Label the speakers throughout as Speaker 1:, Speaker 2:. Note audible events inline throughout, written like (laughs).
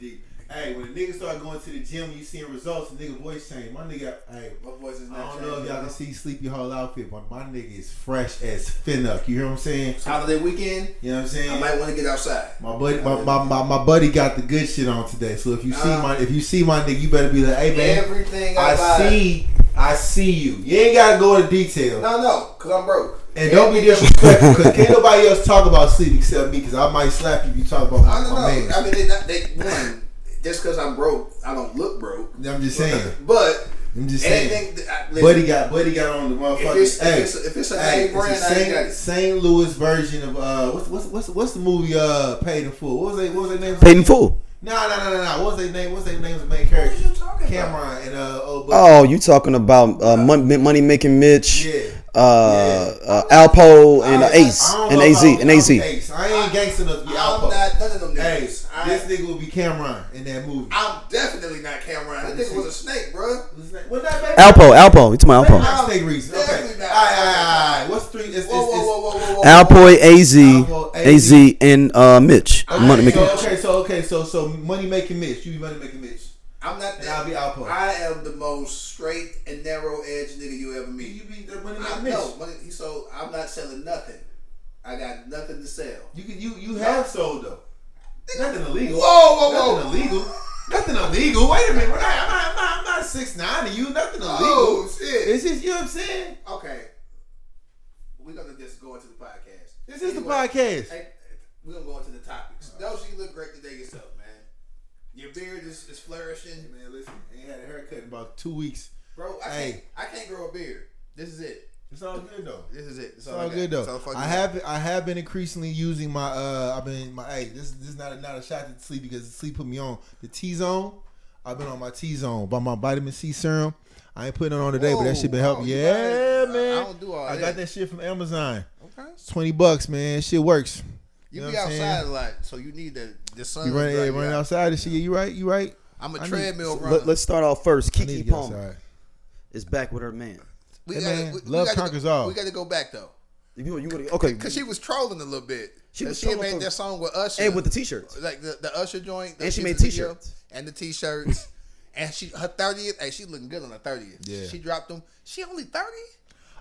Speaker 1: hey, when a nigga start going to the gym, you seeing results, the nigga voice change. My nigga, hey,
Speaker 2: My voice is
Speaker 1: I
Speaker 2: not
Speaker 1: don't
Speaker 2: changing.
Speaker 1: know if y'all can see Sleepy Hall outfit, but my nigga is fresh as finnuck. You hear what I'm saying?
Speaker 2: Holiday weekend,
Speaker 1: You know what I'm
Speaker 2: I
Speaker 1: saying?
Speaker 2: might want to get outside.
Speaker 1: My buddy, my, my, my, my buddy got the good shit on today. So if you see
Speaker 2: Uh,
Speaker 1: my if you see my nigga, you better be like, hey man,
Speaker 2: Everything I,
Speaker 1: I
Speaker 2: buy.
Speaker 1: see, I see you. You ain't gotta go into detail.
Speaker 2: No, no, because I'm broke.
Speaker 1: And don't be disrespectful,
Speaker 2: (laughs)
Speaker 1: cause can't nobody else talk about sleep except me, cause I might slap you if you talk about
Speaker 2: I
Speaker 1: my,
Speaker 2: don't know.
Speaker 1: my Oh, man.
Speaker 2: I mean, they, not, they one just because I'm broke, I don't look broke.
Speaker 1: I'm just saying.
Speaker 2: But
Speaker 1: I'm just saying.
Speaker 2: anything, that I, listen,
Speaker 1: Buddy got buddy got on the
Speaker 2: if
Speaker 1: motherfucking.
Speaker 2: it's,
Speaker 1: Hey,
Speaker 2: if it's if it's a
Speaker 1: hey,
Speaker 2: name
Speaker 1: it's the
Speaker 2: brand, I ain't
Speaker 1: St.
Speaker 2: got it.
Speaker 1: St. Louis version of uh, what's what's what's what's the movie uh, Paid in Full? What was they what was their name?
Speaker 3: Paid in full.
Speaker 1: No, no, no, no, no. What was their name? What's their name? of The main character.
Speaker 2: What you talking about?
Speaker 1: Cameron and uh, old buddy.
Speaker 3: Oh, you talking about uh, money making Mitch,
Speaker 1: Yeah.
Speaker 3: uh, uh, Alpo, and
Speaker 1: I-
Speaker 3: Ace,
Speaker 1: I don't
Speaker 3: and
Speaker 1: know
Speaker 3: AZ,
Speaker 1: about-
Speaker 3: and
Speaker 1: I'm
Speaker 3: AZ.
Speaker 1: Ace. I ain't gangster enough to be
Speaker 2: I'm
Speaker 1: Alpo.
Speaker 2: not none of them
Speaker 1: Hey,
Speaker 2: niggas.
Speaker 1: this
Speaker 2: I,
Speaker 1: nigga will be Cameron in that movie.
Speaker 2: I'm definitely not Cameron. That nigga was a snake, bro.
Speaker 1: What's that? What that baby?
Speaker 3: Alpo, Alpo, it's my Alpo.
Speaker 1: Not Snake Reason. Okay. All right, all right,
Speaker 2: Definitely not.
Speaker 1: all right. What's three? It's, it's,
Speaker 2: Whoa, whoa,
Speaker 1: it's,
Speaker 2: whoa, whoa, whoa, whoa.
Speaker 3: Alpoy, AZ,
Speaker 1: Alpo, AZ.
Speaker 3: AZ, and uh, Mitch. Money making.
Speaker 1: So, okay, so okay, so so money making Mitch. You be money making Mitch,
Speaker 2: I'm not
Speaker 1: and I'll be
Speaker 2: that.
Speaker 1: Alpo.
Speaker 2: I am the most straight and narrow edge nigga you ever meet.
Speaker 1: You be the money
Speaker 2: I
Speaker 1: making Mitch.
Speaker 2: know, but he- so I'm not selling nothing. I got nothing to sell.
Speaker 1: You can you you have sold though. Nothing illegal.
Speaker 2: Whoa,
Speaker 1: Nothing illegal. Nothing illegal. Wait a minute. We're not- I'm not, I'm not, I'm not six nine to you. Nothing illegal.
Speaker 2: Oh shit!
Speaker 1: It's just you know what I'm saying.
Speaker 2: Okay, we're gonna just go into the podcast.
Speaker 1: This is the
Speaker 2: Anyway,
Speaker 1: podcast. Uh-huh.
Speaker 2: hey, We're gonna go into the topics. Doja, you look great today yourself, man. Your beard is, is flourishing,
Speaker 1: Man, listen, I ain't had a haircut in about two weeks.
Speaker 2: bro. I
Speaker 1: Hey.
Speaker 2: can't, I can't grow a beard. This is it.
Speaker 1: It's all good though.
Speaker 2: This is it. It's
Speaker 1: It's all good though. I have I have been increasingly using my uh I've been my hey this this is not a, not a shot to sleep because sleep put me on the T zone. I've been on my T zone by my vitamin C serum. I ain't putting it on today, but that shit been helping. Yeah, man.
Speaker 2: Oh, I, don't do all
Speaker 1: I got that shit from Amazon.
Speaker 2: Okay.
Speaker 1: It's twenty bucks, man. Shit works.
Speaker 2: You,
Speaker 1: You know
Speaker 2: be
Speaker 1: what I'm
Speaker 2: outside
Speaker 1: saying?
Speaker 2: a lot, so you need the the sun.
Speaker 1: You running, yeah, running outside and shit. Yeah, you right. You right.
Speaker 2: I'm a
Speaker 1: I need-
Speaker 2: treadmill runner.
Speaker 3: Let, us start off first.
Speaker 1: I need
Speaker 3: Kiki
Speaker 1: to get
Speaker 3: Palmer
Speaker 1: outside.
Speaker 3: is back with her man.
Speaker 2: we
Speaker 1: Hey,
Speaker 2: gotta,
Speaker 1: man,
Speaker 2: we, we
Speaker 1: love
Speaker 2: gotta
Speaker 1: conquers
Speaker 2: go,
Speaker 1: all.
Speaker 2: We got to go back though,
Speaker 3: You, you wanna- okay.
Speaker 2: because she was trolling a little bit. She,
Speaker 3: She was
Speaker 2: she had
Speaker 3: trolling
Speaker 2: made
Speaker 3: for-
Speaker 2: that song with Usher,
Speaker 3: and with the t-shirts.
Speaker 2: like the, the Usher joint, the
Speaker 3: And she made
Speaker 2: music video,
Speaker 3: t-shirts.
Speaker 2: and the t-shirts, (laughs) and she her thirtieth. Hey, she looking good on her thirtieth.
Speaker 1: Yeah.
Speaker 2: she dropped them. She only thirty.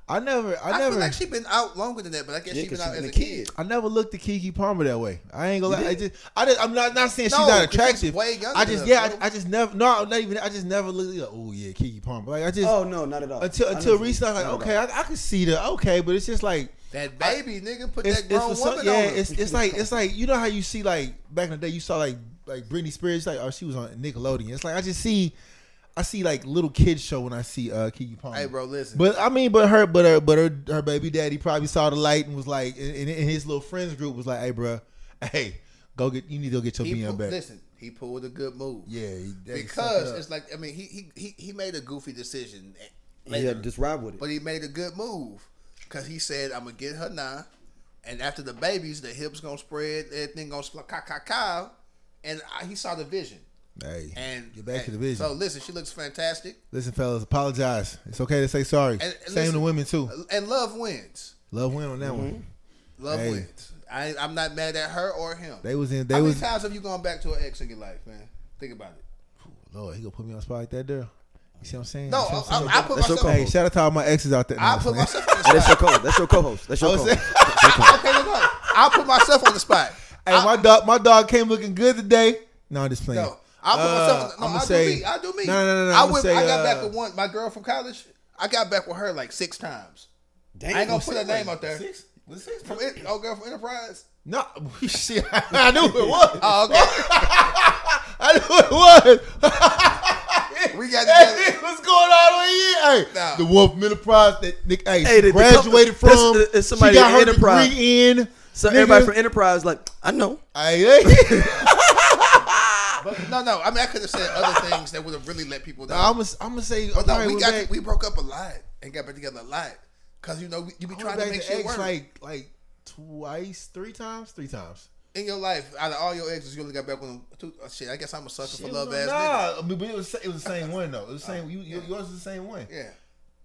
Speaker 1: I never. I,
Speaker 2: I,
Speaker 1: never.
Speaker 2: feel like she been out longer than that, but I guess
Speaker 3: Yeah,
Speaker 2: she
Speaker 3: 'cause
Speaker 2: been out
Speaker 3: she
Speaker 2: as
Speaker 3: been
Speaker 2: a
Speaker 3: a
Speaker 2: kid.
Speaker 3: kid.
Speaker 1: I never looked at Kiki Palmer that way. I ain't gonna lie. I just, I just, I'm not not saying
Speaker 2: No,
Speaker 1: she's not
Speaker 2: 'cause she's
Speaker 1: attractive.
Speaker 2: way younger
Speaker 1: I just,
Speaker 2: than
Speaker 1: yeah,
Speaker 2: us, bro.
Speaker 1: I, I just never. No, I'm not even. I just never looked. Like, oh yeah, Kiki Palmer. Like I just
Speaker 3: Oh no, not at all.
Speaker 1: until
Speaker 3: I know
Speaker 1: until
Speaker 3: she-
Speaker 1: recently, I was like,
Speaker 3: not at
Speaker 1: okay,
Speaker 3: all.
Speaker 1: I, I could see the okay, but it's just like
Speaker 2: That baby nigga put
Speaker 1: it's,
Speaker 2: that
Speaker 1: it's
Speaker 2: grown
Speaker 1: for some,
Speaker 2: woman
Speaker 1: yeah,
Speaker 2: on her.
Speaker 1: it's it's like it's like you know how you see like back in the day, you saw like like Britney Spears, like oh she was on Nickelodeon. It's like I just see, I see like little kids show when I see uh Kiki Palmer.
Speaker 2: hey, bro, listen.
Speaker 1: But I mean, but her, but her, but her, her baby daddy probably saw the light and was like, and, and and his little friends group was like, "Hey, bro, hey, go get, you need to go get your
Speaker 2: he
Speaker 1: BM
Speaker 2: pulled,
Speaker 1: back."
Speaker 2: listen, he pulled a good move.
Speaker 1: Yeah, he- that
Speaker 2: because
Speaker 1: sucked up.
Speaker 2: it's like I mean he he he, he made a goofy decision,
Speaker 3: He
Speaker 2: later,
Speaker 3: had to just ride with it.
Speaker 2: but he made a good move because he said I'm gonna get her now, and after the babies, the hips gonna spread, everything gonna spl- ka ka ka, and I, he saw the vision.
Speaker 1: hey,
Speaker 2: And
Speaker 1: get back to the
Speaker 2: and
Speaker 1: vision.
Speaker 2: So listen, she looks fantastic,
Speaker 1: listen, fellas, apologize. It's okay to say sorry.
Speaker 2: And- and
Speaker 1: Same to
Speaker 2: listen- Uh, mm-hmm.
Speaker 1: women too.
Speaker 2: and love wins.
Speaker 1: Love win on that one.
Speaker 2: Love
Speaker 1: Hey.
Speaker 2: wins. I I'm not mad at her or him.
Speaker 1: They was in.
Speaker 2: How
Speaker 1: They
Speaker 2: many
Speaker 1: was.
Speaker 2: times have you gone back to an ex in your life, man? Think about it.
Speaker 1: Lord, he gonna put me on the spot like that, there. You see what I'm saying?
Speaker 2: No,
Speaker 1: You see what
Speaker 2: I,
Speaker 1: I'm
Speaker 2: I, I put
Speaker 3: That's your
Speaker 2: myself.
Speaker 1: saying? Hey, shout out to all my exes out there. No,
Speaker 2: I
Speaker 1: I'm
Speaker 2: put
Speaker 1: playing.
Speaker 2: myself on the
Speaker 3: Oh, that's
Speaker 2: spot.
Speaker 3: your co. That's your co-host.
Speaker 1: (laughs)
Speaker 3: That's
Speaker 1: I
Speaker 3: your
Speaker 1: was
Speaker 3: co-host.
Speaker 1: saying-
Speaker 2: okay, look, look. I'll put myself on the spot.
Speaker 1: Hey, my dog, my dog came looking good today. No, I'm just playing.
Speaker 2: No, I'll put
Speaker 1: Uh,
Speaker 2: myself. On,
Speaker 1: I'ma
Speaker 2: no, I'll
Speaker 1: say-
Speaker 2: do me. I'll do me.
Speaker 1: No, no, no, no.
Speaker 2: I,
Speaker 1: I'ma
Speaker 2: went,
Speaker 1: say,
Speaker 2: I got
Speaker 1: uh,
Speaker 2: back with one. My girl from college. I got back with her like six times. I ain't gonna put her name out there.
Speaker 1: Six? Was it six?
Speaker 2: From it, oh, girl from Enterprise.
Speaker 1: No, (laughs) shit. I knew it was. (laughs)
Speaker 2: Oh, okay.
Speaker 1: I knew it was.
Speaker 2: we got
Speaker 1: Hey, (laughs)
Speaker 2: together.
Speaker 1: what's going on over here? Hey,
Speaker 2: Nah.
Speaker 1: the one from Enterprise that Nick hey, she
Speaker 3: Hey, the- the
Speaker 1: graduated
Speaker 3: company-
Speaker 1: from.
Speaker 3: that's- it's somebody
Speaker 1: she got her
Speaker 3: at Enterprise.
Speaker 1: degree in.
Speaker 3: So
Speaker 1: nigga.
Speaker 3: everybody from Enterprise, like I know.
Speaker 1: Hey, hey. (laughs)
Speaker 3: (laughs)
Speaker 2: But no, no. I mean, I could have said other things that would have really let people know.
Speaker 1: I'm gonna I'm gonna say.
Speaker 2: but no,
Speaker 1: alright,
Speaker 2: we
Speaker 1: we're
Speaker 2: got
Speaker 1: back.
Speaker 2: we broke up a lot and got back together a lot because you know we- you be
Speaker 1: I went
Speaker 2: trying to
Speaker 1: back
Speaker 2: make shit
Speaker 1: ex
Speaker 2: work
Speaker 1: like like twice, three times, three times.
Speaker 2: in your life. Out of all your exes, you only got back with them two. oh, shit, I guess I'm a sucker for love ass. nigga.
Speaker 1: nah, I mean, but it was it was the same one though. It was the same. You, you, yours was the same one.
Speaker 2: Yeah.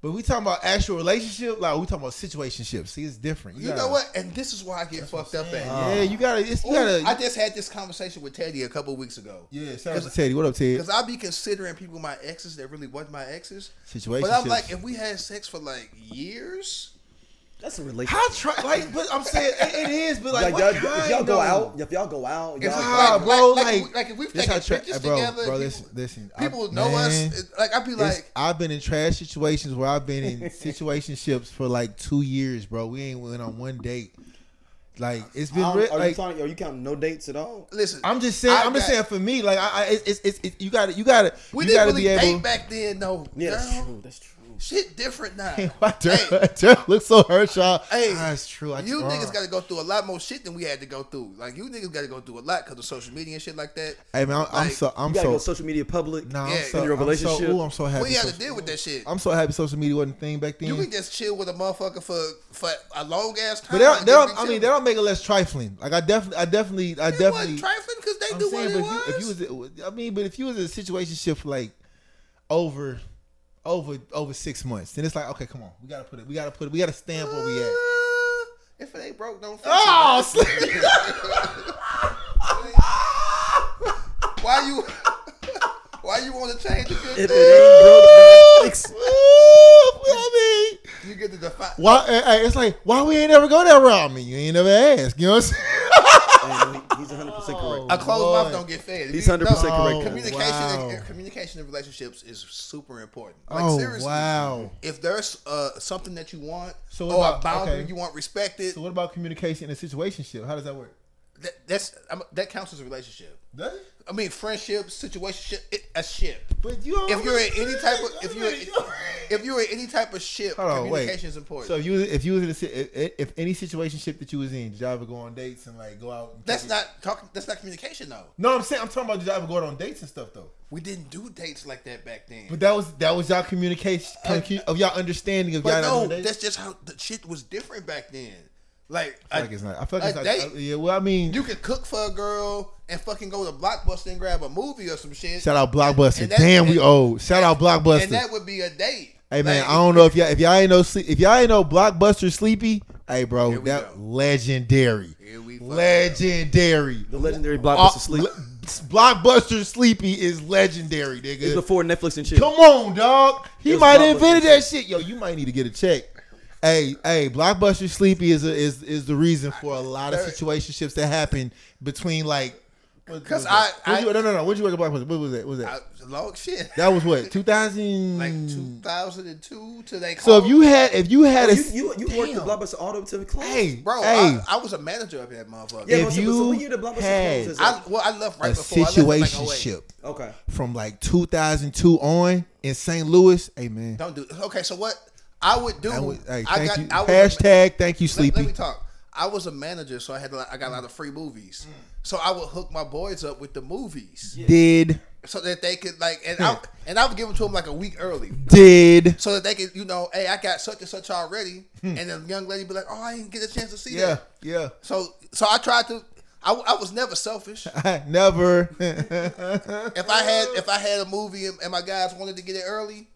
Speaker 1: But we talking about actual relationship, like we talking about situationships. See, it's different.
Speaker 2: You
Speaker 1: gotta-
Speaker 2: know what? And this is where I get fucked up at.
Speaker 1: yeah, you gotta. It's, you
Speaker 2: Ooh,
Speaker 1: gotta.
Speaker 2: I just had this conversation with Teddy a couple weeks ago.
Speaker 1: yeah, shout out to Teddy. What up, Ted?
Speaker 2: Because I be considering people my exes that really wasn't my exes.
Speaker 1: Situationships.
Speaker 2: But I'm like, if we had sex for like years,
Speaker 3: That's a relationship.
Speaker 1: how try like, but I'm saying it, it is, but like,
Speaker 3: Like,
Speaker 1: what
Speaker 3: y'all, if
Speaker 1: kind
Speaker 3: y'all go
Speaker 1: though?
Speaker 3: out, if y'all go out, y'all
Speaker 2: It's
Speaker 3: go
Speaker 2: hard.
Speaker 1: Nah,
Speaker 2: Like-
Speaker 3: out.
Speaker 1: bro,
Speaker 2: like-
Speaker 1: like,
Speaker 2: like- like if we've
Speaker 1: this
Speaker 2: taken
Speaker 1: how tra- eh,
Speaker 2: pictures
Speaker 1: bro,
Speaker 2: together,
Speaker 1: bro,
Speaker 2: people-
Speaker 1: listen, listen. I-
Speaker 2: people know
Speaker 1: man.
Speaker 2: us. Like I'd be
Speaker 1: It's-
Speaker 2: like,
Speaker 1: I've been in trash situations where I've been in (laughs) situationships for like two years, bro. We ain't went on one date. Like it's been
Speaker 3: Um,
Speaker 1: real.
Speaker 3: Are you
Speaker 1: Like
Speaker 3: talking? Are you counting no dates at all?
Speaker 2: listen,
Speaker 1: I'm just saying.
Speaker 2: I
Speaker 1: I'm just
Speaker 2: got-
Speaker 1: saying for me, like I, I it's, it's, it's, it- you got to you got to
Speaker 2: We
Speaker 1: you got
Speaker 2: didn't
Speaker 1: to
Speaker 2: really
Speaker 1: be able.
Speaker 2: date back then, though.
Speaker 3: Yeah, that's
Speaker 2: girl.
Speaker 3: true. That's true.
Speaker 2: Shit
Speaker 1: (laughs)
Speaker 2: different now.
Speaker 1: My dirt,
Speaker 2: Hey,
Speaker 1: looks so hurt, y'all.
Speaker 2: Hey,
Speaker 1: Ah, it's true. I,
Speaker 2: you
Speaker 1: ah.
Speaker 2: niggas got to go through a lot more shit than we had to go through. Like you niggas got to go through a lot because of social media and shit like that.
Speaker 1: Hey man, I'm, I'm
Speaker 2: like,
Speaker 1: so
Speaker 3: You
Speaker 1: I'm
Speaker 3: gotta
Speaker 1: so
Speaker 3: go social media public.
Speaker 1: nah.
Speaker 2: Yeah,
Speaker 1: I'm so,
Speaker 2: in
Speaker 3: your
Speaker 1: I'm
Speaker 3: relationship.
Speaker 1: so, ooh, I'm so happy.
Speaker 2: we had to
Speaker 1: social-
Speaker 2: deal with that shit.
Speaker 1: I'm so happy social media wasn't a thing back then.
Speaker 2: You can just chill with a motherfucker for for a long ass time.
Speaker 1: Mm. But they don't, they
Speaker 2: and just
Speaker 1: don't,
Speaker 2: be
Speaker 1: I mean, they
Speaker 2: chill.
Speaker 1: don't make it less trifling. Like I definitely, I definitely, I
Speaker 2: It
Speaker 1: definitely.
Speaker 2: wasn't trifling because they
Speaker 1: I'm
Speaker 2: knew
Speaker 1: saying,
Speaker 2: what
Speaker 1: but
Speaker 2: it
Speaker 1: if you,
Speaker 2: was.
Speaker 1: if you was, I mean, but if you was in a situation shift like over, over, over six months, then it's like, okay, come on, we gotta put it, we gotta put it, we gotta stamp where we at.
Speaker 2: Uh, if it ain't broke, don't fix
Speaker 1: Oh,
Speaker 2: (laughs) it.
Speaker 1: sleep.
Speaker 2: Why you? (laughs) Why you want to change the good
Speaker 3: If it
Speaker 2: thing?
Speaker 3: ain't broke, don't
Speaker 1: (laughs)
Speaker 3: fix it.
Speaker 1: Ooh, I mean,
Speaker 2: You get to define.
Speaker 1: why? eh, eh, It's like why we ain't never go that route? I mean, you ain't never asked. You know what I'm saying?
Speaker 3: Hey, no, he- He's 100 percent correct.
Speaker 2: A closed
Speaker 1: Boy.
Speaker 2: mouth don't get fed. If
Speaker 3: He's
Speaker 2: you- no,
Speaker 3: 100% correct.
Speaker 2: Communication,
Speaker 1: Wow.
Speaker 2: and, communication in relationships is super important. Like
Speaker 1: Oh
Speaker 2: seriously,
Speaker 1: wow!
Speaker 2: if there's uh, something that you want
Speaker 1: So what
Speaker 2: or
Speaker 1: about-
Speaker 2: a boundary
Speaker 1: okay.
Speaker 2: you want respected,
Speaker 1: So what about communication in a situation shift? How does that work?
Speaker 2: that, that's I'm, that counts as a relationship.
Speaker 1: Does it?
Speaker 2: I mean, friendship, situationship, it, a ship.
Speaker 1: But you don't-
Speaker 2: If you're in any type of if you're if you're in any type of
Speaker 1: (laughs)
Speaker 2: ship,
Speaker 1: Hold on, wait.
Speaker 2: communication is important.
Speaker 1: So if you if you was in a, si- if, if any situation ship that you was in, did y'all ever go on dates and like go out? And
Speaker 2: that's
Speaker 1: take it-
Speaker 2: not talking. That's not communication, though.
Speaker 1: No, I'm saying I'm talking about did y'all ever go out on dates and stuff though.
Speaker 2: We didn't do dates like that back then.
Speaker 1: But that was that was y'all communication commu- of y'all understanding of y'all.
Speaker 2: But
Speaker 1: not
Speaker 2: no,
Speaker 1: doing dates?
Speaker 2: that's just how the shit was different back then. Like,
Speaker 1: I feel like it's not. I feel like
Speaker 2: a
Speaker 1: it's not.
Speaker 2: date-
Speaker 1: I- yeah, well, I mean,
Speaker 2: you could cook for a girl and fucking go to Blockbuster and grab a movie or some shit.
Speaker 1: shout out Blockbuster.
Speaker 2: And that-
Speaker 1: Damn, we
Speaker 2: and-
Speaker 1: old. Shout out Blockbuster.
Speaker 2: and that would be a date.
Speaker 1: hey man,
Speaker 2: Like,
Speaker 1: I don't know if y'all if y'all ain't no sleep if y'all ain't no Blockbuster sleepy. Hey bro,
Speaker 2: we
Speaker 1: that
Speaker 2: go.
Speaker 1: legendary,
Speaker 2: Here we fucking go.
Speaker 1: legendary.
Speaker 3: The legendary blockbuster
Speaker 1: Uh,
Speaker 3: sleep.
Speaker 1: le- Blockbuster Sleepy is legendary, nigga.
Speaker 3: It's before Netflix and
Speaker 1: Come
Speaker 3: chill.
Speaker 1: on, dog. He
Speaker 3: It's
Speaker 1: might
Speaker 3: Blockbuster.
Speaker 1: have invented that shit. Yo, you might need to get a check. Hey, hey, Blockbuster Sleepy is a, is is the reason for a lot of
Speaker 2: There-
Speaker 1: situationships that happen between like. what-
Speaker 2: 'Cause
Speaker 1: what was
Speaker 2: I-
Speaker 1: that? What'd
Speaker 2: I-
Speaker 1: you, no no no. What'd you work at Blockbuster? What was that? What was that?
Speaker 2: I, Oh, long shit.
Speaker 1: that was what 2000.
Speaker 2: like 2002 to they.
Speaker 1: Mm. so if
Speaker 2: closed.
Speaker 1: you had if you had a
Speaker 3: Oh, You, you, you worked at
Speaker 1: Damn.
Speaker 3: Blockbuster all the way to the close.
Speaker 1: hey
Speaker 2: bro,
Speaker 1: hey
Speaker 2: I, I was a manager up in that motherfucker.
Speaker 3: Yeah,
Speaker 1: if
Speaker 3: but so- so
Speaker 1: you
Speaker 3: what year did Blockbuster
Speaker 1: had
Speaker 3: close? Is
Speaker 2: I, well, I left right
Speaker 1: a
Speaker 2: before. I left in, like, oh, 08.
Speaker 1: situationship
Speaker 3: Okay.
Speaker 1: from like 2002 on in St. Louis. Hey man,
Speaker 2: Don't do. Okay, so what I would do?
Speaker 1: I
Speaker 2: I,
Speaker 1: would- hey,
Speaker 2: I
Speaker 1: thank
Speaker 2: got.
Speaker 1: you.
Speaker 2: I was a-
Speaker 1: Hashtag thank you
Speaker 2: Let-
Speaker 1: sleepy.
Speaker 2: Let, me talk. I was a manager, so I had a lot, I got a lot of free movies.
Speaker 1: Mm.
Speaker 2: So I would hook my boys up with the movies,
Speaker 1: Did
Speaker 2: so that they could like, and I and I would give them to them like a week early,
Speaker 1: did
Speaker 2: so that they could, you know, hey, I got such and such already, and the young lady be like, oh, I didn't get a chance to see
Speaker 1: Hmm. yeah
Speaker 2: that.
Speaker 1: yeah.
Speaker 2: So so I tried to. I, I was never selfish.
Speaker 1: (laughs) I (laughs) never.
Speaker 2: If I had if
Speaker 1: Um,
Speaker 2: I had a movie and, and my guys wanted to get it early,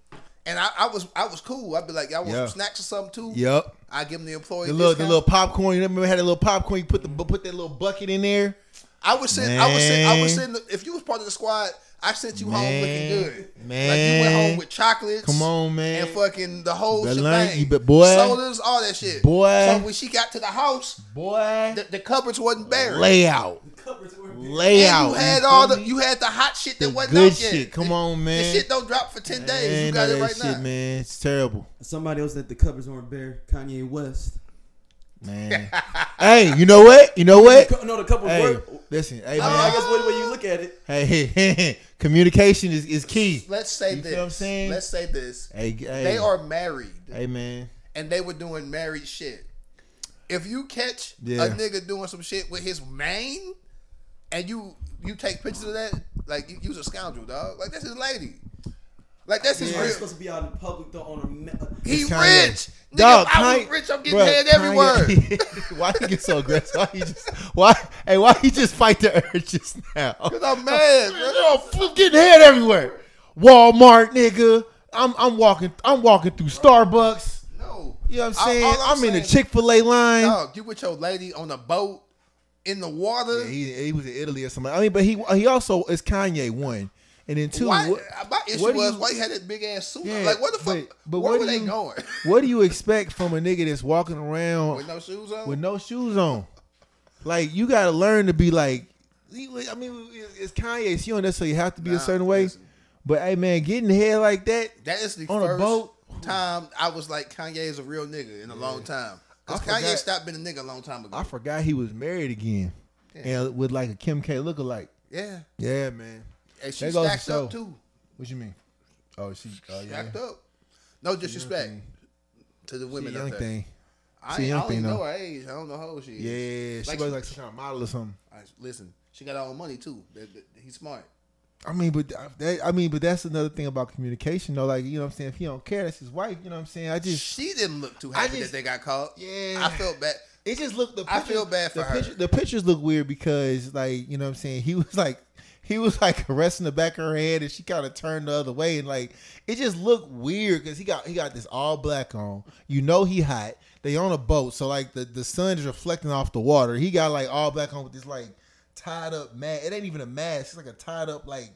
Speaker 2: and I, I was I was cool. I'd be like, y'all want
Speaker 1: Yeah.
Speaker 2: some snacks or something too?
Speaker 1: yep.
Speaker 2: I give them the employee.
Speaker 1: The little, the
Speaker 2: discount.
Speaker 1: little popcorn. You remember had a little popcorn? You put the put that little bucket in there.
Speaker 2: I would send. I would send. I would
Speaker 1: Man.
Speaker 2: send. If you was part of the squad, I sent you home looking
Speaker 1: Man.
Speaker 2: good. like you went
Speaker 1: Man.
Speaker 2: home with chocolates.
Speaker 1: Come on, man.
Speaker 2: And fucking the whole
Speaker 1: Better learn-
Speaker 2: shebang.
Speaker 1: you be- boy.
Speaker 2: Sodas, all that shit.
Speaker 1: Boy.
Speaker 2: So when she got to the house,
Speaker 1: Boy,
Speaker 2: the, the cupboards wasn't bare.
Speaker 1: layout,
Speaker 2: And
Speaker 1: layout.
Speaker 2: you had all the
Speaker 1: feel me?
Speaker 2: you had the hot shit that
Speaker 1: The
Speaker 2: wasn't
Speaker 1: good
Speaker 2: out yet.
Speaker 1: shit. Come
Speaker 2: The-
Speaker 1: on, man.
Speaker 2: The shit don't drop for ten days. You
Speaker 1: Man,
Speaker 2: got
Speaker 1: all
Speaker 2: it
Speaker 1: that
Speaker 2: right
Speaker 1: shit,
Speaker 2: now.
Speaker 1: man. It's terrible,
Speaker 4: Somebody else that the covers weren't bare. Kanye West.
Speaker 1: (laughs) man. hey, you know what? You know what?
Speaker 4: Co- no, the covers
Speaker 1: Hey,
Speaker 4: were.
Speaker 1: listen, hey
Speaker 3: I mean, I
Speaker 1: man.
Speaker 3: guess what way you look at it.
Speaker 1: Hey, (laughs) communication is is key.
Speaker 2: Let's say
Speaker 1: You feel
Speaker 2: this.
Speaker 1: what I'm saying?
Speaker 2: Let's say this.
Speaker 1: Hey, hey,
Speaker 2: They are married.
Speaker 1: Hey, man.
Speaker 2: and they were doing married shit. If you catch
Speaker 1: Yeah.
Speaker 2: a nigga doing some shit with his mane, and you you take pictures of that, like you, you's a scoundrel, dog. Like that's his lady. Like that's his
Speaker 4: Why you
Speaker 2: real.
Speaker 4: supposed to be out in public though on a. Me-
Speaker 2: He
Speaker 1: It's Kanye.
Speaker 2: rich. Nigga,
Speaker 1: Dog,
Speaker 2: if I was
Speaker 1: Kanye-
Speaker 2: rich, I'm getting
Speaker 1: bruh,
Speaker 2: head everywhere.
Speaker 1: (laughs) Kanye- why he get so aggressive? Why he just why? Hey, why he just fight the urge just
Speaker 2: (laughs)
Speaker 1: now?
Speaker 2: Cause I'm mad, bro.
Speaker 1: Yo, f- getting head everywhere. Walmart, nigga. I'm I'm walking I'm walking through Starbucks.
Speaker 2: No.
Speaker 1: You know what I'm
Speaker 2: All-
Speaker 1: saying?
Speaker 2: all
Speaker 1: I'm, in the
Speaker 2: saying-
Speaker 1: Chick Fil A line.
Speaker 2: Dog, you with your lady on a boat in the water.
Speaker 1: Yeah, he, he was in Italy or something. I mean, but he he also is Kanye one, and then two.
Speaker 2: why, Uh,
Speaker 1: what-
Speaker 2: my issue
Speaker 1: what do
Speaker 2: was
Speaker 1: you-
Speaker 2: why he had that big ass suit.
Speaker 1: Yeah,
Speaker 2: like, what the fuck?
Speaker 1: but- but
Speaker 2: where
Speaker 1: what
Speaker 2: were
Speaker 1: do
Speaker 2: they
Speaker 1: you-
Speaker 2: going? (laughs)
Speaker 1: what do you expect from a nigga that's walking around
Speaker 2: With no shoes on.
Speaker 1: with no shoes on. Like you gotta learn to be like. I mean, it's Kanye, so you don't necessarily have to be
Speaker 2: Nah,
Speaker 1: a certain way.
Speaker 2: listen.
Speaker 1: But hey, man, getting head like that.
Speaker 2: that is the
Speaker 1: on a
Speaker 2: first
Speaker 1: boat.
Speaker 2: time I was like, Kanye is a real nigga in a long time. Cause
Speaker 1: I
Speaker 2: Kanye
Speaker 1: forgot-
Speaker 2: stopped being a nigga a long time ago.
Speaker 1: I forgot he was married again, and with like a Kim K lookalike.
Speaker 2: yeah,
Speaker 1: Yeah, man.
Speaker 2: and she
Speaker 1: There goes the
Speaker 2: stacked up
Speaker 1: show.
Speaker 2: too.
Speaker 1: What you mean? Oh, she. Oh, yeah.
Speaker 2: Stacked up. No disrespect to the
Speaker 1: She a
Speaker 2: women
Speaker 1: young
Speaker 2: out there.
Speaker 1: thing.
Speaker 2: I,
Speaker 1: She a
Speaker 2: ain't- I
Speaker 1: young
Speaker 2: don't even
Speaker 1: thing,
Speaker 2: know
Speaker 1: though.
Speaker 2: her age. I don't know how old she is.
Speaker 1: Yeah, she
Speaker 2: Like-
Speaker 1: was like some kind of model or something.
Speaker 2: I- listen, she got her own money too. That- that- He's smart.
Speaker 1: I mean, but that, I mean, but that's another thing about communication, though. Like, you know what I'm saying? If he don't care, that's his wife. You know what I'm saying? I just,
Speaker 2: She didn't look too happy
Speaker 1: just-
Speaker 2: that they got caught.
Speaker 1: yeah.
Speaker 2: I felt bad.
Speaker 1: It just looked. The
Speaker 2: I
Speaker 1: pictures,
Speaker 2: feel bad for
Speaker 1: the
Speaker 2: her.
Speaker 1: Picture, the pictures look weird because, like, you know, what I'm saying he was like, he was like (laughs) caressing the back of her head, and she kind of turned the other way, and like, it just looked weird because he got he got this all black on. You know, he hot. They on a boat, so like the the sun is reflecting off the water. He got like all black on with this like tied up mask. It ain't even a mask. It's like a tied up like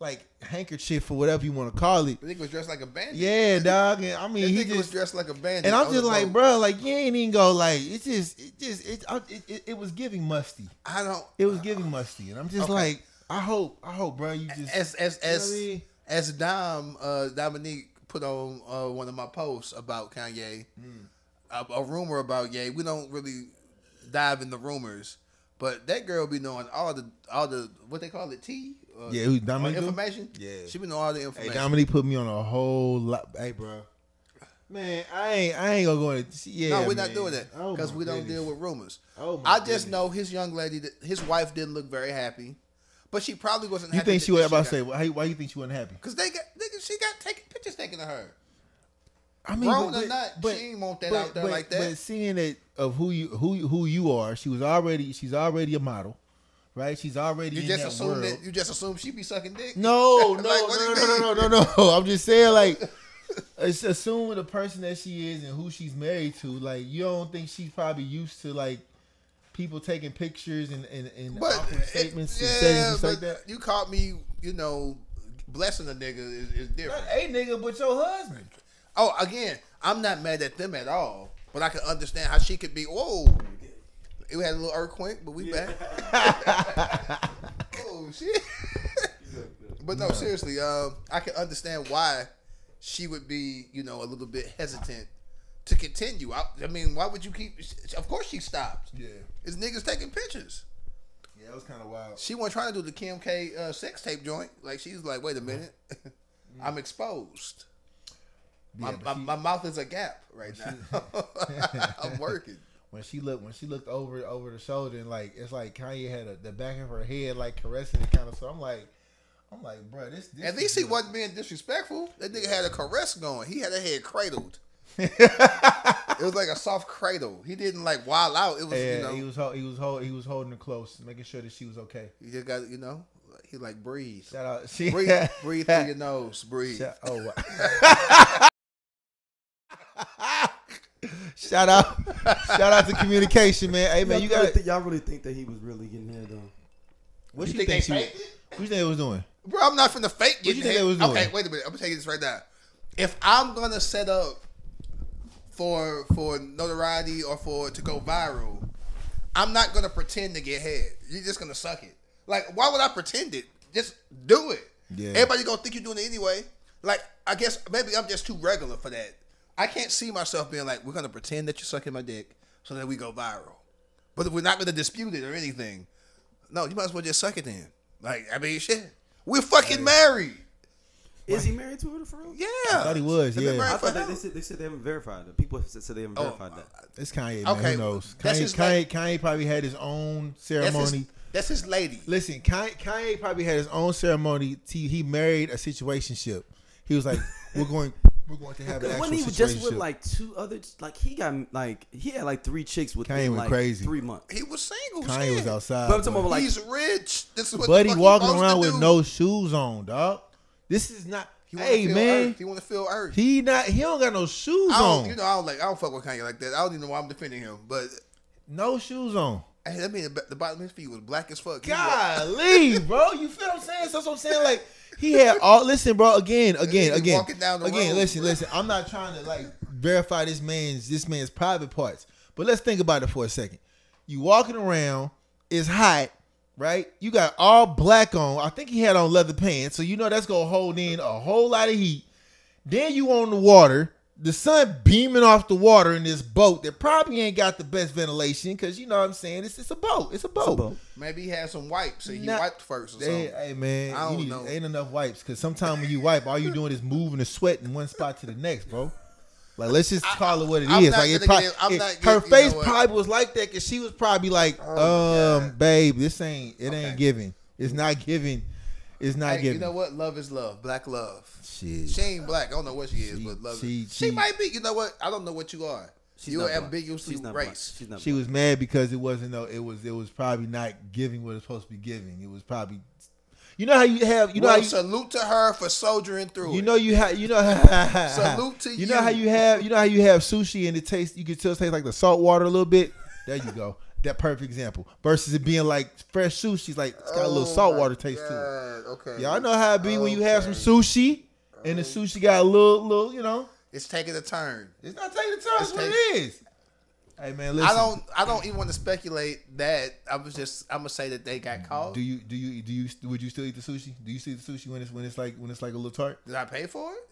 Speaker 1: like handkerchief or whatever you want to call it.
Speaker 2: The nigga was dressed like a bandit.
Speaker 1: Yeah, dog. And I
Speaker 2: That
Speaker 1: mean, he
Speaker 2: nigga was
Speaker 1: just
Speaker 2: dressed like "Oh." a bandit.
Speaker 1: and I'm
Speaker 2: on
Speaker 1: just
Speaker 2: the
Speaker 1: like,
Speaker 2: boat.
Speaker 1: bro, like you ain't even go like it's just it just it I- it, it, it was giving musty.
Speaker 2: I don't.
Speaker 1: It was giving musty, and I'm just
Speaker 2: Okay.
Speaker 1: like, I hope, I hope, bro, you just
Speaker 2: As as
Speaker 1: you know
Speaker 2: as
Speaker 1: what I mean?
Speaker 2: as Dom uh, Dominique put on uh, one of my posts about Kanye,
Speaker 1: Hmm.
Speaker 2: a, a rumor about Ye. We don't really dive in the rumors, but that girl be knowing all the all the what they call it tea. Uh,
Speaker 1: yeah, who
Speaker 2: or
Speaker 1: Dominique? do?
Speaker 2: information.
Speaker 1: Yeah.
Speaker 2: she be knowing all the
Speaker 1: Hey,
Speaker 2: information.
Speaker 1: Dominique put me on a whole lot. Hey, bro, man, I ain't, I ain't gonna go into yeah.
Speaker 2: no, we're not
Speaker 1: man.
Speaker 2: doing that
Speaker 1: Oh,
Speaker 2: because
Speaker 1: my
Speaker 2: we don't
Speaker 1: goodness.
Speaker 2: deal with rumors.
Speaker 1: Oh, my
Speaker 2: I just
Speaker 1: goodness.
Speaker 2: know his young lady, that- his wife didn't look very happy, but she probably wasn't.
Speaker 1: You
Speaker 2: happy
Speaker 1: think
Speaker 2: that
Speaker 1: she was
Speaker 2: this
Speaker 1: about to
Speaker 2: shit
Speaker 1: say
Speaker 2: got-
Speaker 1: why? Why you think she wasn't happy?
Speaker 2: Cause they got nigga, she got taking pictures taken of her.
Speaker 1: I mean,
Speaker 2: Grown
Speaker 1: but,
Speaker 2: or not,
Speaker 1: but,
Speaker 2: she ain't want that
Speaker 1: but,
Speaker 2: out there
Speaker 1: but-
Speaker 2: like that.
Speaker 1: But seeing it of who you who you- who you are, she was already she's already a model, right? She's already
Speaker 2: You
Speaker 1: in
Speaker 2: just
Speaker 1: that
Speaker 2: assume
Speaker 1: world.
Speaker 2: that you just assume she be sucking dick.
Speaker 1: No, no,
Speaker 2: (laughs) Like,
Speaker 1: no,
Speaker 2: what do you
Speaker 1: no, no, no, no, (laughs) no. I'm just saying, like, it's assuming the person that she is and who she's married to, like, you don't think she's probably used to like people taking pictures and and, and
Speaker 2: but
Speaker 1: awkward
Speaker 2: it-
Speaker 1: statements
Speaker 2: yeah,
Speaker 1: and settings and stuff
Speaker 2: but
Speaker 1: like that.
Speaker 2: you caught me. You know, blessing a nigga is, is different.
Speaker 1: Hey, nigga, but your husband.
Speaker 2: Oh, again, I'm not mad at them at all, but I can understand how she could be. Whoa, it had a little earthquake, but we back. (laughs) oh shit! but no, seriously, um, I can understand why she would be, you know, a little bit hesitant to continue. I, I mean, why would you keep? Of course, she stopped.
Speaker 1: Yeah,
Speaker 2: It's niggas taking pictures.
Speaker 1: yeah, that was kind of wild.
Speaker 2: She wasn't trying to do the Kim K uh, sex tape joint. Like she's like, wait a
Speaker 1: Uh-huh.
Speaker 2: minute, (laughs) I'm exposed. My,
Speaker 1: Yeah, but
Speaker 2: my,
Speaker 1: she-
Speaker 2: my mouth is a gap right now.
Speaker 1: (laughs)
Speaker 2: (laughs) I'm working.
Speaker 1: when she looked when she looked over over the shoulder and like it's like Kanye had a, the back of her head like caressing it kind of. So I'm like, I'm like, bro, this. this
Speaker 2: At
Speaker 1: is
Speaker 2: least he
Speaker 1: good."
Speaker 2: wasn't being disrespectful. That nigga had a caress going. He had a
Speaker 1: (laughs)
Speaker 2: head cradled. it was like a soft cradle. He didn't like wild out. It was
Speaker 1: Yeah,
Speaker 2: you know
Speaker 1: he
Speaker 2: he,
Speaker 1: was hol- he was hol- he was holding her close, making sure that she was okay.
Speaker 2: just got you know he like
Speaker 1: (laughs)
Speaker 2: breathe,
Speaker 1: Shout out, she
Speaker 2: breathe, breathe through your nose,
Speaker 1: (laughs)
Speaker 2: breathe.
Speaker 1: Shout, oh, wow. (laughs) shout out, shout out to communication, man. Hey, man, you
Speaker 4: really
Speaker 1: got
Speaker 4: thi- y'all really think that he was really getting there though?
Speaker 1: what you
Speaker 2: think
Speaker 1: think, she
Speaker 2: they
Speaker 1: was,
Speaker 2: faked it?
Speaker 1: what you think it was doing?
Speaker 2: Bro, I'm not finna fake
Speaker 1: What
Speaker 2: getting
Speaker 1: you think
Speaker 2: hit.
Speaker 1: they was doing?
Speaker 2: Okay, wait a minute. I'm gonna tell you this right now. If I'm gonna set up for for notoriety or for to go viral, I'm not gonna pretend to get head. You're just gonna suck it. Like, why would I pretend it? Just do it.
Speaker 1: Yeah.
Speaker 2: Everybody gonna think you're doing it anyway. Like, I guess maybe I'm just too regular for that. I can't see myself being like, we're gonna pretend that you're sucking my dick so that we go viral. But we're not gonna dispute it or anything. No, you might as well just suck it then. Like, I mean, shit. We're fucking married.
Speaker 4: Is he married to her for real?
Speaker 2: Yeah.
Speaker 1: thought he was,
Speaker 2: They've been
Speaker 1: yeah.
Speaker 2: married
Speaker 4: I
Speaker 2: for
Speaker 4: thought that
Speaker 2: how-
Speaker 4: they said they said they haven't verified it. People have said, said they
Speaker 2: Oh,
Speaker 4: haven't verified that.
Speaker 1: It's Kanye, man.
Speaker 2: Okay,
Speaker 1: Who knows?
Speaker 2: that's
Speaker 1: Kanye,
Speaker 2: his
Speaker 1: Kanye, Kanye probably had his own
Speaker 2: that's,
Speaker 1: ceremony.
Speaker 2: his, that's his lady.
Speaker 1: Listen, Kanye, Kanye probably had his own ceremony. He, he married a situationship. He was like, "We're going, we're going to have an actual
Speaker 4: Wasn't he
Speaker 1: situationship."
Speaker 4: just with like two other? Like he got like he had like three chicks
Speaker 1: Kanye
Speaker 4: within
Speaker 1: went
Speaker 4: like
Speaker 1: crazy.
Speaker 4: three months.
Speaker 2: He was single.
Speaker 1: Kanye
Speaker 2: shit.
Speaker 1: was outside.
Speaker 4: But I'm talking
Speaker 1: boy.
Speaker 4: about like
Speaker 2: He's rich. This is what the
Speaker 1: Buddy
Speaker 2: fuck he
Speaker 1: walking
Speaker 2: supposed
Speaker 1: around
Speaker 2: to
Speaker 1: with
Speaker 2: do.
Speaker 1: no shoes on, dog. This is not.
Speaker 2: He wanna
Speaker 1: Hey,
Speaker 2: feel
Speaker 1: man.
Speaker 2: Earth. He want to feel earth.
Speaker 1: He not. He don't got no shoes
Speaker 2: I don't,
Speaker 1: on.
Speaker 2: you know, I don't like. I don't fuck with Kanye like that. I don't even know why I'm defending him, but
Speaker 1: no shoes on.
Speaker 2: hey, that mean the, the bottom of his feet was black as fuck. He was- (laughs)
Speaker 1: Golly, bro. You feel what I'm saying? So That's what I'm saying. Like he had all. Listen, bro. Again, again,
Speaker 2: nigga
Speaker 1: again,
Speaker 2: walking down the
Speaker 1: again.
Speaker 2: road.
Speaker 1: Listen, listen. I'm not trying to like verify this man's this man's private parts, but let's think about it for a second. You walking around, it's hot, right? You got all black on. I think he had on leather pants, so you know that's gonna hold in a whole lot of heat. Then you on the water. The sun beaming off the water in this boat that probably ain't got the best ventilation because you know what I'm saying it's it's a boat it's a boat,
Speaker 4: boat.
Speaker 2: Maybe he had some wipes and he
Speaker 1: Nah.
Speaker 2: wiped first or
Speaker 1: Hey,
Speaker 2: something.
Speaker 1: hey man,
Speaker 2: I
Speaker 1: you
Speaker 2: don't
Speaker 1: need-
Speaker 2: know.
Speaker 1: ain't enough wipes because sometimes when you wipe, all you doing is moving the sweat in one spot to the next, bro. Like let's just call it what it is.
Speaker 2: I'm not
Speaker 1: Like it
Speaker 2: gonna
Speaker 1: probably,
Speaker 2: get- I'm
Speaker 1: it-
Speaker 2: not get-
Speaker 1: her
Speaker 2: you know
Speaker 1: face
Speaker 2: what?
Speaker 1: probably was like that because she was probably like,
Speaker 2: Oh,
Speaker 1: um,
Speaker 2: God.
Speaker 1: babe, this ain't it
Speaker 2: Okay.
Speaker 1: ain't giving. It's not giving. It's not
Speaker 2: Hey,
Speaker 1: giving.
Speaker 2: you know what? Love is love. Black love.
Speaker 1: Shit.
Speaker 2: She ain't black. I don't know what she is,
Speaker 1: She-
Speaker 2: but love.
Speaker 1: she-
Speaker 2: is- she,
Speaker 1: she-
Speaker 2: might be. You know what? I don't know what you are.
Speaker 4: She's
Speaker 2: You're
Speaker 4: not black.
Speaker 2: ambiguously
Speaker 4: She's not black.
Speaker 2: race.
Speaker 4: She's not
Speaker 1: she was mad because it wasn't no. It was it was probably not giving what it's supposed to be giving. It was probably, you know how you have you know
Speaker 2: well,
Speaker 1: how you,
Speaker 2: salute to her for soldiering through.
Speaker 1: You
Speaker 2: it.
Speaker 1: know you have you know (laughs)
Speaker 2: Salute to
Speaker 1: know how
Speaker 2: you.
Speaker 1: you have you know how you have sushi and it tastes you can still taste like the salt water a little bit. There you go. That perfect example. Versus it being like fresh sushi, like it's got a little
Speaker 2: Oh
Speaker 1: salt
Speaker 2: my
Speaker 1: water taste to
Speaker 2: God. Okay.
Speaker 1: it. Y'all know how it be when you have some
Speaker 2: Okay. Oh.
Speaker 1: sushi and the sushi got a little little you know.
Speaker 2: It's taking a turn.
Speaker 1: It's not taking the time. It's
Speaker 2: It's
Speaker 1: what
Speaker 2: take-
Speaker 1: it is. Hey man, listen.
Speaker 2: I don't. I don't even want to speculate that. I was just. I'm gonna say that they got caught.
Speaker 1: Do you do you do you would you still eat the sushi? Do you see the sushi when it's when it's like when it's like a little tart?
Speaker 2: Did I pay for it?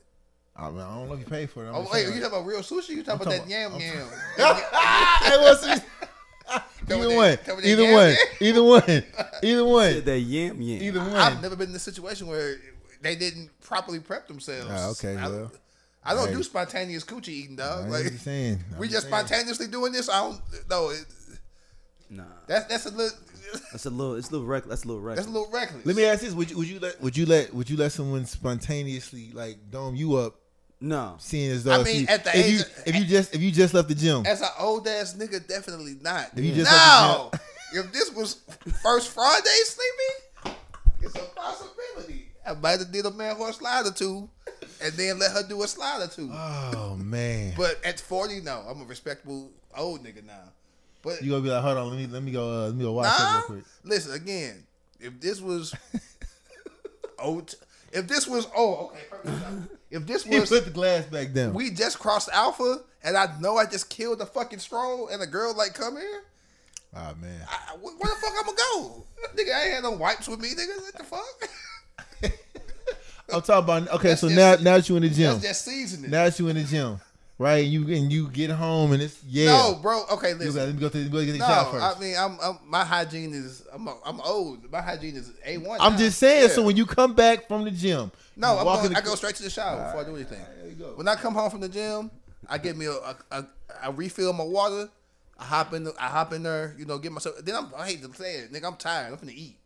Speaker 1: I, mean, I don't know if you paid for it. I'm
Speaker 2: Oh
Speaker 1: just
Speaker 2: wait,
Speaker 1: saying,
Speaker 2: you
Speaker 1: like-
Speaker 2: talking about real sushi? You talking
Speaker 1: I'm
Speaker 2: about that yam
Speaker 1: talking-
Speaker 2: yam?
Speaker 1: (laughs)
Speaker 2: (laughs)
Speaker 1: Hey, what's this?
Speaker 2: Cover
Speaker 1: Either
Speaker 2: that-
Speaker 1: one,
Speaker 2: cover that
Speaker 1: either
Speaker 2: yam
Speaker 1: one,
Speaker 2: yam.
Speaker 1: either one,
Speaker 2: (laughs)
Speaker 1: either
Speaker 4: Said
Speaker 1: one,
Speaker 4: that yam yam.
Speaker 1: either (laughs)
Speaker 2: I've
Speaker 1: one.
Speaker 2: never been in a situation where they didn't properly prep themselves.
Speaker 1: Ah, okay,
Speaker 2: I,
Speaker 1: well,
Speaker 2: I don't
Speaker 1: hey.
Speaker 2: do spontaneous coochie eating, dog.
Speaker 1: I'm
Speaker 2: Like
Speaker 1: just saying. I'm (laughs)
Speaker 2: we just
Speaker 1: saying.
Speaker 2: spontaneously doing this. I don't. No, it,
Speaker 4: Nah,
Speaker 2: that's that's a little (laughs)
Speaker 4: that's a little. It's a little reckless. That's a little
Speaker 2: that's
Speaker 4: reckless.
Speaker 2: a little reckless.
Speaker 1: Let me ask this: Would you, would you let would you let would you let someone spontaneously like dome you up,
Speaker 4: No,
Speaker 1: seeing as though
Speaker 2: I
Speaker 1: if
Speaker 2: mean,
Speaker 1: you-
Speaker 2: at the
Speaker 1: if
Speaker 2: age
Speaker 1: you
Speaker 2: of-
Speaker 1: if you just if you just left the gym,
Speaker 2: As an old ass nigga, definitely not.
Speaker 1: If you just
Speaker 2: no. (laughs) if this was first Friday, sleepy, it's a possibility. I might have did a man horse slide or two, and then let her do a slide or two.
Speaker 1: oh man,
Speaker 2: But at forty, no, I'm a respectable old nigga now. But
Speaker 1: you gonna be like, hold on, let me let me go uh, let me go watch that
Speaker 2: nah,
Speaker 1: real quick. (laughs)
Speaker 2: listen again. If this was old, if this was oh okay, perfect.
Speaker 1: (laughs)
Speaker 2: if this
Speaker 1: He
Speaker 2: was
Speaker 1: put the glass back down.
Speaker 2: we just crossed alpha, and I know I just killed a fucking stroll, and a girl like come here.
Speaker 1: oh man,
Speaker 2: I, where the fuck I'm gonna go? (laughs) Nigga, I ain't had no wipes with me, nigga. What the fuck? (laughs)
Speaker 1: I'm talking about okay.
Speaker 2: That's
Speaker 1: So
Speaker 2: just-
Speaker 1: now now that you in the gym,
Speaker 2: That's just seasoning.
Speaker 1: now that you in the gym, right? And you and you get home and it's yeah.
Speaker 2: No, bro. Okay,
Speaker 1: You gotta,
Speaker 2: listen.
Speaker 1: let me go to let me go get the
Speaker 2: No,
Speaker 1: shower first.
Speaker 2: I mean, I'm, I'm my hygiene is I'm I'm old. My hygiene is a one.
Speaker 1: I'm just saying. So when you come back from the gym,
Speaker 2: no,
Speaker 1: you
Speaker 2: I'm
Speaker 1: walk
Speaker 2: going,
Speaker 1: in the-
Speaker 2: I go straight to the shower before I do anything. When I come home from the gym, I get me a, a, a I refill my water. I hop in the, I hop in there, you know, get myself. Then I'm I hate to say it, nigga. I'm tired. I'm finna eat.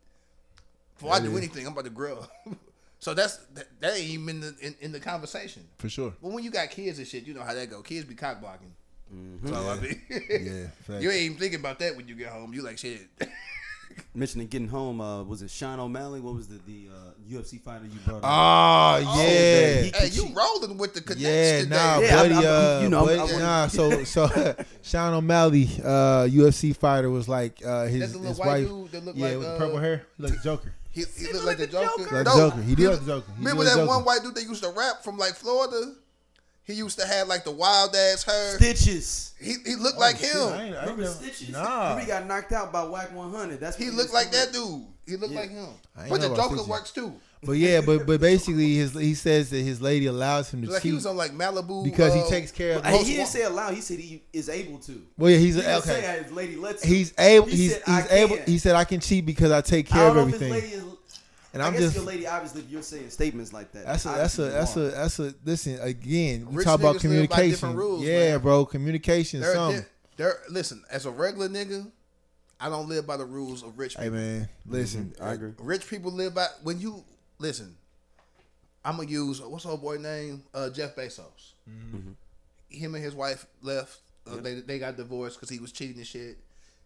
Speaker 2: Before I do anything, I'm about to grill. (laughs) so that's that, that ain't even in the in, in the conversation.
Speaker 1: for sure.
Speaker 2: Well, when you got kids and shit, you know how that go. Kids be cock blocking. So I mean,
Speaker 1: Mm-hmm.
Speaker 2: (laughs)
Speaker 1: Yeah, facts.
Speaker 2: you ain't even thinking about that when you get home. You like shit. (laughs)
Speaker 4: Mentioning getting home. Uh, was it Sean O'Malley? What was the the uh, UFC fighter you brought
Speaker 2: Uh,
Speaker 4: up?
Speaker 1: Oh
Speaker 4: man,
Speaker 1: yeah,
Speaker 4: he-
Speaker 2: hey, you rolling with the connects
Speaker 1: yeah,
Speaker 2: today?
Speaker 1: nah,
Speaker 4: Yeah, I'm-
Speaker 1: buddy.
Speaker 4: I'm-
Speaker 1: uh,
Speaker 4: you know, I'm-
Speaker 1: buddy,
Speaker 4: I wanna-
Speaker 1: nah. So so (laughs) Sean O'Malley, uh, UFC fighter, was like uh, his,
Speaker 2: That's the little
Speaker 1: his
Speaker 2: white
Speaker 1: wife.
Speaker 2: dude that looked
Speaker 1: yeah,
Speaker 2: like,
Speaker 1: with the
Speaker 2: uh,
Speaker 1: purple hair, he like Joker.
Speaker 2: He, he look like the Joker.
Speaker 1: Like the Joker. He do like the Joker. He
Speaker 2: remember
Speaker 1: do
Speaker 2: that
Speaker 1: like Joker.
Speaker 2: one white dude that used to rap from like Florida? He used to have like the wild ass hair.
Speaker 4: Stitches.
Speaker 2: He, he looked like
Speaker 1: Oh, Shit, I
Speaker 2: (laughs) him.
Speaker 1: ain't- I ain't
Speaker 4: Remember
Speaker 1: never-
Speaker 4: Stitches?
Speaker 1: Nah,
Speaker 4: Remember he got knocked out by Whack 100. That's
Speaker 2: He
Speaker 4: when
Speaker 2: looked
Speaker 4: was
Speaker 2: like
Speaker 4: correct.
Speaker 2: that dude. He looked like him.
Speaker 1: I ain't
Speaker 2: But
Speaker 1: know
Speaker 2: the
Speaker 1: about
Speaker 2: Joker
Speaker 1: Stitches.
Speaker 2: works too.
Speaker 1: but yeah, but but basically, his he says that his lady allows him to
Speaker 2: Like he
Speaker 1: cheat
Speaker 2: was on like Malibu
Speaker 1: because
Speaker 2: uh,
Speaker 1: he takes care of.
Speaker 4: Hey, he didn't
Speaker 2: Most-
Speaker 4: say aloud. He said he is able to.
Speaker 1: Well, yeah, he's
Speaker 4: He didn't
Speaker 1: okay.
Speaker 4: say his lady lets him.
Speaker 1: He's able.
Speaker 4: He
Speaker 1: he's
Speaker 4: said,
Speaker 1: he's
Speaker 4: "I
Speaker 1: able.
Speaker 4: can."
Speaker 1: He said, "I can cheat because I take
Speaker 4: I
Speaker 1: care of
Speaker 4: don't know if his
Speaker 1: everything."
Speaker 4: lady is-
Speaker 1: and
Speaker 4: I
Speaker 1: I'm
Speaker 4: guess
Speaker 1: just
Speaker 4: your lady, obviously, if you're saying statements like that.
Speaker 1: that's a that's
Speaker 4: obviously
Speaker 1: a
Speaker 4: you
Speaker 1: that's a
Speaker 4: are.
Speaker 1: that's a listen again. We
Speaker 2: Rich
Speaker 1: talk about
Speaker 2: niggas live by different
Speaker 1: communication,
Speaker 2: rules,
Speaker 1: yeah,
Speaker 2: man.
Speaker 1: bro. Communication,
Speaker 2: There,
Speaker 1: something.
Speaker 2: there, there- listen, as a regular nigga, I don't live by the rules of rich
Speaker 1: Hey
Speaker 2: people.
Speaker 1: man, listen.
Speaker 2: Mm-hmm.
Speaker 4: I agree.
Speaker 2: Rich people live by when you listen. I'm gonna use what's the old boy name? Uh, Jeff Bezos.
Speaker 1: Mm-hmm.
Speaker 2: Him and his wife left. Uh, they they got divorced because he was cheating and shit.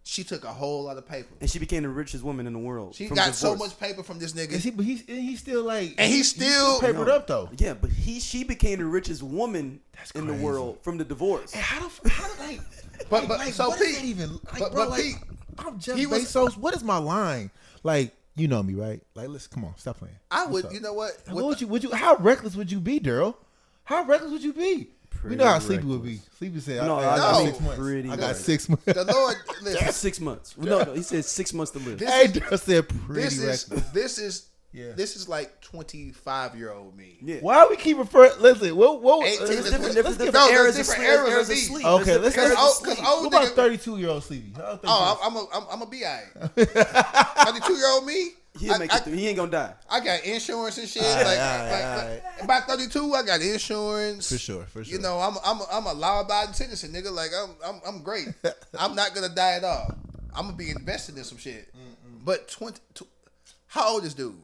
Speaker 2: She took a whole lot of paper.
Speaker 3: and she became the richest woman in the world.
Speaker 2: She
Speaker 3: from
Speaker 2: got so
Speaker 3: divorce.
Speaker 2: much paper from this
Speaker 1: Is
Speaker 2: nigga.
Speaker 1: he? But he's and he's still like
Speaker 2: And he's still-
Speaker 1: papered
Speaker 3: No.
Speaker 1: up though.
Speaker 3: Yeah, but he she became the richest woman in the
Speaker 1: crazy.
Speaker 3: world from the divorce.
Speaker 1: And how the f- how did like?
Speaker 2: But-
Speaker 1: like-
Speaker 2: but-
Speaker 1: like,
Speaker 2: so
Speaker 1: what is
Speaker 2: Pete-
Speaker 1: that even like,
Speaker 2: but-
Speaker 1: bro,
Speaker 2: but
Speaker 1: like,
Speaker 2: Pete,
Speaker 1: I'm Jeff
Speaker 2: he was-
Speaker 1: Bezos. What is my line? Like you know me, right? Like let's come on, stop playing.
Speaker 2: I
Speaker 1: What's
Speaker 2: would,
Speaker 1: up?
Speaker 2: you know what?
Speaker 1: Like,
Speaker 2: With
Speaker 1: what would you? Would you? How reckless would you be, Daryl? How reckless would you be? we know how sleepy would be. Sleepy said,
Speaker 3: No,
Speaker 1: I,
Speaker 3: I
Speaker 1: I
Speaker 2: got
Speaker 1: got six
Speaker 3: pretty
Speaker 1: months. I got
Speaker 3: reckless.
Speaker 1: six months.
Speaker 2: the Lord, listen,
Speaker 3: Six months. No, no, he said six months to
Speaker 1: (laughs)
Speaker 3: live.
Speaker 1: hey, Daryl said pretty
Speaker 2: this is
Speaker 1: reckless.
Speaker 2: this is
Speaker 1: Yeah.
Speaker 2: this is like twenty five year old me.
Speaker 3: Yeah.
Speaker 1: Why we keep referring? Listen, what? what
Speaker 2: Eighteen
Speaker 1: let's-
Speaker 2: to
Speaker 3: There's different,
Speaker 1: let's
Speaker 3: different,
Speaker 1: get-
Speaker 3: different
Speaker 2: No, there's
Speaker 3: eras,
Speaker 2: different
Speaker 3: of
Speaker 2: eras
Speaker 3: sleep.
Speaker 2: of
Speaker 3: Eras of
Speaker 2: these.
Speaker 3: sleep. There's
Speaker 1: Okay,
Speaker 3: different
Speaker 1: let's
Speaker 3: eras
Speaker 1: let's-
Speaker 3: of
Speaker 2: old-
Speaker 3: sleep.
Speaker 2: 'cause old
Speaker 1: What about
Speaker 2: nigga-
Speaker 1: thirty-two year old sleepy? How old 32
Speaker 2: Oh, I'm I'm a, I'm, I'm a be alright.
Speaker 1: (laughs)
Speaker 2: Thirty two year old me.
Speaker 3: He'll
Speaker 2: I,
Speaker 3: make it
Speaker 2: I,
Speaker 3: through. He ain't gonna die.
Speaker 2: I got insurance and shit.
Speaker 1: right,
Speaker 2: like,
Speaker 1: all right,
Speaker 2: like,
Speaker 1: all
Speaker 2: like, by thirty two, I got insurance
Speaker 1: for sure, for sure.
Speaker 2: You know, I'm I'm I'm a law abiding citizen, nigga. Like I'm I'm
Speaker 1: (laughs)
Speaker 2: I'm great. I'm not gonna die at all. I'm gonna be invested in some shit. But twenty, tw- how old is dude?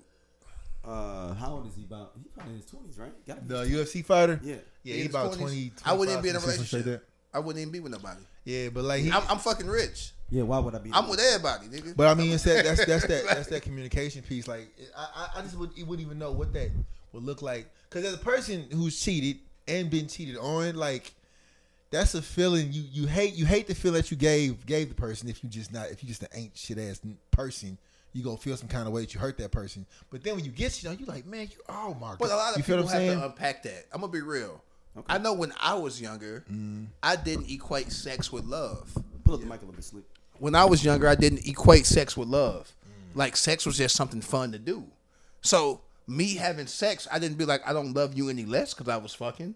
Speaker 3: Uh, how old is he? About he probably in his twenties, right? Gotta be.
Speaker 1: the UFC fighter.
Speaker 3: Yeah.
Speaker 1: yeah,
Speaker 2: In
Speaker 1: he
Speaker 2: his
Speaker 1: about
Speaker 2: 20s.
Speaker 1: 20,
Speaker 2: I wouldn't be in a
Speaker 1: 25, something like
Speaker 2: relationship. I wouldn't even be with nobody.
Speaker 1: that. Yeah, but like, he,
Speaker 2: I'm, I'm fucking rich.
Speaker 3: Yeah. Why would I be?
Speaker 2: I'm with everybody, nigga.
Speaker 1: but I mean, it's that that's that's that that's that communication piece. Like, I I, I just would it wouldn't even know what that would look like because as a person who's cheated and been cheated on, like. That's a feeling you you hate you hate the feel that you gave gave the person if you just not if you just an ain't shit ass n- person you gonna feel some kind of way that you hurt that person but then when you get shit on you like man you oh my god
Speaker 2: But a lot of
Speaker 1: you feel
Speaker 2: people
Speaker 1: what I'm
Speaker 2: have
Speaker 1: saying
Speaker 2: to unpack that. I'm gonna be real. I know when I was younger,
Speaker 1: Mm.
Speaker 2: I didn't equate sex with love.
Speaker 3: Pull up the mic a little bit. Sleep.
Speaker 2: when I was younger, I didn't equate sex with love. Like sex was just something fun to do. So me having sex, I didn't be like I don't love you any less because I was fucking.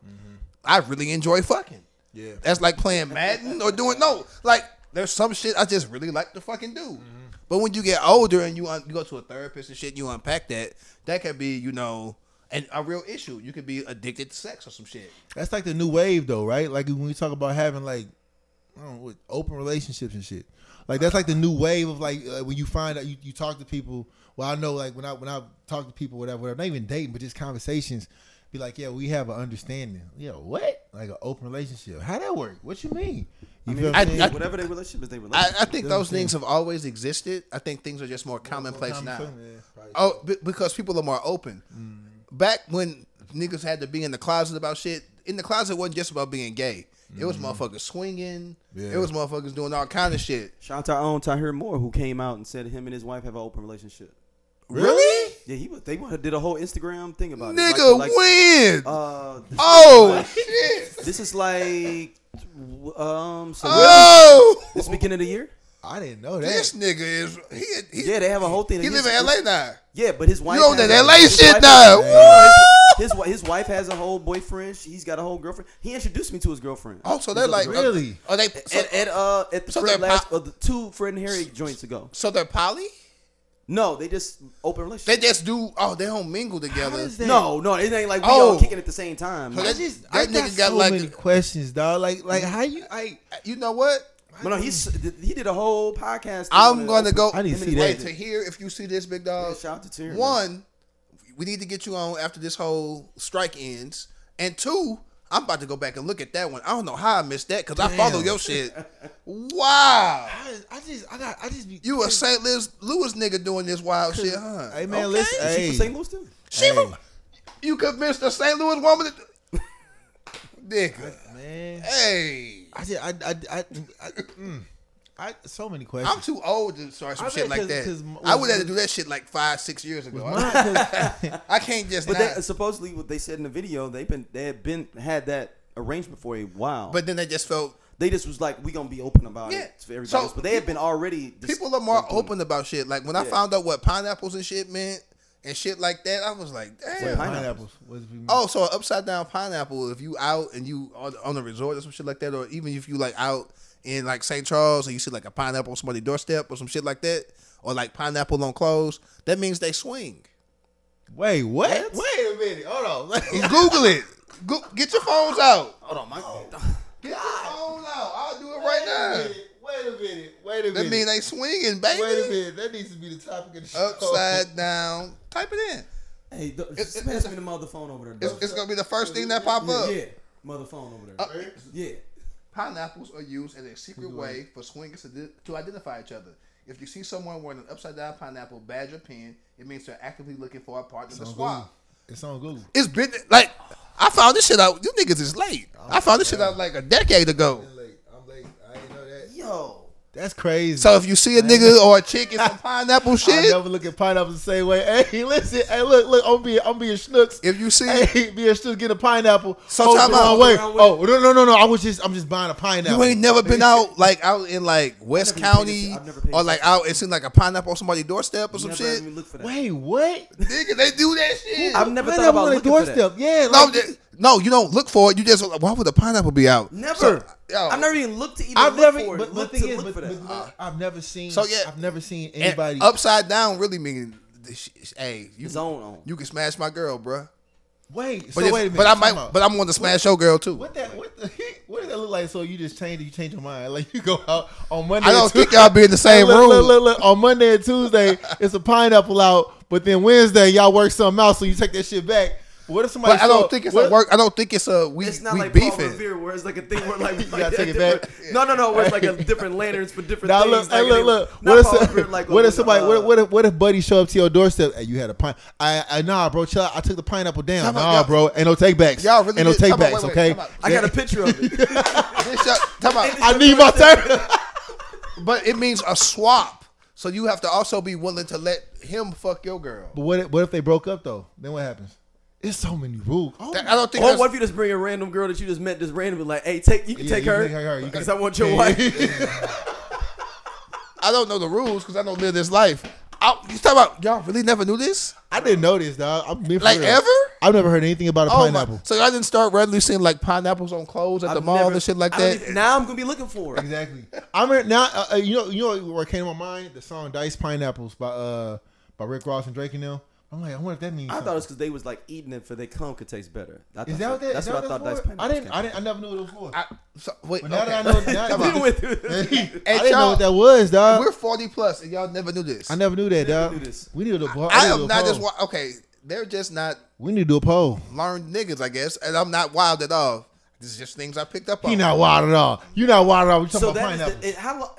Speaker 2: I really enjoy fucking.
Speaker 1: Yeah.
Speaker 2: that's like playing Madden or doing no. Like there's some shit I just really like to fucking do. But when you get older and you, un- you go to a therapist and shit, you unpack that. That could be you know. And a real issue, you could be addicted to sex or some shit.
Speaker 1: That's like the new wave, though, right? Like when we talk about having like, I don't know, what, open relationships and shit. Like that's like the new wave of like uh, when you find out you, you talk to people. Well, I know like when I when I talk to people, whatever, whatever, not even dating, but just conversations. Be like, yeah, we have an understanding. Yeah, what? Like an open relationship? How that work? What you mean? You feel what I'm
Speaker 2: I-
Speaker 1: saying?
Speaker 2: I-
Speaker 3: Whatever their relationship is, they
Speaker 2: I,
Speaker 3: relationship.
Speaker 2: I think those things have always existed. I think things are just more commonplace now.
Speaker 1: Oh,
Speaker 2: Oh, b- because people are more open.
Speaker 1: Mm.
Speaker 2: Back when niggas had to be in the closet about shit, in the closet wasn't just about being gay. It was motherfuckers swinging.
Speaker 1: Mm-hmm. Yeah.
Speaker 2: It was motherfuckers doing all kind of shit.
Speaker 3: Shout out to our own Tahir Moore who came out and said him and his wife have an open relationship.
Speaker 1: really?
Speaker 3: Yeah, he was- they wanna- did a whole Instagram thing about it.
Speaker 2: Nigga,
Speaker 3: like, like,
Speaker 2: when?
Speaker 3: Uh, this,
Speaker 2: oh shit!
Speaker 3: this is like um. So
Speaker 2: Oh,
Speaker 3: this beginning of the year.
Speaker 1: I didn't know that.
Speaker 2: this nigga is he. he
Speaker 3: Yeah, they have a whole thing.
Speaker 2: he
Speaker 3: And
Speaker 2: live
Speaker 3: his-
Speaker 2: in LA now.
Speaker 3: Yeah, but his wife.
Speaker 2: You on
Speaker 3: has
Speaker 2: that
Speaker 3: a-
Speaker 2: LA
Speaker 3: his
Speaker 2: shit
Speaker 3: wife-
Speaker 2: now?
Speaker 3: No,
Speaker 2: Woo!
Speaker 3: His, wi- his wife has a whole boyfriend. She- He's got a whole girlfriend. He introduced me to his girlfriend.
Speaker 2: Oh, so they're like
Speaker 1: Really?
Speaker 2: Are they? So,
Speaker 3: at, at uh at the,
Speaker 2: so
Speaker 3: Fred
Speaker 2: they're
Speaker 3: last,
Speaker 2: pop-
Speaker 3: uh, the two Fred and Harry joints ago.
Speaker 2: so they're poly?
Speaker 3: No, they just open
Speaker 2: They
Speaker 3: relationship.
Speaker 2: just do. Oh, they don't mingle together.
Speaker 1: does that-
Speaker 3: no, no, it ain't like we
Speaker 2: Oh.
Speaker 3: all kicking at the same time.
Speaker 2: So
Speaker 3: Like,
Speaker 1: I
Speaker 2: that-
Speaker 1: just
Speaker 2: that
Speaker 1: I
Speaker 2: nigga
Speaker 1: got,
Speaker 2: got
Speaker 1: so
Speaker 2: like-
Speaker 1: many questions, dog. Like like how you I
Speaker 2: You know what?
Speaker 3: but no, he's he did a whole podcast.
Speaker 2: I'm gonna go.
Speaker 1: I need to
Speaker 3: Him
Speaker 1: see
Speaker 3: and
Speaker 1: that.
Speaker 2: Hey,
Speaker 3: his
Speaker 2: to
Speaker 3: wife.
Speaker 2: hear if you see this, big dog.
Speaker 3: Yeah, shout out to Tyrion.
Speaker 2: One, we need to get you on after this whole strike ends. And two, I'm about to go back and look at that one. I don't know how I missed that because I
Speaker 1: Damn.
Speaker 2: follow your shit. Wow.
Speaker 1: I, I just I got I just be
Speaker 2: You a St. Louis, Louis nigga doing this wild shit, huh?
Speaker 1: Hey man, listen.
Speaker 3: Is
Speaker 1: Hey,
Speaker 3: She from St. Louis too.
Speaker 2: She from- you convinced a St. Louis woman to. nigga.
Speaker 1: man.
Speaker 2: Hey.
Speaker 1: I just I I I, I, mm, I so many questions.
Speaker 2: I'm too old to start some
Speaker 1: I
Speaker 2: shit
Speaker 1: bet
Speaker 2: like
Speaker 1: 'cause-
Speaker 2: that.
Speaker 1: 'cause m-
Speaker 2: I
Speaker 1: was-
Speaker 2: would have to do that shit like five, six years ago.
Speaker 1: (laughs) Mine,
Speaker 2: I,
Speaker 1: 'cause-
Speaker 2: can't just
Speaker 3: But
Speaker 2: not.
Speaker 3: they, supposedly, what they said in the video, they've been they had been had that arrangement for a while.
Speaker 2: but then they just felt
Speaker 3: they just was like, we gonna be open about
Speaker 2: Yeah.
Speaker 3: it to everybody.
Speaker 2: So,
Speaker 3: else. but they had been already. dis-
Speaker 2: people are more
Speaker 3: like,
Speaker 2: open about shit. Like when I
Speaker 3: Yeah.
Speaker 2: found out what pineapples and shit meant and shit like that, I was like, damn.
Speaker 3: pine-
Speaker 1: pineapples. What's it-
Speaker 2: oh, so an upside down pineapple. If you out and you on, on a resort or some shit like that, or even if you like out in like St. Charles and you see like a pineapple on somebody's doorstep or some shit like that, or like pineapple on clothes, that means they swing.
Speaker 1: wait, what? Wait a minute. Hold on.
Speaker 2: Google it. Go- get your phones out.
Speaker 3: Hold on, my.
Speaker 2: Get your phone out. I'll do it right
Speaker 1: Wait a
Speaker 2: now.
Speaker 1: minute, Wait a minute. Wait a
Speaker 2: That
Speaker 1: minute.
Speaker 2: means they swinging, baby.
Speaker 1: Wait a minute. That needs to be the topic of the show.
Speaker 2: Upside down. Type it in.
Speaker 3: Hey, th-
Speaker 2: It's-
Speaker 3: just pass me the mother phone over there.
Speaker 2: It's,
Speaker 3: dog.
Speaker 2: it's gonna be the first thing that pop
Speaker 3: yeah,
Speaker 2: up.
Speaker 3: yeah, mother phone over there.
Speaker 2: Uh,
Speaker 3: yeah,
Speaker 2: Pineapples are used as a secret way for swingers to, di- to identify each other. If you see someone wearing an upside down pineapple badge or pin, it means they're actively looking for a partner to
Speaker 1: on
Speaker 2: swap.
Speaker 1: Google. It's on Google.
Speaker 2: It's been like I found this shit out. You niggas is late.
Speaker 4: Oh,
Speaker 2: I found this shit out like a decade ago.
Speaker 1: I'm late. I'm late. I didn't know that.
Speaker 3: Yo.
Speaker 1: That's crazy.
Speaker 2: So if you see a nigga or a chick
Speaker 4: (laughs)
Speaker 2: in some pineapple
Speaker 1: I
Speaker 2: shit,
Speaker 1: never look at pineapple the same way. Hey, listen. Hey, look, look. I'm being, I'm being schnooks.
Speaker 2: if you
Speaker 1: (laughs)
Speaker 2: see,
Speaker 1: Hey, being schnooks getting a pineapple.
Speaker 2: So
Speaker 1: Oh,
Speaker 2: time
Speaker 1: the
Speaker 2: out.
Speaker 1: wrong way.
Speaker 3: Wrong way.
Speaker 1: Oh no, no, no, no. I was just, I'm just buying a pineapple.
Speaker 2: you ain't never been out like out in like West
Speaker 4: never paid
Speaker 2: County
Speaker 4: attention- I've never paid
Speaker 2: or like out and seen like a pineapple on somebody's doorstep or some
Speaker 4: Never
Speaker 2: shit.
Speaker 4: even look for that.
Speaker 1: Wait, what?
Speaker 2: Nigga, they do that shit.
Speaker 3: I've never
Speaker 1: Why
Speaker 3: thought
Speaker 1: that
Speaker 3: about
Speaker 1: on
Speaker 3: looking
Speaker 1: the
Speaker 3: doorstep.
Speaker 1: doorstep. Oh, Yeah,
Speaker 2: no,
Speaker 1: like,
Speaker 2: th- no, you don't look for it. You just why would a pineapple be out?
Speaker 3: Never.
Speaker 2: So, yo,
Speaker 3: I've never even looked to even
Speaker 1: I've
Speaker 3: look
Speaker 1: never.
Speaker 3: for it.
Speaker 1: But, but
Speaker 3: look
Speaker 1: thing
Speaker 3: to
Speaker 1: is, but,
Speaker 3: look for that.
Speaker 1: but, I've never seen.
Speaker 2: Uh, So, yeah.
Speaker 1: I've never seen
Speaker 2: and
Speaker 1: anybody.
Speaker 2: upside down really mean. this shit- Hey, you,
Speaker 4: It's on on.
Speaker 2: you can smash my girl, bruh.
Speaker 1: Wait, so
Speaker 2: But, if-
Speaker 1: wait a minute.
Speaker 2: but I
Speaker 1: time
Speaker 2: might,
Speaker 1: out.
Speaker 2: but I'm going to smash your girl too.
Speaker 1: What that? What the? (laughs) What does that look like? So you just change? You change your mind? (laughs) Like you go out on Monday?
Speaker 2: I don't
Speaker 1: and
Speaker 2: think
Speaker 1: Tuesday-
Speaker 2: y'all
Speaker 1: (laughs)
Speaker 2: be in the same
Speaker 1: look,
Speaker 2: room.
Speaker 1: Look, look, look. On Monday and
Speaker 2: (laughs)
Speaker 1: Tuesday, it's a pineapple out, but then Wednesday y'all work something out, so you take that shit back. What if somebody?
Speaker 2: But I don't
Speaker 1: saw-
Speaker 2: think it's
Speaker 1: what-
Speaker 2: a work. I don't think it's a we
Speaker 3: It's not
Speaker 2: we
Speaker 3: like Paul
Speaker 2: beefing.
Speaker 3: Revere, where it's like a thing
Speaker 1: (laughs)
Speaker 3: where like,
Speaker 1: gotta
Speaker 3: like,
Speaker 1: take it
Speaker 3: different-
Speaker 1: back.
Speaker 3: (laughs) No, no, no. Where
Speaker 1: (laughs)
Speaker 3: it's like a different lanterns for different
Speaker 1: Now look,
Speaker 3: things.
Speaker 1: hey,
Speaker 3: like,
Speaker 1: look,
Speaker 3: they-
Speaker 1: look.
Speaker 3: not
Speaker 1: What if,
Speaker 3: Paul
Speaker 1: some-
Speaker 3: Revere, like,
Speaker 1: what
Speaker 3: uh,
Speaker 1: if somebody? What if,
Speaker 3: uh,
Speaker 1: what if what if buddy show up to your doorstep? Hey, you had a pine. I, I nah, bro. Chill. out. I took the pineapple down.
Speaker 2: Time out,
Speaker 1: Nah,
Speaker 2: y'all-
Speaker 1: bro. Ain't no takebacks.
Speaker 2: y'all really
Speaker 1: Ain't no
Speaker 2: did- time out,
Speaker 1: takebacks.
Speaker 2: wait, wait,
Speaker 1: Okay.
Speaker 2: time out.
Speaker 3: uh, I got
Speaker 1: (laughs)
Speaker 3: a picture of it.
Speaker 2: This y'all- talking about-
Speaker 1: I need my turn.
Speaker 2: but it means a swap. So you have to also be willing to let him fuck your girl.
Speaker 1: (laughs) But what if, what if they broke up though? Then what happens? There's so many rules. Oh,
Speaker 2: That- I don't think.
Speaker 3: Or
Speaker 2: that's-
Speaker 3: what if you just bring a random girl that you just met, just randomly, like, hey, take you can
Speaker 1: Yeah,
Speaker 3: take
Speaker 1: you
Speaker 3: her
Speaker 1: take her, you
Speaker 3: because
Speaker 1: can-
Speaker 3: I
Speaker 1: (laughs)
Speaker 3: want your wife.
Speaker 2: I don't know the rules because I don't live this life. I, you talking about y'all really never knew this?
Speaker 1: I didn't know this, dog. I'm being for
Speaker 2: Like,
Speaker 1: real.
Speaker 2: ever?
Speaker 1: I've never heard anything about a
Speaker 2: Oh
Speaker 1: pineapple.
Speaker 2: my! So y'all didn't start randomly seeing like pineapples on clothes at the
Speaker 3: I've
Speaker 2: mall
Speaker 3: never-
Speaker 2: and shit like
Speaker 3: I don't
Speaker 2: that.
Speaker 3: even- now I'm gonna be looking
Speaker 1: (laughs)
Speaker 3: for it.
Speaker 1: Exactly. I remember now. Uh, uh, you know, you know what came to my mind? The song "Dice Pineapples" by uh by Rick Ross and Drake and them. I'm like, I wonder if that means.
Speaker 3: I
Speaker 1: something.
Speaker 3: thought it's because they was like eating it for their cum could taste better. I
Speaker 1: Is
Speaker 3: thought
Speaker 1: that what that?
Speaker 3: That's
Speaker 1: is
Speaker 3: what
Speaker 1: that
Speaker 3: I thought.
Speaker 1: that's
Speaker 3: Dice
Speaker 1: for? I
Speaker 3: pineapples
Speaker 1: didn't.
Speaker 3: came
Speaker 1: I
Speaker 3: from.
Speaker 1: didn't. I never knew it was for.
Speaker 2: I, so, wait,
Speaker 1: But now
Speaker 2: okay.
Speaker 1: that I know, now,
Speaker 2: (laughs)
Speaker 1: (laughs)
Speaker 2: Come
Speaker 1: I
Speaker 2: on.
Speaker 1: didn't
Speaker 3: With-
Speaker 1: (laughs)
Speaker 3: (laughs) with-
Speaker 1: know
Speaker 2: y'all-
Speaker 1: what that was, dog.
Speaker 2: We're forty plus and y'all never knew this.
Speaker 1: I never knew that, dog.
Speaker 3: knew this.
Speaker 1: We need to do a poll.
Speaker 2: I
Speaker 1: need to do
Speaker 2: am
Speaker 1: a
Speaker 2: not
Speaker 1: poll.
Speaker 2: just wa- okay. They're just not
Speaker 1: We need to do a poll.
Speaker 2: learned niggas, I guess, and I'm not wild at all. This is just things I picked up on.
Speaker 1: He not wild at all. You not wild at all. We talking
Speaker 3: So
Speaker 1: about
Speaker 3: that is
Speaker 1: pineapples.
Speaker 3: the, it, how long?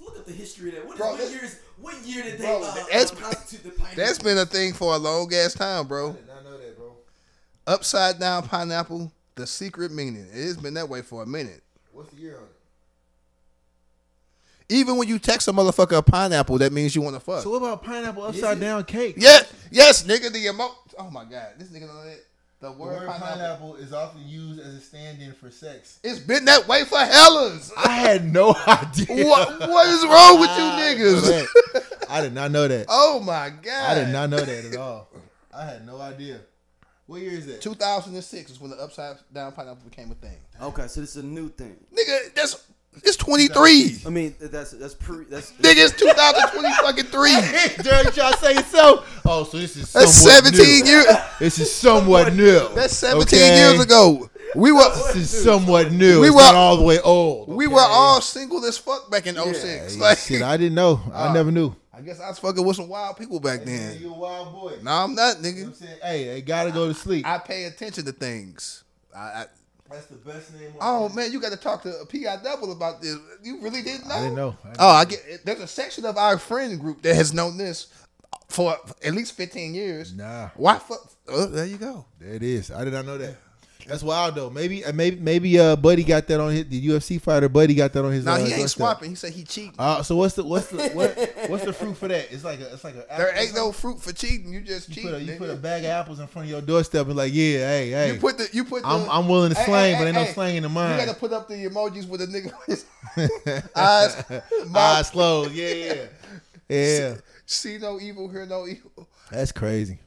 Speaker 3: Look at the history of that. What, is,
Speaker 2: Bro,
Speaker 3: what
Speaker 2: that's-
Speaker 3: years? What year did they
Speaker 2: Bro,
Speaker 3: uh,
Speaker 2: that's-
Speaker 3: uh, constitute the pineapple?
Speaker 2: That's been a thing for a long ass time, bro.
Speaker 1: I know that, bro.
Speaker 2: Upside down pineapple, the secret meaning. It has been that way for a minute.
Speaker 1: What's the year on it?
Speaker 2: Even when you text a motherfucker a pineapple, that means you want to fuck.
Speaker 1: So what about pineapple upside down cake?
Speaker 2: yeah, yes, nigga, the emo. Oh my god, this nigga know that. The
Speaker 1: The
Speaker 2: word,
Speaker 1: word
Speaker 2: pineapple.
Speaker 1: pineapple is often used as a stand-in for sex.
Speaker 2: It's been that way
Speaker 1: (laughs)
Speaker 2: for hellas.
Speaker 1: I had no idea.
Speaker 2: What, what is wrong with
Speaker 1: Ah,
Speaker 2: you niggas?
Speaker 1: correct. (laughs) I did not know that.
Speaker 2: Oh my god.
Speaker 1: I did not know that at all. I had no idea. What year is that?
Speaker 2: 2006 is when the upside down pineapple became a thing.
Speaker 4: Okay, so this is a new thing.
Speaker 2: Nigga, that's
Speaker 1: (laughs)
Speaker 2: it's 23.
Speaker 4: I mean, that's that's pre. That's
Speaker 2: Nigga, it's 2020
Speaker 1: (laughs)
Speaker 2: fucking three.
Speaker 1: (laughs) Jerry trying to say itself. Oh, so this is
Speaker 2: That's
Speaker 1: somewhat
Speaker 2: 17
Speaker 1: new.
Speaker 2: years.
Speaker 1: This is somewhat new.
Speaker 2: That's 17
Speaker 1: okay?
Speaker 2: years ago. We were
Speaker 1: This is somewhat new.
Speaker 2: We
Speaker 1: We it's
Speaker 2: were-
Speaker 1: not all the way old.
Speaker 2: we
Speaker 1: okay?
Speaker 2: were all single as fuck back in
Speaker 1: Hey,
Speaker 2: 06. like, Ah,
Speaker 1: shit, I didn't know. I never knew.
Speaker 2: (laughs) I guess I was fucking with some wild people back then.
Speaker 1: you a wild boy.
Speaker 2: No, I'm
Speaker 1: You
Speaker 2: not,
Speaker 1: know
Speaker 2: nigga.
Speaker 1: what I'm saying? Hey, they gotta go to sleep.
Speaker 2: I pay attention to things. I, I
Speaker 1: That's the best name.
Speaker 2: oh man, you got to talk to a PI double about this. You really didn't know?
Speaker 1: I didn't know. I didn't
Speaker 2: oh, I get. There's a section of our friend group that has known this for at least 15 years.
Speaker 1: Nah.
Speaker 2: Why fuck? Oh, there you go.
Speaker 1: There it is. I did not know that. That's wild though. Maybe, uh, maybe, maybe uh, Buddy got that on his the UFC fighter. Buddy got that on his.
Speaker 2: Now
Speaker 1: uh,
Speaker 2: he ain't
Speaker 1: doorstep.
Speaker 2: swapping. He said he cheating.
Speaker 1: Uh, so what's the what's the
Speaker 2: (laughs)
Speaker 1: what, what's the fruit for that? It's like a it's like a.
Speaker 2: There
Speaker 1: apple or
Speaker 2: ain't no
Speaker 1: something?
Speaker 2: fruit for cheating. You just
Speaker 1: You
Speaker 2: cheat.
Speaker 1: put, a, you
Speaker 2: nigga.
Speaker 1: put a bag of apples in front of your doorstep and like, yeah, hey, hey.
Speaker 2: You put the. You put. The,
Speaker 1: I'm I'm willing to
Speaker 2: Hey,
Speaker 1: slang,
Speaker 2: hey,
Speaker 1: but ain't
Speaker 2: hey,
Speaker 1: no
Speaker 2: hey.
Speaker 1: slang in the
Speaker 2: You
Speaker 1: mind.
Speaker 2: gotta put up the emojis with a
Speaker 1: (laughs)
Speaker 2: nigga. eyes, mouth.
Speaker 1: Eyes closed. Yeah,
Speaker 2: (laughs)
Speaker 1: yeah, yeah.
Speaker 2: See no evil, hear no evil.
Speaker 1: That's crazy.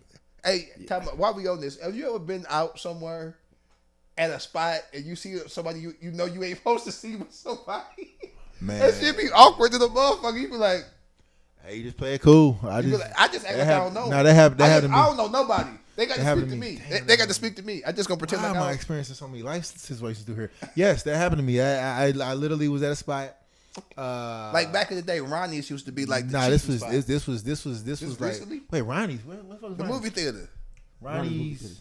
Speaker 2: Hey, time out. why we on this? Have you ever been out somewhere at a spot and you see somebody you, you know you ain't (laughs) supposed to see with somebody? (laughs)
Speaker 1: Man.
Speaker 2: that shit be awkward to the motherfucker. You be like,
Speaker 1: Hey, you just play it cool. I
Speaker 2: you
Speaker 1: just,
Speaker 2: be like "Ah, I just act
Speaker 1: that
Speaker 2: like I don't
Speaker 1: happened-
Speaker 2: know.
Speaker 1: Nah, that happened. That
Speaker 2: I,
Speaker 1: happened
Speaker 2: just,
Speaker 1: to me.
Speaker 2: I don't know nobody. They got to
Speaker 1: That
Speaker 2: speak
Speaker 1: happened
Speaker 2: to
Speaker 1: to
Speaker 2: me.
Speaker 1: me.
Speaker 2: They,
Speaker 1: Damn,
Speaker 2: they
Speaker 1: that
Speaker 2: got to
Speaker 1: happened to
Speaker 2: speak to me. I just gonna pretend
Speaker 1: Why
Speaker 2: like oh."
Speaker 1: am I
Speaker 2: I don't.
Speaker 1: experiencing so many life situations through here? Yes, that happened to me. I I, I- I literally was at a spot. Uh,
Speaker 2: Like back in the day, Ronnie's used to be like the
Speaker 1: nah, this
Speaker 2: cheating
Speaker 1: was
Speaker 2: spot.
Speaker 1: this, this was this was this, was like
Speaker 2: recently?
Speaker 1: wait Ronnie's where, where the fuck was
Speaker 2: the
Speaker 1: Ronnie's?
Speaker 2: movie theater.
Speaker 1: Ronnie's
Speaker 4: Ronnie's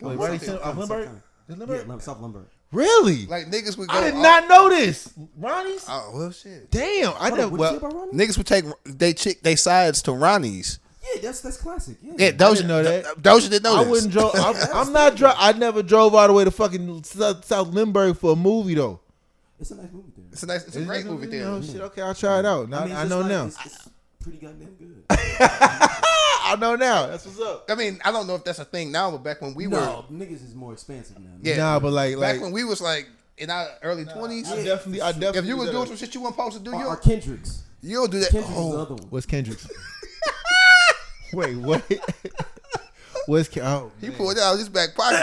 Speaker 1: wait,
Speaker 2: movie
Speaker 1: Ronnie's
Speaker 2: theater.
Speaker 1: Center- uh, Lindbergh? Is
Speaker 4: Yeah,
Speaker 1: Lindbergh?
Speaker 4: Lum- South Lumber.
Speaker 1: Really?
Speaker 2: Like niggas would go.
Speaker 1: I did
Speaker 2: oh,
Speaker 1: not know this. Ronnie's?
Speaker 2: Oh well, shit.
Speaker 1: Damn. I
Speaker 4: Hold up,
Speaker 1: never.
Speaker 4: what you
Speaker 1: Well,
Speaker 4: say about Ronnie?
Speaker 2: Niggas would take they chick they sides to Ronnie's.
Speaker 4: Yeah, that's that's classic. Yeah.
Speaker 2: Yeah, Doja
Speaker 1: didn't know that.
Speaker 2: Th- Doja didn't know
Speaker 1: I
Speaker 2: this.
Speaker 1: wouldn't drove.
Speaker 4: (laughs)
Speaker 1: I'm, I'm not drove. I never drove all the way to fucking South, South Limburg for a movie though.
Speaker 4: It's a nice movie there.
Speaker 2: It's a nice, it's a
Speaker 1: Is
Speaker 2: great
Speaker 1: it-
Speaker 2: movie
Speaker 1: Oh
Speaker 2: there.
Speaker 1: shit! Okay, I'll try it out. Now, I,
Speaker 4: Mm. mean, it's just
Speaker 1: know
Speaker 4: like-
Speaker 1: now.
Speaker 4: It's, it's pretty goddamn
Speaker 1: (laughs)
Speaker 4: good.
Speaker 1: I know now. That's what's up.
Speaker 2: I mean, I don't know if that's a thing now, but back when we
Speaker 4: no, niggas is more expansive now.
Speaker 2: Yeah.
Speaker 1: Nah, but like,
Speaker 2: were,
Speaker 1: like
Speaker 2: back when we was like in our early twenties,
Speaker 1: I definitely, I definitely.
Speaker 2: if you was
Speaker 1: did
Speaker 2: doing
Speaker 1: that.
Speaker 2: some shit you weren't supposed to do,
Speaker 4: Or, or
Speaker 2: you
Speaker 4: Kendrick's.
Speaker 2: you don't do that.
Speaker 4: Kendrick's is the
Speaker 2: Oh,
Speaker 4: other one.
Speaker 1: what's (laughs) Kendrick's? Wait, (laughs) what? what's Ken- oh?
Speaker 2: he
Speaker 1: man.
Speaker 2: pulled it out of his back pocket.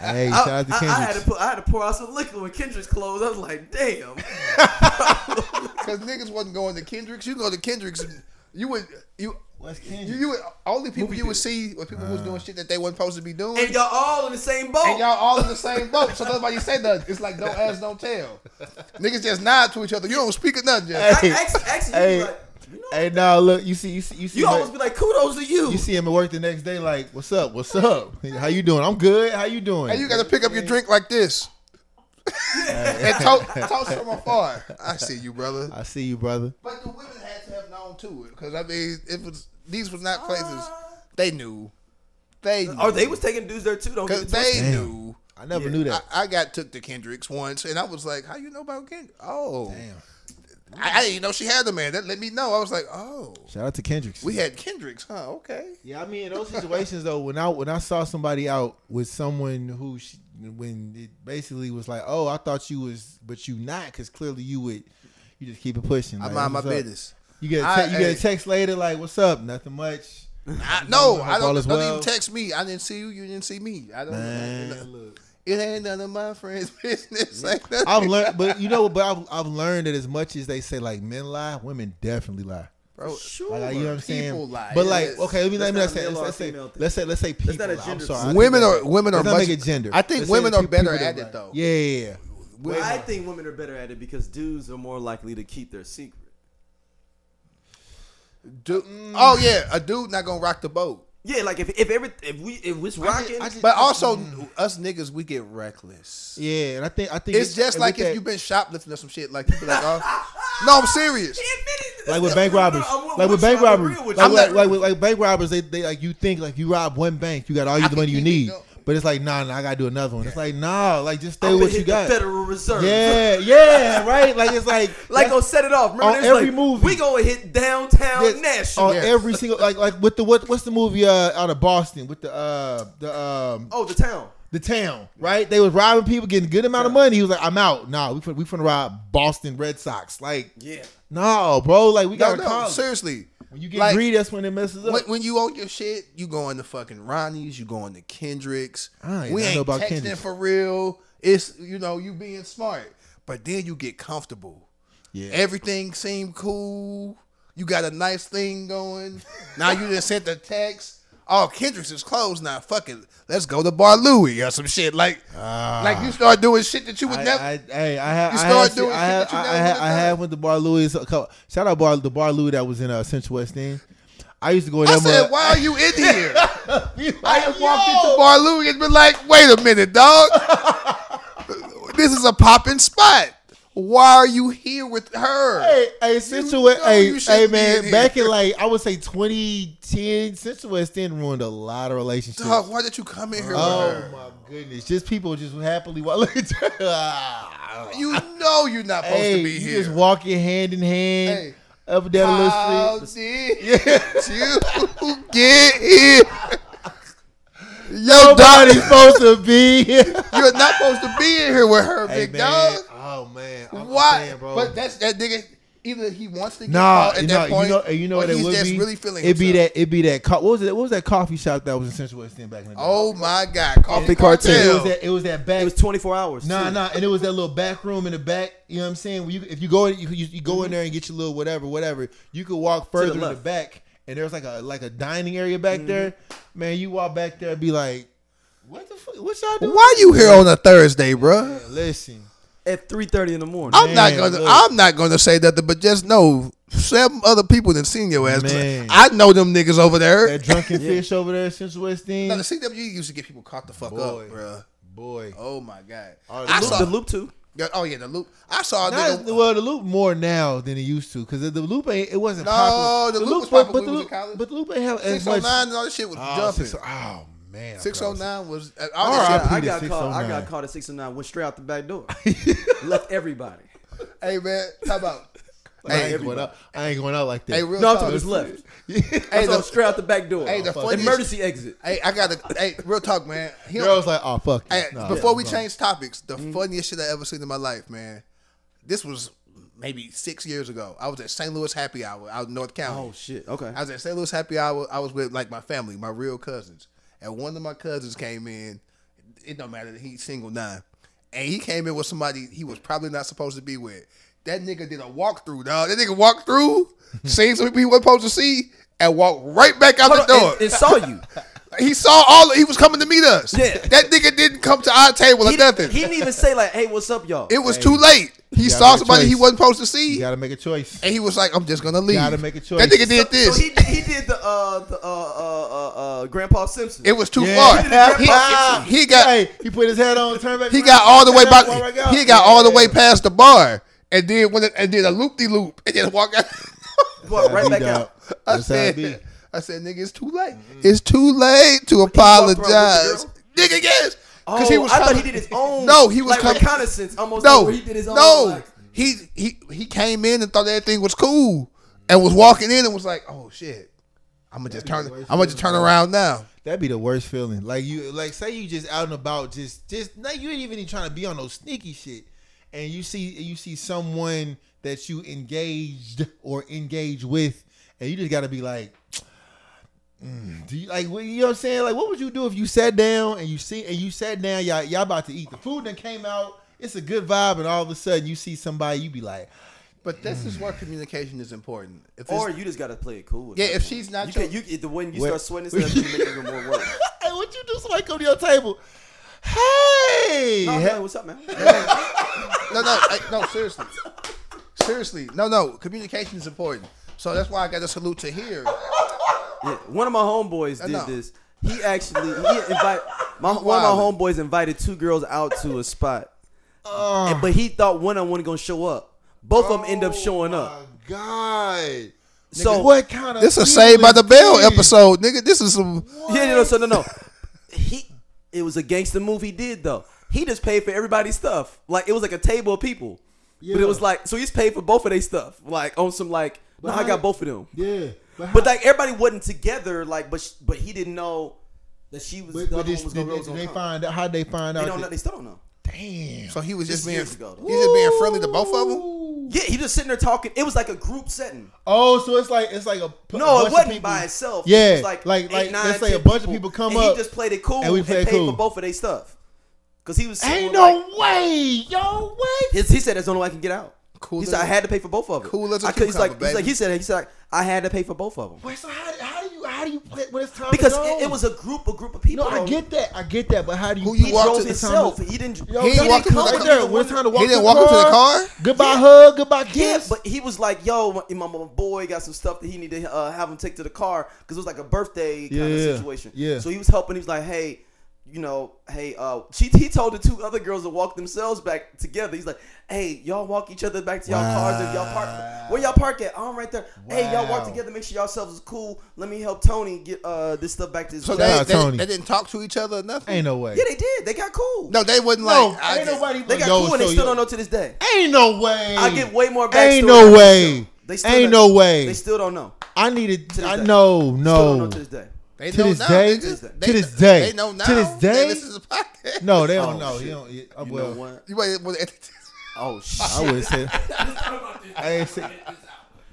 Speaker 1: Hey,
Speaker 3: I,
Speaker 1: shout out to
Speaker 3: I- I had to
Speaker 1: Kendrick's.
Speaker 3: put, I had to pour out some liquor when Kendrick's closed. I was like, damn.
Speaker 2: Because niggas wasn't going to Kendrick's. You go to Kendrick's, you would you.
Speaker 1: What's
Speaker 2: You,
Speaker 1: Kendrick's?
Speaker 2: you would, only people
Speaker 3: Movie
Speaker 2: you would see were people who was doing shit that they weren't supposed to be doing,
Speaker 3: and
Speaker 2: and,
Speaker 3: y'all all in the same boat.
Speaker 2: y'all all in the same boat. So nobody say nothing. It's like don't ask, don't tell. Niggas just nod to each other. You don't speak or nothing. Just.
Speaker 3: I, actually, actually
Speaker 1: Hey.
Speaker 3: you be like, you know,
Speaker 1: Hey, now look, you see, you see, you see,
Speaker 3: you
Speaker 1: like-
Speaker 3: always be like, kudos to you.
Speaker 1: you see him at work the next day. Like, what's up? What's up? How you doing? I'm good. How you doing?
Speaker 2: And you gotta pick up your drink like this. and toast, toast from afar. I see you, brother.
Speaker 1: I see you, brother.
Speaker 2: But the women had to have known too, because I mean, it was these was not places
Speaker 1: Uh.
Speaker 2: they knew. They knew.
Speaker 1: Oh,
Speaker 3: or Oh, they was taking dudes there too. Don't get
Speaker 2: because
Speaker 3: it twisted.
Speaker 2: they
Speaker 1: Damn.
Speaker 2: knew.
Speaker 1: I never
Speaker 3: Yeah.
Speaker 1: knew
Speaker 2: I,
Speaker 1: that.
Speaker 2: I got took to Kendrick's once, and I was like, "How you know about Kendrick? Oh, I, I didn't even know she had the man. That let me know. I was like, "Oh,
Speaker 1: Shout out to Kendrick's.
Speaker 2: we had Kendrick's, huh? Okay."
Speaker 1: Yeah, I mean, in those situations though, when I when I saw somebody out with someone who she, when it basically was like, oh, I thought you was, but you not, because clearly you would, you just keep it pushing.
Speaker 2: I
Speaker 1: like,
Speaker 2: mind my
Speaker 1: what's up?
Speaker 2: business.
Speaker 1: You get a
Speaker 2: I-
Speaker 1: te- you get
Speaker 2: hey.
Speaker 1: a text later like, what's up? Nothing much.
Speaker 2: I, no,
Speaker 1: hope
Speaker 2: I
Speaker 1: all
Speaker 2: don't.
Speaker 1: is
Speaker 2: Don't
Speaker 1: well.
Speaker 2: even text me. I didn't see you. You didn't see me. I don't.
Speaker 1: Man.
Speaker 4: Look,
Speaker 2: It ain't none of my friends' (laughs) business. Like nothing.
Speaker 1: I've learned, but you know, but I've, I've learned that as much as they say like men lie, women definitely lie.
Speaker 2: Bro,
Speaker 3: Sure.
Speaker 1: Like, you know what I'm saying?
Speaker 2: People lie.
Speaker 1: But like,
Speaker 2: Yes.
Speaker 1: okay, let me let me not
Speaker 4: That's
Speaker 1: say
Speaker 4: not a male or
Speaker 1: let's, let's say
Speaker 4: female thing.
Speaker 1: let's say let's say people.
Speaker 3: not a
Speaker 1: lie. I'm
Speaker 3: gender
Speaker 1: sorry. I think
Speaker 2: women
Speaker 1: that-
Speaker 2: are women are
Speaker 1: let's not
Speaker 2: much.
Speaker 1: make it gender.
Speaker 2: I think
Speaker 1: Let's say
Speaker 2: women
Speaker 1: that
Speaker 2: are
Speaker 1: pe-
Speaker 2: better
Speaker 1: people
Speaker 2: at
Speaker 1: that
Speaker 2: it
Speaker 1: lie.
Speaker 2: though.
Speaker 1: Yeah, yeah, yeah.
Speaker 3: Well, I
Speaker 2: Women-
Speaker 3: think women are better at it because dudes are more likely to keep their secret.
Speaker 2: Du- oh yeah, a dude not gonna rock the boat.
Speaker 3: Yeah, like if if every if we if it's rocking,
Speaker 1: I just-
Speaker 2: But also, us niggas, we get reckless.
Speaker 1: Mm-hmm. Yeah, and I think I think
Speaker 2: It's just
Speaker 1: and
Speaker 2: like
Speaker 1: with
Speaker 2: if
Speaker 1: that-
Speaker 2: you've been shoplifting or some shit. Like you be like, oh, no,
Speaker 1: (laughs)
Speaker 2: I'm serious.
Speaker 1: like with
Speaker 3: (laughs)
Speaker 1: bank robbers, like with bank robbers, like,
Speaker 2: I'm
Speaker 1: like,
Speaker 2: not-
Speaker 1: like with like bank robbers, they, they like you think like you rob one bank, you got all the
Speaker 2: can
Speaker 1: money you
Speaker 2: keep it
Speaker 1: need,
Speaker 2: going.
Speaker 1: but it's like nah, nah, I gotta do another one. It's like nah, like just stay
Speaker 3: I'm
Speaker 1: what
Speaker 3: what
Speaker 1: you got.
Speaker 3: The Federal Reserve.
Speaker 1: Yeah, yeah, right. Like it's
Speaker 2: (laughs)
Speaker 1: like
Speaker 3: (laughs) Like
Speaker 1: that's-
Speaker 3: gonna set it off. Remember,
Speaker 1: on
Speaker 3: they was
Speaker 1: every
Speaker 3: like,
Speaker 1: movie.
Speaker 3: we gonna hit downtown
Speaker 1: that's
Speaker 3: Nashville.
Speaker 1: on
Speaker 2: Yeah.
Speaker 1: every single like like with the what what's the movie uh out of Boston with the uh the um
Speaker 3: oh, the town.
Speaker 1: the town right? They was robbing people, getting a good amount of money. He was like, I'm out. Nah, we fin- we finna rob Boston Red Sox. Like
Speaker 3: Yeah.
Speaker 1: no, bro. Like we
Speaker 2: No,
Speaker 1: got
Speaker 2: no,
Speaker 1: to
Speaker 2: seriously.
Speaker 1: When you get
Speaker 2: Like-
Speaker 1: greedy, that's when it messes up.
Speaker 2: When, when you own your shit, you going to fucking Ronnie's, you going to Kendrick's.
Speaker 1: I ain't
Speaker 2: we
Speaker 1: know
Speaker 2: ain't
Speaker 1: about
Speaker 2: texting
Speaker 1: Kendrick's.
Speaker 2: for real. It's you know you being smart, but then you get comfortable.
Speaker 1: Yeah.
Speaker 2: everything seemed cool. You got a nice
Speaker 1: (laughs)
Speaker 2: thing going. now you just sent the text. Oh, Kendrick's is closed now. Fuck it. Let's go to Bar Louie or some shit. Like, like you start doing shit that you would
Speaker 1: Ah. I,
Speaker 2: never.
Speaker 1: I, hey, I have.
Speaker 2: You
Speaker 1: I
Speaker 2: start
Speaker 1: have,
Speaker 2: doing
Speaker 1: I
Speaker 2: shit
Speaker 1: have,
Speaker 2: that you
Speaker 1: I,
Speaker 2: never
Speaker 1: have,
Speaker 2: would've
Speaker 1: I have went to Bar Louis. a couple- Shout out Bar the Bar Louis that was in uh, Central West End. I used to go in
Speaker 2: I
Speaker 1: there. (laughs)
Speaker 2: said,
Speaker 1: mother-
Speaker 2: why are you in here? I
Speaker 1: Like,
Speaker 2: have walked
Speaker 1: yo!
Speaker 2: into Bar Louie and been like, wait a
Speaker 1: (laughs)
Speaker 2: minute, dog. this is a popping spot. Why are you here with her?
Speaker 1: Hey, hey, Central
Speaker 2: You
Speaker 1: West,
Speaker 2: know
Speaker 1: hey,
Speaker 2: you
Speaker 1: hey,
Speaker 2: shouldn't be in
Speaker 1: man,
Speaker 2: here.
Speaker 1: back in like I would say 2010, Central West End ruined a lot of relationships.
Speaker 2: Dog, why did you come in here with
Speaker 1: oh
Speaker 2: her?
Speaker 1: my goodness, just people just happily walk. (laughs) Look at you.
Speaker 2: You know you're not supposed
Speaker 1: Hey,
Speaker 2: to be
Speaker 1: you
Speaker 2: here.
Speaker 1: just walking hand in hand up and down the little street.
Speaker 2: How did you get
Speaker 1: (laughs)
Speaker 2: here? Yo, (laughs) Donnie,
Speaker 1: Nobody's supposed to be here.
Speaker 2: you're not supposed to be in here with her,
Speaker 1: Hey,
Speaker 2: big
Speaker 1: man.
Speaker 2: dog.
Speaker 1: Oh man. I'm
Speaker 2: Why?
Speaker 1: saying, bro.
Speaker 2: But that's that nigga. Either he wants to get
Speaker 1: Nah,
Speaker 2: caught at
Speaker 1: you
Speaker 2: that
Speaker 1: know-
Speaker 2: point,
Speaker 1: you know, you know
Speaker 2: or
Speaker 1: what it
Speaker 2: he's
Speaker 1: would
Speaker 2: just
Speaker 1: be.
Speaker 2: really feeling
Speaker 1: it'd be
Speaker 2: himself.
Speaker 1: that. It'd be that. Co- what was it? What was that coffee shop that was in Central West End back in the day?
Speaker 2: Oh my god,
Speaker 4: Coffee
Speaker 2: coffee
Speaker 4: cartel.
Speaker 1: it was
Speaker 2: cartel.
Speaker 1: that. It was that
Speaker 3: It
Speaker 1: back.
Speaker 3: was 24 hours.
Speaker 1: Nah,
Speaker 3: too.
Speaker 1: nah, and it was that little back room in the back. You know what I'm saying? Where you, if you go in, you, you, you go
Speaker 2: Mm-hmm.
Speaker 1: in there and get your little whatever, whatever. You could walk further in the
Speaker 3: left.
Speaker 1: back, and there's like a like a dining area back
Speaker 2: Mm-hmm.
Speaker 1: there. Man, you walk back there, and be like, what the fuck? What y'all doing?
Speaker 2: Why you here on a Thursday, bruh?
Speaker 1: Listen,
Speaker 3: At 3:30 in the morning.
Speaker 2: I'm not
Speaker 1: Man,
Speaker 2: gonna.
Speaker 1: look.
Speaker 2: I'm not gonna say nothing, but just know seven other people that seen your ass.
Speaker 1: Man.
Speaker 2: I know them niggas over there.
Speaker 1: that drunken fish over there, at Central West End.
Speaker 2: E Now the CWE used to get people caught the fuck
Speaker 1: Boy.
Speaker 2: up, bruh.
Speaker 1: boy.
Speaker 2: Oh my god.
Speaker 1: Oh,
Speaker 2: I
Speaker 1: the
Speaker 2: saw.
Speaker 3: the loop too.
Speaker 2: Yeah, oh yeah, the loop. I saw. a
Speaker 1: Now,
Speaker 2: nigga-
Speaker 1: well, the loop more now than it used to because the, the loop ain't. It wasn't
Speaker 2: No,
Speaker 1: popular.
Speaker 2: the loop was
Speaker 1: but-
Speaker 2: popular
Speaker 1: but
Speaker 2: when
Speaker 1: the
Speaker 2: we was
Speaker 1: loop,
Speaker 2: in college.
Speaker 1: but the loop ain't have as much.
Speaker 2: 609 and all this shit was
Speaker 1: Oh,
Speaker 2: jumping.
Speaker 1: six, oh man, I forgot what
Speaker 2: 609 was. Uh, all
Speaker 1: All
Speaker 2: this
Speaker 1: right.
Speaker 2: shit-
Speaker 1: RIP
Speaker 3: I
Speaker 1: to
Speaker 3: got
Speaker 2: oh
Speaker 3: caught. I
Speaker 1: 609.
Speaker 3: got caught at six and nine. Went straight out the
Speaker 2: (laughs)
Speaker 3: back door. Left everybody.
Speaker 2: Hey man, talk about.
Speaker 1: I ain't
Speaker 2: hey,
Speaker 1: going out. I ain't going out like that.
Speaker 2: hey, real
Speaker 3: No, I'm
Speaker 2: talk.
Speaker 3: talking just left.
Speaker 2: Hey,
Speaker 3: Hey,
Speaker 2: the-
Speaker 3: straight out the back door.
Speaker 2: Hey, the funniest-
Speaker 3: emergency exit.
Speaker 2: Hey, I got to. Hey, real talk, man. He
Speaker 1: Girl was like, oh fuck.
Speaker 2: Hey,
Speaker 1: this. Nah,
Speaker 2: before
Speaker 1: nah,
Speaker 2: we
Speaker 1: nah.
Speaker 2: change topics, the
Speaker 3: Mm-hmm.
Speaker 2: funniest shit I ever seen in my life, man. This was maybe six years ago. I was at St. Louis Happy Hour out in North County.
Speaker 3: Oh shit. Okay.
Speaker 2: I was at St. Louis Happy Hour. I was with like my family, my real cousins, and one of my cousins came in. It don't matter. He's single nine, and he came in with somebody he was probably not supposed to be with. That nigga did a walkthrough, dog. That nigga walked through, (laughs) seen something he wasn't supposed to see, and walked right back out
Speaker 3: Hold
Speaker 2: the
Speaker 3: on,
Speaker 2: door.
Speaker 3: and, and saw
Speaker 2: (laughs)
Speaker 3: you.
Speaker 2: he saw all. He was coming to meet us.
Speaker 3: Yeah.
Speaker 2: That nigga didn't come to our table
Speaker 3: He,
Speaker 2: or nothing.
Speaker 3: didn't, he didn't even say like, "Hey, what's up, y'all?"
Speaker 2: it was too late. He
Speaker 1: gotta
Speaker 2: saw
Speaker 1: make a
Speaker 2: somebody he
Speaker 1: choice.
Speaker 2: wasn't supposed to
Speaker 1: You
Speaker 2: see,
Speaker 1: gotta make a choice.
Speaker 2: and he was like, "I'm just gonna leave."
Speaker 1: gotta make a choice.
Speaker 2: That nigga
Speaker 3: So-
Speaker 2: did this.
Speaker 3: So he, did- he did the uh the uh uh uh, uh Grandpa Simpson.
Speaker 2: It was too
Speaker 1: Yeah.
Speaker 2: far. He, he got
Speaker 1: Hey, he put his hat on, turned back.
Speaker 2: he
Speaker 1: around,
Speaker 2: got all the way
Speaker 1: turned
Speaker 2: back.
Speaker 1: back around.
Speaker 2: He got all the
Speaker 1: Yeah.
Speaker 2: way past the bar and then went and did a loop de loop and then
Speaker 1: (laughs)
Speaker 2: walked out.
Speaker 3: Boy, right
Speaker 1: He
Speaker 3: back
Speaker 1: done.
Speaker 3: out.
Speaker 2: I
Speaker 1: That's how it be.
Speaker 2: said, I said, nigga, it's too late. It's too late to apologize,
Speaker 3: girl?
Speaker 2: nigga. Yes,
Speaker 3: Oh, I thought he did his own.
Speaker 2: No, he was
Speaker 3: like
Speaker 2: coming-
Speaker 3: reconnaissance almost.
Speaker 2: No,
Speaker 3: like where he did his own.
Speaker 2: no,
Speaker 3: like-
Speaker 2: he he he came in and thought everything was cool and was walking in and was like, oh shit. I'm gonna just turn.
Speaker 1: the worst
Speaker 2: I'm gonna just turn
Speaker 1: feeling, bro.
Speaker 2: around now.
Speaker 1: That'd be the worst feeling. Like you, like say you just out and about, just just no, you ain't even trying to be on no sneaky shit, and you see you see someone that you engaged or engage with, and you just gotta be like, mm, do you like what you know what I'm saying? Like what would you do if you sat down and you see and you sat down, y'all y'all about to eat the food that came out, it's a good vibe, and all of a sudden you see somebody, you be like, (laughs)
Speaker 2: But this is where communication is important. If it's-
Speaker 3: Or you just gotta play it cool. at
Speaker 2: Yeah,
Speaker 3: that
Speaker 2: if
Speaker 3: point.
Speaker 2: she's not
Speaker 3: you
Speaker 2: your-
Speaker 3: can, you the when you
Speaker 1: Well-
Speaker 3: start
Speaker 2: (laughs)
Speaker 3: sweating stuff, you make it even more work.
Speaker 1: hey, what you do? Somebody come to your table, hey,
Speaker 3: Oh,
Speaker 1: he-
Speaker 3: hey, what's
Speaker 2: (laughs)
Speaker 3: up, man?
Speaker 2: no, no, I, no, seriously. Seriously. No, no. Communication is important. So that's why I got a salute to here.
Speaker 3: Yeah, one of my homeboys did
Speaker 2: No.
Speaker 3: this. He actually he invite my one
Speaker 2: wildin'.
Speaker 3: of my homeboys invited two girls out to a spot, and, but he thought one of them wasn't gonna show up. Both of them end
Speaker 1: Oh
Speaker 3: up showing up.
Speaker 1: God.
Speaker 3: So-
Speaker 1: what kind of
Speaker 2: This is
Speaker 1: people
Speaker 2: Saved by the
Speaker 1: is
Speaker 2: Bell
Speaker 1: this?
Speaker 2: episode, nigga. This is some.
Speaker 3: Yeah, no, no, so no, no. He it was a gangster move he did though. He just paid for everybody's stuff. Like it was like a table of people, but
Speaker 1: Yeah.
Speaker 3: it was like so he's paid for both of their stuff. Like on some like no, I
Speaker 1: how
Speaker 3: got
Speaker 1: did-
Speaker 3: both of them.
Speaker 1: Yeah, but,
Speaker 3: But
Speaker 1: how,
Speaker 3: like everybody wasn't together. Like but sh- but he didn't know that she was.
Speaker 1: but,
Speaker 3: the
Speaker 1: but
Speaker 3: other
Speaker 1: this,
Speaker 3: one was
Speaker 1: did,
Speaker 3: gonna,
Speaker 1: did,
Speaker 3: was gonna
Speaker 1: they
Speaker 3: come.
Speaker 1: find out? How they find
Speaker 3: They
Speaker 1: out?
Speaker 3: don't know.
Speaker 1: that-
Speaker 3: They still don't know.
Speaker 1: damn.
Speaker 2: So he was just
Speaker 3: This
Speaker 2: being.
Speaker 3: years
Speaker 2: He's
Speaker 3: ago,
Speaker 2: just
Speaker 3: though.
Speaker 2: being friendly to both of them.
Speaker 3: Yeah, he just sitting there talking. It was like a group setting.
Speaker 1: Oh, so it's like it's like a p- a
Speaker 3: No,
Speaker 1: bunch
Speaker 3: it
Speaker 1: of
Speaker 3: wasn't
Speaker 1: people.
Speaker 3: by itself.
Speaker 1: Yeah,
Speaker 3: it was like
Speaker 1: like-
Speaker 3: eight,
Speaker 1: like,
Speaker 3: nine,
Speaker 1: let's say a
Speaker 3: ten
Speaker 1: bunch of people come
Speaker 3: and
Speaker 1: up,
Speaker 3: he just played it cool
Speaker 1: and
Speaker 3: and,
Speaker 1: we played
Speaker 3: paid
Speaker 1: cool.
Speaker 3: for both of their stuff because he was. sitting
Speaker 1: Ain't
Speaker 3: on,
Speaker 1: no
Speaker 3: like,
Speaker 1: way, yo, what?
Speaker 3: his, he said that's the only way I can get out.
Speaker 2: Cool
Speaker 3: He
Speaker 2: as
Speaker 3: said
Speaker 2: a-
Speaker 3: I had to pay for both of them.
Speaker 2: cool as a
Speaker 3: I could- he's like,
Speaker 2: cucumber,
Speaker 3: he's like
Speaker 2: baby.
Speaker 3: he said he said like, I had to pay for both of them
Speaker 1: Wait, so how, how do you how do you play when it's time to
Speaker 3: because
Speaker 1: go?
Speaker 3: it, it was a group a group of people.
Speaker 1: no, I get that, I get that, but how do you?
Speaker 2: Who
Speaker 1: get
Speaker 2: you
Speaker 3: He
Speaker 2: walked
Speaker 3: drove
Speaker 2: to the
Speaker 3: himself.
Speaker 2: tunnel.
Speaker 3: He didn't.
Speaker 1: Yo,
Speaker 2: He
Speaker 1: he
Speaker 2: walked
Speaker 1: walked
Speaker 2: him
Speaker 1: come
Speaker 2: to the
Speaker 1: right
Speaker 2: car.
Speaker 1: there. When it's time to walk
Speaker 2: He didn't
Speaker 1: the
Speaker 2: walk him to the car?
Speaker 1: Goodbye hug. Goodbye
Speaker 3: Yeah,
Speaker 1: kiss.
Speaker 3: but he was like, "Yo, my, my, my boy got some stuff that he need to uh, have him take to the car because it was like a birthday kind of
Speaker 1: Yeah,
Speaker 3: situation."
Speaker 1: yeah.
Speaker 3: So he was helping. He was like, "Hey, you know, hey, uh, she, he told the two other girls to walk themselves back together. He's like, "Hey, y'all walk each other back to y'all cars if y'all
Speaker 1: Wow.
Speaker 3: park. Where y'all park at? Oh, I'm right there. Hey, y'all
Speaker 1: Wow.
Speaker 3: walk together. Make sure y'allselves is cool. Let me help Tony get uh this stuff back to his.
Speaker 2: So
Speaker 1: Shout
Speaker 2: they,
Speaker 1: out
Speaker 2: they,
Speaker 1: Tony.
Speaker 2: they didn't talk to each other or nothing.
Speaker 1: ain't no way.
Speaker 3: yeah, they did. They got cool.
Speaker 2: No, they wasn't
Speaker 1: no,
Speaker 2: like. I
Speaker 1: ain't
Speaker 2: just-
Speaker 1: nobody.
Speaker 3: they got
Speaker 1: Yo,
Speaker 3: cool, and they
Speaker 1: so
Speaker 3: still
Speaker 1: yo-
Speaker 3: don't know to this day.
Speaker 1: Ain't no way.
Speaker 3: I get way more backstory.
Speaker 1: Ain't no way.
Speaker 3: They still
Speaker 1: Ain't
Speaker 3: don't-
Speaker 1: no way.
Speaker 3: They still don't know.
Speaker 1: I needed.
Speaker 3: this
Speaker 1: I
Speaker 3: day.
Speaker 1: know.
Speaker 3: Still don't know
Speaker 1: No.
Speaker 3: to this day.
Speaker 2: They
Speaker 1: To
Speaker 2: know
Speaker 1: this
Speaker 2: now,
Speaker 1: day?
Speaker 2: nigga.
Speaker 1: To
Speaker 2: They-
Speaker 1: this day.
Speaker 2: They know
Speaker 1: To
Speaker 2: now.
Speaker 1: this
Speaker 2: They
Speaker 1: day?
Speaker 2: listen to the podcast.
Speaker 1: No, they don't
Speaker 3: Oh,
Speaker 1: know.
Speaker 3: shit.
Speaker 1: You don't. You, uh,
Speaker 3: You know
Speaker 1: well,
Speaker 3: what?
Speaker 2: You wait. wait- (laughs)
Speaker 3: Oh shit!
Speaker 1: I would say. (laughs) I ain't say.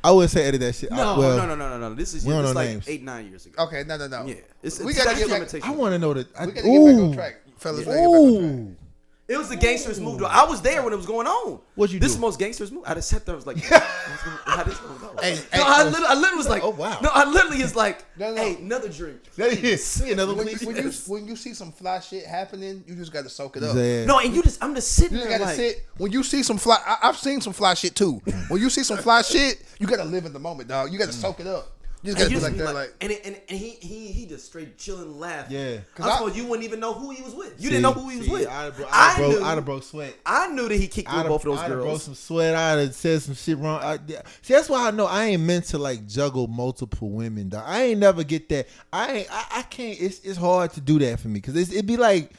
Speaker 1: I would say edit that shit.
Speaker 3: No,
Speaker 1: I, well,
Speaker 3: no, no, no, no, no. This is
Speaker 1: we don't
Speaker 3: this
Speaker 1: know
Speaker 3: like
Speaker 1: names. Oh.
Speaker 3: eight, nine years ago.
Speaker 2: Okay, no, no, no.
Speaker 3: Yeah, it's, it's
Speaker 2: we gotta get
Speaker 3: statute
Speaker 2: back.
Speaker 3: of
Speaker 1: I
Speaker 3: limitations.
Speaker 1: want to know that. I,
Speaker 2: We gotta get back on
Speaker 1: ooh.
Speaker 2: track, fellas. We gotta get back on track.
Speaker 1: Ooh. (laughs)
Speaker 3: It was the gangsters move. though. I was there when it was going on.
Speaker 1: What'd you do?
Speaker 3: This is the most gangsters move. I just sat there. I
Speaker 1: (laughs)
Speaker 3: was like, how this gonna go?
Speaker 2: Hey, hey,
Speaker 3: no, I, literally, I literally was like,
Speaker 1: Oh, wow.
Speaker 3: No, I literally
Speaker 1: (laughs)
Speaker 3: is like,
Speaker 2: No, no.
Speaker 3: hey, another drink.
Speaker 1: That is see another
Speaker 2: When
Speaker 1: one. (laughs)
Speaker 2: you, when, you,
Speaker 3: Yes.
Speaker 2: when you see some fly shit happening, you just gotta soak it up.
Speaker 1: No.
Speaker 3: No, and you just, I'm just sitting
Speaker 2: You just
Speaker 3: there
Speaker 2: gotta
Speaker 3: like,
Speaker 2: sit. When you see
Speaker 1: (laughs)
Speaker 2: some fly, I, I've seen some fly shit too. When you see some fly shit, you gotta live in the moment, dog. You gotta soak it up. You just
Speaker 5: And
Speaker 2: gotta
Speaker 5: you
Speaker 2: be
Speaker 5: just
Speaker 2: like
Speaker 5: be
Speaker 2: that,
Speaker 5: like-
Speaker 2: like.
Speaker 5: and, it- and and he he he just straight chilling laughing.
Speaker 1: Yeah.
Speaker 2: 'Cause
Speaker 5: I'm
Speaker 2: I-
Speaker 5: supposed- you wouldn't even know who he was with. You
Speaker 1: See,
Speaker 5: didn't know who he was
Speaker 1: see,
Speaker 5: with.
Speaker 1: I'd have bro-
Speaker 5: I
Speaker 1: I'd have
Speaker 5: knew-
Speaker 1: bro- I'd have broke sweat.
Speaker 5: I knew that he kicked with
Speaker 1: I'd
Speaker 5: both of those
Speaker 1: I'd have broke
Speaker 5: girls.
Speaker 1: some sweat. I'd have said some shit wrong. I, yeah. see, that's why I know I ain't meant to like juggle multiple women. Dog. I ain't never get that. I ain't, I, I can't. It's it's hard to do that for me because it'd be like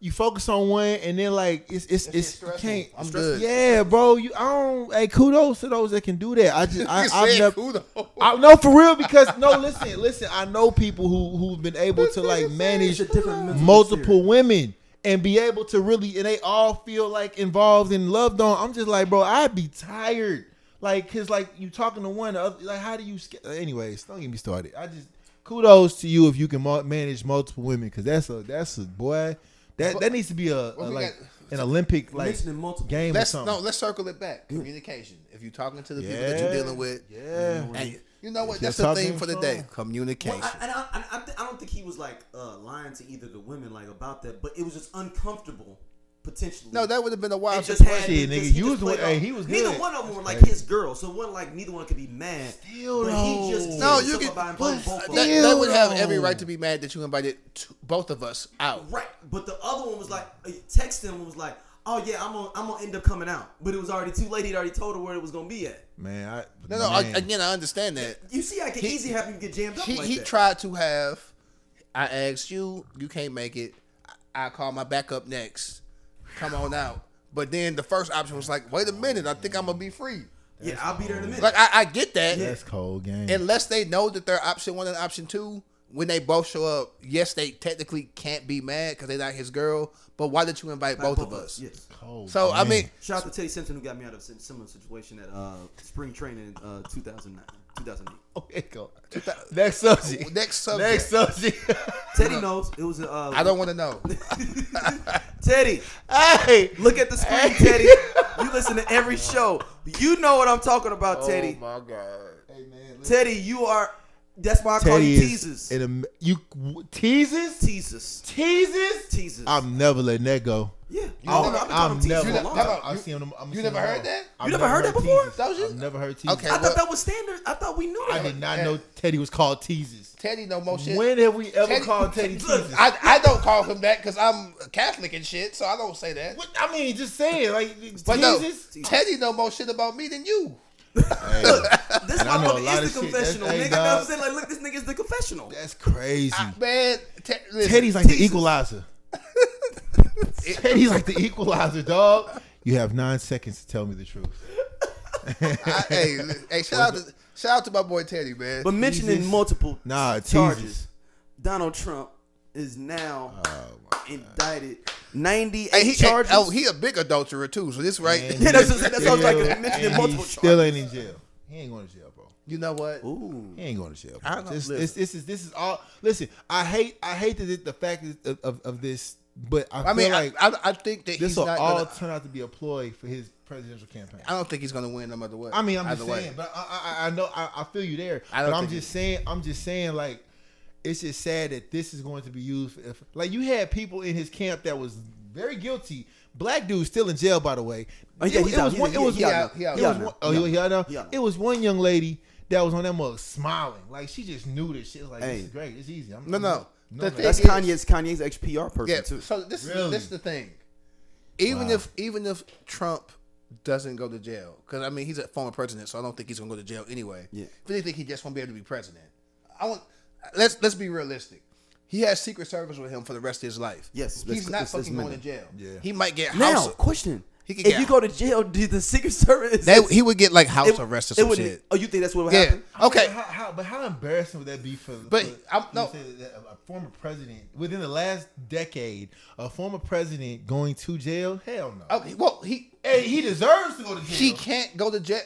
Speaker 1: you focus on one and then like it's it's it's you
Speaker 2: stressful.
Speaker 1: can't.
Speaker 2: I'm good.
Speaker 1: Yeah, bro. You I don't. Hey, kudos to those that can do that. I
Speaker 2: (laughs)
Speaker 1: just I,
Speaker 2: You
Speaker 1: I've
Speaker 2: said
Speaker 1: never.
Speaker 2: who the-
Speaker 1: I no for real because no listen listen I know people who who've been able to like manage
Speaker 3: It's a different mental
Speaker 1: multiple women and be able to really and they all feel like involved and loved on. I'm just like bro I'd be tired like cause like you talking to one the other like how do you sk- anyways don't get me started I just kudos to you if you can mul- manage multiple women because that's a that's a boy that that needs to be a, a,
Speaker 2: we
Speaker 1: like
Speaker 2: got-
Speaker 1: an Olympic like
Speaker 3: mentioning multiple.
Speaker 1: game or
Speaker 2: Let's
Speaker 1: something.
Speaker 2: no, let's circle it back. Communication. If you're talking to the people that you're
Speaker 1: Yeah.
Speaker 2: dealing with,
Speaker 1: yeah.
Speaker 2: and you know what,
Speaker 1: you're
Speaker 2: that's the
Speaker 1: talking
Speaker 2: theme for the day:
Speaker 1: to-
Speaker 2: communication.
Speaker 3: Well, I, and I, and I, th- I don't think he was like uh, lying to either the women like about that, but it was just uncomfortable potentially.
Speaker 2: no, that would have been a
Speaker 3: It
Speaker 2: wild
Speaker 3: just had
Speaker 1: Shit,
Speaker 2: situation.
Speaker 3: it
Speaker 1: nigga,
Speaker 3: just-
Speaker 1: you
Speaker 3: just
Speaker 1: was the one-
Speaker 3: played
Speaker 1: hey,
Speaker 3: off.
Speaker 1: he was
Speaker 3: Neither
Speaker 1: good.
Speaker 3: one of them were like
Speaker 1: crazy.
Speaker 3: his girl, so one like neither one could be mad.
Speaker 1: Still
Speaker 3: but he just
Speaker 1: though.
Speaker 3: killed
Speaker 2: No, you
Speaker 3: himself
Speaker 2: could-
Speaker 3: by inviting both of
Speaker 2: That,
Speaker 1: Still
Speaker 2: that would have every
Speaker 1: though.
Speaker 2: right to be mad that you invited two, both of us out.
Speaker 3: them. Right, but the other one was like uh, texting him was like, "Oh yeah, I'm gonna I'm gonna end up coming out," but it was already too late. He'd already told her where it was gonna be at.
Speaker 1: Man, I,
Speaker 2: No, no. I,
Speaker 1: man.
Speaker 2: again, I understand that.
Speaker 3: You see, I can easy have him get jammed up
Speaker 2: He
Speaker 3: like
Speaker 2: he
Speaker 3: that.
Speaker 2: tried to have. I asked you, you can't make it. I, I call my backup next. Come on out. But then the first option was like, wait a minute, I think I'm gonna be free.
Speaker 3: yeah, I'll be there in a minute.
Speaker 2: Like I, I get that.
Speaker 1: That's cold game.
Speaker 2: unless they know that they're option one and option two, when they both show up, yes, they technically can't be mad because they're not his girl. But why did you invite both, of us?
Speaker 3: Yes.
Speaker 1: cold
Speaker 2: So I
Speaker 1: game.
Speaker 2: mean,
Speaker 3: Shout out to Teddy Simpson who got me out of a similar situation at uh, spring training uh, 2009, 2008.
Speaker 1: Okay, go. Next subject.
Speaker 2: next subject.
Speaker 1: Next subject.
Speaker 3: Teddy knows it was. Uh,
Speaker 2: I don't want
Speaker 1: (laughs)
Speaker 2: to know.
Speaker 3: (laughs) Teddy,
Speaker 1: hey,
Speaker 3: look at the screen, Teddy. You listen to
Speaker 1: (laughs)
Speaker 3: every show. You know what I'm talking
Speaker 1: Oh
Speaker 3: about, Teddy.
Speaker 2: my god.
Speaker 3: Teddy, you are. That's why I call
Speaker 1: Teddy
Speaker 3: you
Speaker 1: is
Speaker 3: teasers.
Speaker 1: in a, you teases
Speaker 3: teasers.
Speaker 1: teases.
Speaker 3: Teasers.
Speaker 1: I'm never letting that go.
Speaker 3: yeah.
Speaker 1: I'm,
Speaker 3: I've been calling
Speaker 1: I'm
Speaker 3: them
Speaker 1: never.
Speaker 3: teasers for a long
Speaker 2: How
Speaker 3: time.
Speaker 2: about-
Speaker 1: I've
Speaker 2: you-
Speaker 1: seen them. I'm
Speaker 2: you never heard that?
Speaker 1: I've
Speaker 3: never heard that before?
Speaker 1: teases.
Speaker 2: That was just-
Speaker 1: I've never heard teases.
Speaker 2: Okay.
Speaker 3: I
Speaker 2: well-
Speaker 3: thought that was standard. I thought we knew
Speaker 1: I
Speaker 3: that.
Speaker 1: did not know Teddy was called teases.
Speaker 2: Teddy no more shit.
Speaker 1: When have we ever
Speaker 2: Teddy- (laughs)
Speaker 1: called Oh, Teddy
Speaker 3: Look,
Speaker 1: teases?
Speaker 2: I, I don't call him that because I'm a Catholic and shit, so I don't say that.
Speaker 1: What- I mean, just saying, like
Speaker 2: But no,
Speaker 1: teases.
Speaker 2: Teddy know more shit about me than you.
Speaker 1: Hey,
Speaker 3: This
Speaker 1: And I know a
Speaker 3: motherfucker
Speaker 1: lot
Speaker 3: is the
Speaker 1: of shit. That's-
Speaker 3: confessional,
Speaker 1: hey,
Speaker 3: nigga. That's what I'm
Speaker 1: dog.
Speaker 3: saying. Like, look, this nigga's the confessional.
Speaker 1: that's crazy.
Speaker 2: I- man, Te- listen,
Speaker 1: Teddy's like the
Speaker 2: (laughs)
Speaker 1: equalizer. Teddy's like the equalizer, dog. You have nine seconds to tell me the truth. (laughs)
Speaker 2: I, hey, li- hey, shout out to shout out to my boy Teddy, man.
Speaker 3: But mentioning
Speaker 1: Jesus.
Speaker 3: multiple
Speaker 1: Nah,
Speaker 3: charges,
Speaker 1: teases.
Speaker 3: Donald Trump is now indicted. 98
Speaker 2: Hey, he, hey,
Speaker 3: charges.
Speaker 2: oh, he a big adulterer too. So this right, (laughs)
Speaker 1: And
Speaker 3: Yeah, that's what-
Speaker 1: he
Speaker 3: that's what I was like,
Speaker 1: still-
Speaker 3: mentioning
Speaker 1: and he
Speaker 3: multiple
Speaker 1: Still ain't in jail. He ain't going to jail, bro.
Speaker 2: you know what?
Speaker 3: Ooh.
Speaker 1: He ain't going to jail.
Speaker 2: I
Speaker 1: Bro.
Speaker 2: don't-
Speaker 1: This,
Speaker 2: listen.
Speaker 1: this, this is this is all. Listen, I hate I hate that it, the fact is- of, of of this, but I,
Speaker 2: I mean,
Speaker 1: feel like
Speaker 2: I, I, I think that
Speaker 1: this
Speaker 2: he's
Speaker 1: will
Speaker 2: not.
Speaker 1: all
Speaker 2: gonna,
Speaker 1: turn out to be a ploy for his presidential campaign.
Speaker 2: I don't think he's gonna win no matter what.
Speaker 1: I mean, I'm just
Speaker 2: Either way.
Speaker 1: saying, but I, I, I know I, I feel you there.
Speaker 2: I don't
Speaker 1: but I'm
Speaker 2: think
Speaker 1: just saying, I'm just saying, like, it's just sad that this is going to be used. For, if, like, you had people in his camp that was very guilty. Black dude still in jail, by the way.
Speaker 3: Oh, yeah,
Speaker 1: It-
Speaker 3: he's
Speaker 1: it
Speaker 3: out.
Speaker 1: was
Speaker 3: He's-
Speaker 1: one. It
Speaker 3: he-
Speaker 1: was
Speaker 3: he
Speaker 1: one.
Speaker 3: out now.
Speaker 1: It
Speaker 2: He out
Speaker 1: was
Speaker 2: now.
Speaker 1: one- Oh, he he out now.
Speaker 3: He out now.
Speaker 1: It was one young lady that was on that mug smiling, like she just knew this shit. Like,
Speaker 3: Hey.
Speaker 1: this is great. It's easy. I'm,
Speaker 2: No,
Speaker 1: I'm-
Speaker 2: no. The
Speaker 1: man.
Speaker 2: thing-
Speaker 3: That's
Speaker 2: It is.
Speaker 3: Kanye's Kanye's ex-PR person
Speaker 2: Yeah.
Speaker 3: too.
Speaker 2: So this is
Speaker 1: Really?
Speaker 2: this is the thing. Even
Speaker 1: Wow.
Speaker 2: if even if Trump doesn't go to jail, because I mean he's a former president, so I don't think he's gonna go to jail anyway.
Speaker 3: Yeah.
Speaker 2: If anything, he just won't be able to be president. I want let's let's be realistic. He has Secret Service with him for the rest of his life.
Speaker 3: Yes,
Speaker 2: he's
Speaker 3: it's-
Speaker 2: not
Speaker 3: it's- it's
Speaker 2: fucking going to
Speaker 3: minute.
Speaker 2: jail.
Speaker 1: Yeah.
Speaker 2: he might get
Speaker 3: Now,
Speaker 2: house.
Speaker 3: question:
Speaker 2: He could
Speaker 3: If
Speaker 2: get
Speaker 3: you go to jail, did the Secret Service?
Speaker 2: they, he would get like house arrest or
Speaker 3: it
Speaker 2: some
Speaker 3: would-
Speaker 2: shit.
Speaker 3: Oh, you think that's what would
Speaker 2: Yeah.
Speaker 3: happen?
Speaker 2: Okay.
Speaker 1: But how, how, but how embarrassing would that be for?
Speaker 2: But
Speaker 1: for-
Speaker 2: I'm-
Speaker 1: you
Speaker 2: no.
Speaker 1: said that a a former president within the last decade, a former president going to jail? Hell no.
Speaker 2: Okay. Well, he
Speaker 1: Hey, he deserves to go to jail.
Speaker 2: he can't go to jail.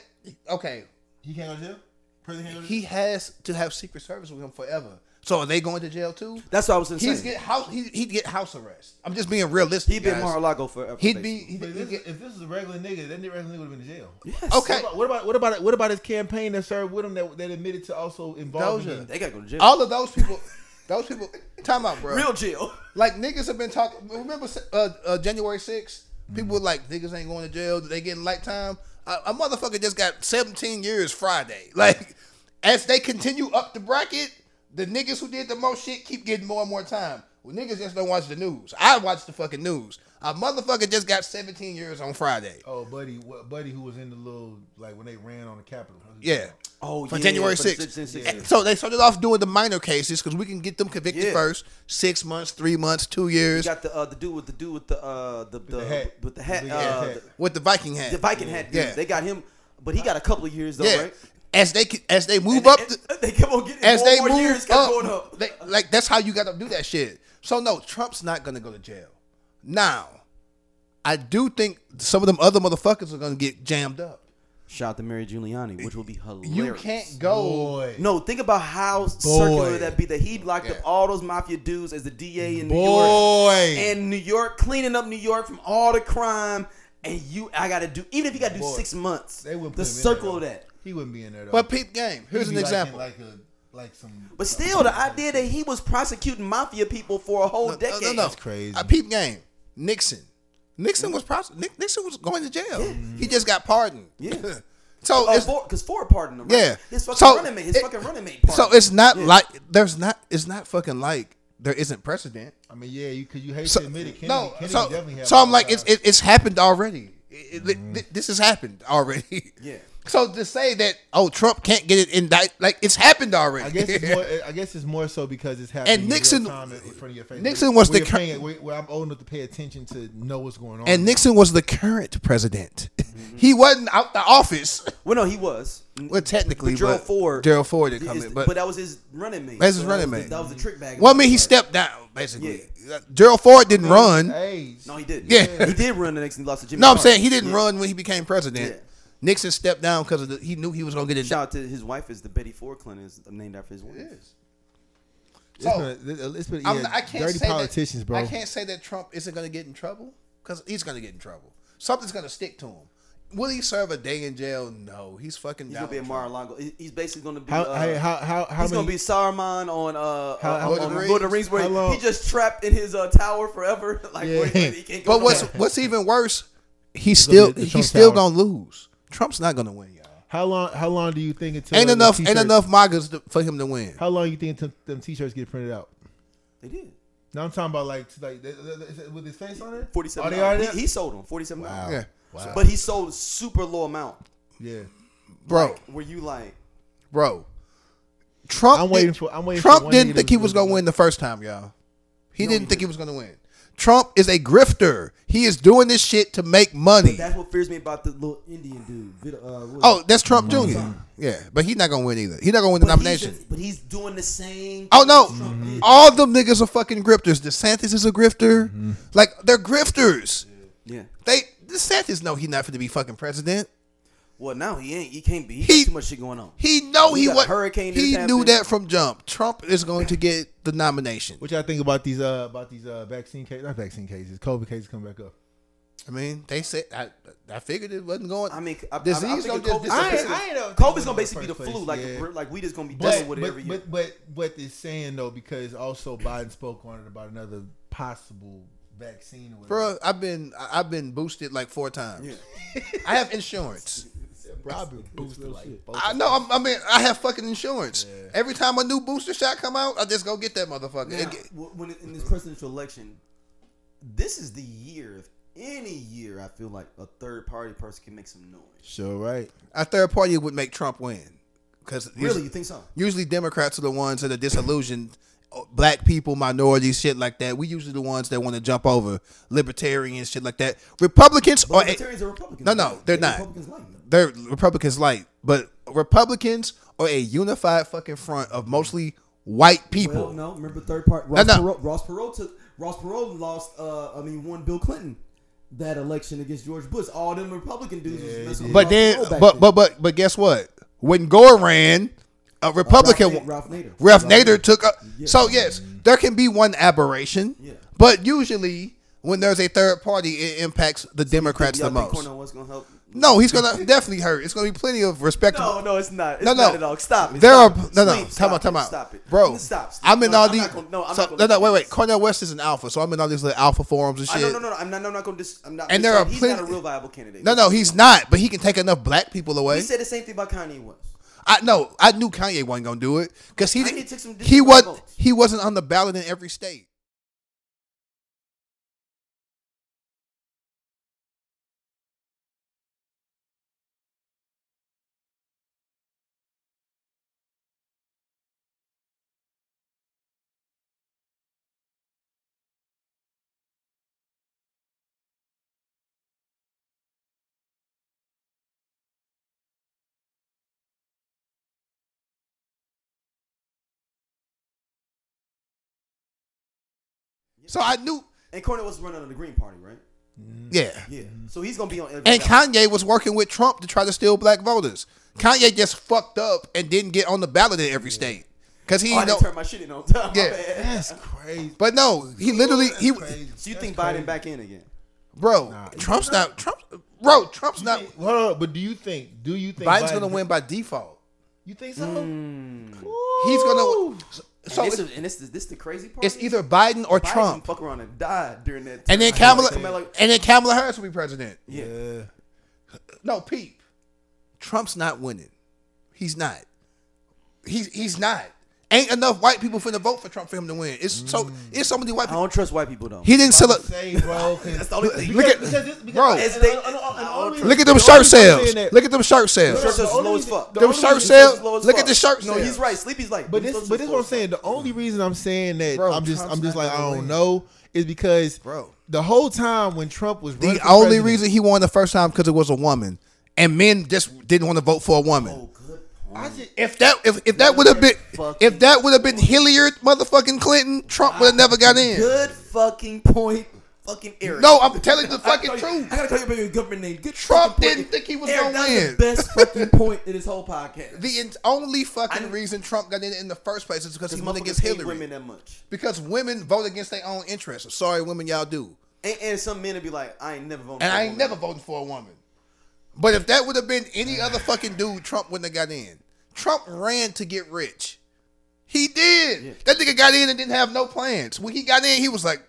Speaker 2: Okay.
Speaker 1: He can't go to jail. President can't go to jail.
Speaker 2: He has to have Secret Service with him forever. So are they going to jail too?
Speaker 3: That's what I was saying.
Speaker 2: He's get house. He, he'd get house arrest. I'm just being realistic.
Speaker 3: He'd be at
Speaker 2: guys.
Speaker 3: Mar-a-Lago forever.
Speaker 2: He'd be.
Speaker 3: basically.
Speaker 2: He'd,
Speaker 1: But if
Speaker 2: he'd
Speaker 1: this,
Speaker 2: get,
Speaker 1: if this is a regular nigga, then the regular nigga would have been to jail.
Speaker 3: Yes.
Speaker 2: okay.
Speaker 1: What about what about what about his campaign that served with him that, that admitted to also involving?
Speaker 2: Doja.
Speaker 1: in-
Speaker 3: They gotta go to jail.
Speaker 2: All of those people. Those people. Time out, bro.
Speaker 3: Real jail. (laughs)
Speaker 2: Like niggas have been talking. Remember uh, uh, January 6th?
Speaker 3: Mm-hmm.
Speaker 2: People were like niggas ain't going to jail. They getting light time. A, a motherfucker just got 17 years Friday. (laughs) Like as they continue up the bracket, the niggas who did the most shit keep getting more and more time. Well, niggas just don't watch the news. I watch the fucking news. A motherfucker just got 17 years on Friday.
Speaker 1: Oh, buddy, what, buddy, who was in the little like when they ran on the Capitol?
Speaker 2: Yeah.
Speaker 3: Oh,
Speaker 2: For
Speaker 3: yeah,
Speaker 2: January
Speaker 3: for the
Speaker 2: 6th.
Speaker 3: Citizens
Speaker 2: And
Speaker 3: Sixth.
Speaker 2: So they started off doing the minor cases because we can get them convicted
Speaker 3: Yeah.
Speaker 2: first. Six months, three months, two
Speaker 3: You
Speaker 2: years.
Speaker 3: got the uh, the dude with the dude with the uh the, the,
Speaker 1: the hat.
Speaker 3: with the hat
Speaker 1: The big ass
Speaker 3: uh,
Speaker 1: hat.
Speaker 3: the,
Speaker 2: With the Viking hat.
Speaker 3: the Viking hat dude.
Speaker 2: Yeah.
Speaker 3: They got him, but he got a couple of years though,
Speaker 2: yeah.
Speaker 3: right?
Speaker 2: As they as they move
Speaker 3: And-
Speaker 2: up,
Speaker 3: and-
Speaker 2: the,
Speaker 3: and (laughs) they kept on getting
Speaker 2: as
Speaker 3: more
Speaker 2: they
Speaker 3: more
Speaker 2: move
Speaker 3: years, kept
Speaker 2: up,
Speaker 3: going up.
Speaker 2: they- like that's how you got to do that shit. So no, Trump's not gonna go to jail. Now, I do think some of them other motherfuckers are gonna get jammed up.
Speaker 3: Shout out to Mary Giuliani, which will be hilarious.
Speaker 2: You can't go.
Speaker 1: Boy,
Speaker 3: No, think about how circular
Speaker 1: Boy.
Speaker 3: that be that he locked
Speaker 2: Yeah.
Speaker 3: up all those mafia dudes as the DA in New York
Speaker 1: boy,
Speaker 3: and New York cleaning up New York from all the crime, and you I gotta do even if you gotta do
Speaker 1: Boy.
Speaker 3: six months,
Speaker 1: they would
Speaker 3: the circle of that.
Speaker 1: He wouldn't be in there though.
Speaker 2: But peep game. Here's
Speaker 1: He'd be
Speaker 2: an
Speaker 1: like in,
Speaker 2: example.
Speaker 1: Like a like some.
Speaker 3: But still, the idea that he was prosecuting mafia people for a whole
Speaker 2: No,
Speaker 3: decade.
Speaker 2: No, no,
Speaker 1: That's crazy.
Speaker 2: A peep game. Nixon.
Speaker 3: Mm.
Speaker 2: Nixon was pros- Nick- Nixon was going to jail. He just got pardoned.
Speaker 3: Yeah.
Speaker 2: (laughs) so
Speaker 3: Oh,
Speaker 2: it's,
Speaker 3: Ford, because Ford pardoned him. Right?
Speaker 2: Yeah.
Speaker 3: His fucking
Speaker 2: So,
Speaker 3: running mate. His
Speaker 2: it-
Speaker 3: fucking running mate.
Speaker 2: so
Speaker 3: pardoned him.
Speaker 2: it's not like there's not it's not fucking like there isn't precedent.
Speaker 1: I mean, yeah, you because you hate
Speaker 2: So,
Speaker 1: to admit it. Kennedy,
Speaker 2: no,
Speaker 1: Kennedy
Speaker 2: so,
Speaker 1: definitely had
Speaker 2: so I'm
Speaker 1: more
Speaker 2: like, it's,
Speaker 1: time.
Speaker 2: it, it's happened already. It- it- thi- This has happened already.
Speaker 3: Mm-hmm. Yeah.
Speaker 2: (laughs) So to say that oh Trump can't get it indicted, like it's happened already.
Speaker 1: I guess it's more. I guess it's more so because it's happening.
Speaker 2: And
Speaker 1: in real
Speaker 2: Nixon-
Speaker 1: time in front of your face.
Speaker 2: Nixon was
Speaker 1: Where
Speaker 2: the
Speaker 1: you're
Speaker 2: cur-
Speaker 1: paying- where, where I'm old enough to pay attention to know what's going on.
Speaker 2: (laughs) and Nixon was the current president.
Speaker 3: Mm-hmm.
Speaker 2: he wasn't out the office.
Speaker 3: well, no, he was.
Speaker 2: Well, technically,
Speaker 3: But Gerald
Speaker 2: but
Speaker 3: Ford.
Speaker 2: Gerald Ford did
Speaker 3: Is-
Speaker 2: come in, but,
Speaker 3: but that was his running mate.
Speaker 2: That's his
Speaker 3: So
Speaker 2: running
Speaker 3: was
Speaker 2: mate.
Speaker 3: the- That was the trick bag.
Speaker 2: well, I mean, he
Speaker 3: Right.
Speaker 2: stepped down basically. Uh, Gerald Ford didn't run.
Speaker 1: hey,
Speaker 3: No, he didn't.
Speaker 2: Yeah.
Speaker 3: he did run the next. He lost to Jimmy.
Speaker 2: no, I'm
Speaker 3: Carter.
Speaker 2: saying he didn't run when he became president.
Speaker 3: Yeah.
Speaker 2: Nixon stepped down because he knew he was gonna get it.
Speaker 3: Shout out to his wife is the Betty Ford Clinton is named after his wife.
Speaker 1: it's
Speaker 2: So-
Speaker 1: been, a- it's been yeah,
Speaker 2: I'm not- I can't
Speaker 1: dirty
Speaker 2: say
Speaker 1: politicians,
Speaker 2: that,
Speaker 1: bro.
Speaker 2: I can't say that Trump isn't going to get in trouble because he's going to get in trouble. Something's going to stick to him. Will he serve a day in jail? No, he's fucking.
Speaker 3: He's gonna be a Mar-a-Lago. He- He's basically gonna be.
Speaker 1: How,
Speaker 3: uh,
Speaker 1: hey, how how how
Speaker 3: he's
Speaker 1: many?
Speaker 3: gonna be Saruman on uh
Speaker 1: How-
Speaker 3: on-
Speaker 1: how-
Speaker 3: on
Speaker 2: Lord of the
Speaker 3: Lord of the
Speaker 2: Rings?
Speaker 3: Rings, where
Speaker 1: How long-
Speaker 3: he just trapped in his uh, tower forever. (laughs) like where he,
Speaker 1: Yeah.
Speaker 3: he can't go
Speaker 2: But what's
Speaker 3: nowhere.
Speaker 2: what's even worse? He's
Speaker 1: gonna
Speaker 2: still
Speaker 1: be at the
Speaker 2: he's
Speaker 1: Trump
Speaker 2: still
Speaker 1: Tower.
Speaker 2: going to lose. Trump's not going to win, y'all.
Speaker 1: how long? How long do you think until
Speaker 2: ain't
Speaker 1: the
Speaker 2: enough ain't
Speaker 1: t-shirts-
Speaker 2: enough MAGAs to, for him to win.
Speaker 1: How long you think t- them T-shirts get printed out?
Speaker 3: they did.
Speaker 1: Now I'm talking about like like th- th- th- with his face on it. Are
Speaker 3: Forty-seven.
Speaker 1: they already?
Speaker 3: He, he sold them. Forty-seven.
Speaker 1: Wow.
Speaker 2: Yeah.
Speaker 1: Wow.
Speaker 3: But he sold a super low amount.
Speaker 1: yeah.
Speaker 2: Bro,
Speaker 3: Were you like,
Speaker 2: bro. Trump.
Speaker 1: I'm waiting for- I'm waiting for
Speaker 2: Trump
Speaker 1: one
Speaker 2: didn't
Speaker 1: nigga
Speaker 2: think
Speaker 1: to-
Speaker 2: he was gonna win the first time, y'all. He didn't think he was gonna win. Trump is a grifter. He is doing this shit to make money.
Speaker 3: that's what fears me about the little Indian dude. Vid- Uh, what-
Speaker 2: Oh, that's Trump Jr. Yeah, but he's not gonna win either. He's not gonna win the
Speaker 3: but he's
Speaker 2: nomination.
Speaker 3: just- but he's doing the same.
Speaker 2: Oh
Speaker 3: thing
Speaker 2: no!
Speaker 3: Trump did.
Speaker 2: All them niggas are fucking grifters. DeSantis is a grifter. Like they're grifters.
Speaker 3: Yeah.
Speaker 2: They DeSantis know he's not going to be fucking president.
Speaker 3: Well, now he ain't. He can't be. He,
Speaker 2: He-
Speaker 3: got too much shit going on.
Speaker 2: He know
Speaker 3: We
Speaker 2: he
Speaker 3: got
Speaker 2: was
Speaker 3: a hurricane
Speaker 2: He
Speaker 3: that's
Speaker 2: knew
Speaker 3: happening.
Speaker 2: that from jump. Trump is going to get the nomination.
Speaker 1: What y'all think about these uh about these uh vaccine cases? Not vaccine cases. COVID cases coming back up.
Speaker 2: I mean, they said I I figured it wasn't going.
Speaker 3: I mean, I,
Speaker 2: disease
Speaker 3: I, I'm thinking
Speaker 2: don't just
Speaker 3: COVID's
Speaker 2: disappear.
Speaker 3: gonna basically-
Speaker 1: I ain't- I ain't-
Speaker 3: COVID's gonna basically be the
Speaker 1: First
Speaker 3: flu.
Speaker 1: place,
Speaker 3: Like
Speaker 1: yeah.
Speaker 3: we're- like we just gonna be dealing
Speaker 1: But
Speaker 3: with it every
Speaker 1: but,
Speaker 3: year.
Speaker 1: but but what they're saying though, because also Biden spoke on it about another possible vaccine. Or whatever.
Speaker 2: Bro, I've been I- I've been boosted like four times. (laughs) I have insurance.
Speaker 1: Robin boosted like both.
Speaker 2: I know. I'm, I mean, I have fucking insurance. Every time a new booster shot come out, I just go get that motherfucker.
Speaker 3: Now,
Speaker 2: It get-
Speaker 3: w- when it- in this presidential election, this is the year of any year. I feel like a third party person can make some noise.
Speaker 1: Sure, right.
Speaker 2: a third party would make Trump win because
Speaker 3: Really, you think so?
Speaker 2: usually Democrats are the ones that are disillusioned. oh, Black people, minorities, shit like that. We usually the ones that want to jump over libertarians, shit like that. Republicans are
Speaker 3: Libertarians are Republicans.
Speaker 2: No, no, they're
Speaker 3: They
Speaker 2: not.
Speaker 3: Republicans like them.
Speaker 2: they're Republicans light, but Republicans are a unified fucking front of mostly white people.
Speaker 3: Well, no, remember third part. Ross,
Speaker 2: no.
Speaker 3: Perot, Ross Perot took Ross Perot lost. Uh, I mean, won Bill Clinton that election against George Bush. All them Republican dudes was messing with
Speaker 2: But
Speaker 3: Ross
Speaker 2: then,
Speaker 3: Perot back
Speaker 2: but but but but guess what? When Gore ran, a Republican,
Speaker 3: Ralph Na- Ralph Nader.
Speaker 2: Ralph Nader took. A, So yes, there can be one aberration,
Speaker 3: Yeah.
Speaker 2: but usually when there's a third party, it impacts the Democrats
Speaker 3: Y'all
Speaker 2: the
Speaker 3: think
Speaker 2: most.
Speaker 3: Cornell West gonna help?
Speaker 2: No, he's gonna definitely hurt. It's gonna be plenty of respectable.
Speaker 3: No, no, it's not. It's
Speaker 2: No, no.
Speaker 3: not at all. Stop it.
Speaker 2: There
Speaker 3: stop
Speaker 2: are
Speaker 3: it.
Speaker 2: no, no.
Speaker 3: Please,
Speaker 2: time
Speaker 3: stop
Speaker 2: out, time
Speaker 3: it.
Speaker 2: out,
Speaker 3: Stop it,
Speaker 2: bro.
Speaker 3: Stop.
Speaker 2: I'm in
Speaker 3: No,
Speaker 2: all
Speaker 3: I'm
Speaker 2: these.
Speaker 3: not gonna- no,
Speaker 2: so- no, no,
Speaker 3: I'm not gonna listen
Speaker 2: wait,
Speaker 3: to
Speaker 2: wait.
Speaker 3: this.
Speaker 2: Cornell West is an alpha, so I'm in all these little alpha forums and
Speaker 3: I,
Speaker 2: shit.
Speaker 3: no, no, no, no. I'm not. I'm not gonna dis. I'm not.
Speaker 2: And there are
Speaker 3: he's
Speaker 2: plenty-
Speaker 3: not a real viable candidate.
Speaker 2: No, no, he's not. But he can take enough black people away.
Speaker 3: He said the same thing about Kanye West.
Speaker 2: I no, I knew Kanye wasn't gonna do it because he
Speaker 6: Kanye
Speaker 2: didn't-
Speaker 6: took some
Speaker 2: he
Speaker 6: Democrat
Speaker 2: was
Speaker 6: votes.
Speaker 2: he wasn't on the ballot in every state. So I knew,
Speaker 3: And Cornell was running on the Green Party, right? Mm.
Speaker 2: yeah.
Speaker 3: Yeah. So he's gonna be on every
Speaker 2: And
Speaker 3: ballot.
Speaker 2: Kanye was working with Trump to try to steal black voters. Kanye just fucked up and didn't get on the ballot in every state because he
Speaker 3: Oh, I
Speaker 2: know.
Speaker 3: didn't turn my shit in on time. (laughs)
Speaker 2: Yeah.
Speaker 3: My bad.
Speaker 1: That's crazy.
Speaker 2: But no, he literally
Speaker 1: That's
Speaker 2: he
Speaker 1: crazy.
Speaker 3: So you
Speaker 1: That's
Speaker 3: think
Speaker 1: crazy.
Speaker 3: Biden back in again?
Speaker 2: bro. Trump's not Trump. Bro, Trump's
Speaker 1: You
Speaker 2: not.
Speaker 1: think- hold on, but do you think? Do you think
Speaker 2: Biden's
Speaker 1: Biden-
Speaker 2: gonna win by default.
Speaker 1: You think so?
Speaker 3: Mm.
Speaker 2: He's gonna. So
Speaker 3: and this,
Speaker 2: it's,
Speaker 3: is, and this is this the crazy part.
Speaker 2: it's either Biden or
Speaker 3: Biden
Speaker 2: Trump,
Speaker 3: Fuck around and die during that.
Speaker 2: and then
Speaker 3: time.
Speaker 2: Kamala,
Speaker 3: Kamala-
Speaker 2: and then Kamala Harris will be president.
Speaker 3: Yeah.
Speaker 1: Yeah.
Speaker 2: No, peep. Trump's not winning. He's not. He's he's not. Ain't enough white people finna vote for Trump for him to win. It's so it's so many white
Speaker 3: I
Speaker 2: people.
Speaker 3: don't trust white people though.
Speaker 2: He didn't sell
Speaker 1: About
Speaker 2: it.
Speaker 1: to say, bro. 'cause-
Speaker 3: That's the only thing.
Speaker 2: Look at
Speaker 1: because this- because-
Speaker 2: bro.
Speaker 3: It's- they-
Speaker 1: and- and- and- and- and-
Speaker 3: Look
Speaker 1: and-
Speaker 2: Look at them
Speaker 1: the
Speaker 2: shirt
Speaker 1: only reason I'm
Speaker 2: sales.
Speaker 1: saying that-
Speaker 2: Look at them shirt sales.
Speaker 3: Shirts
Speaker 1: the
Speaker 3: is
Speaker 1: only
Speaker 3: low as
Speaker 1: reason-
Speaker 3: fuck.
Speaker 1: the
Speaker 2: Them
Speaker 1: only
Speaker 2: shirt
Speaker 1: reason-
Speaker 2: sales.
Speaker 3: It's low as
Speaker 2: Look
Speaker 3: fuck.
Speaker 2: at the shirt
Speaker 3: No,
Speaker 2: sales.
Speaker 3: he's right. Sleepy's like.
Speaker 1: But
Speaker 3: he's
Speaker 1: this,
Speaker 3: supposed
Speaker 1: but
Speaker 3: to
Speaker 1: this
Speaker 3: be
Speaker 1: what I'm
Speaker 3: slow.
Speaker 1: saying. The only reason I'm saying that
Speaker 2: Bro,
Speaker 1: I'm just,
Speaker 2: Trump's
Speaker 1: I'm just
Speaker 2: not
Speaker 1: like, I
Speaker 2: gonna
Speaker 1: don't
Speaker 2: win.
Speaker 1: know, is because
Speaker 2: Bro.
Speaker 1: the whole time when Trump was running
Speaker 2: The
Speaker 1: for
Speaker 2: only
Speaker 1: president-
Speaker 2: reason he won the first time because it was a woman, and men just didn't want to vote for a woman.
Speaker 3: Oh, good point.
Speaker 1: I just,
Speaker 2: If that if, if that would have been
Speaker 3: Fucking
Speaker 2: if that would have been Hilliard motherfucking Clinton, Trump would have never got in.
Speaker 3: Good fucking point. Fucking Eric.
Speaker 2: No, I'm telling the
Speaker 3: I
Speaker 2: fucking
Speaker 3: gotta tell you-
Speaker 2: truth.
Speaker 3: I gotta tell you about your government name. Good
Speaker 2: Trump
Speaker 3: fucking point.
Speaker 2: didn't think he was
Speaker 3: Eric,
Speaker 2: gonna
Speaker 3: that's
Speaker 2: win.
Speaker 3: The best fucking point in this whole podcast.
Speaker 2: The en- only fucking
Speaker 3: I-
Speaker 2: reason Trump got in in the first place is because he
Speaker 3: Because
Speaker 2: went
Speaker 3: motherfuckers
Speaker 2: against
Speaker 3: hate
Speaker 2: Hillary.
Speaker 3: women that much,
Speaker 2: Because women vote against their own interests. Sorry, women, y'all do.
Speaker 3: and, and some men would be like, "I ain't never voting."
Speaker 2: And
Speaker 3: for a
Speaker 2: I ain't
Speaker 3: woman.
Speaker 2: never voting for a woman. But if that would have been any other fucking dude, Trump wouldn't have got in. Trump ran to get rich. He did. That nigga got in and didn't have no plans. When he got in, he was like,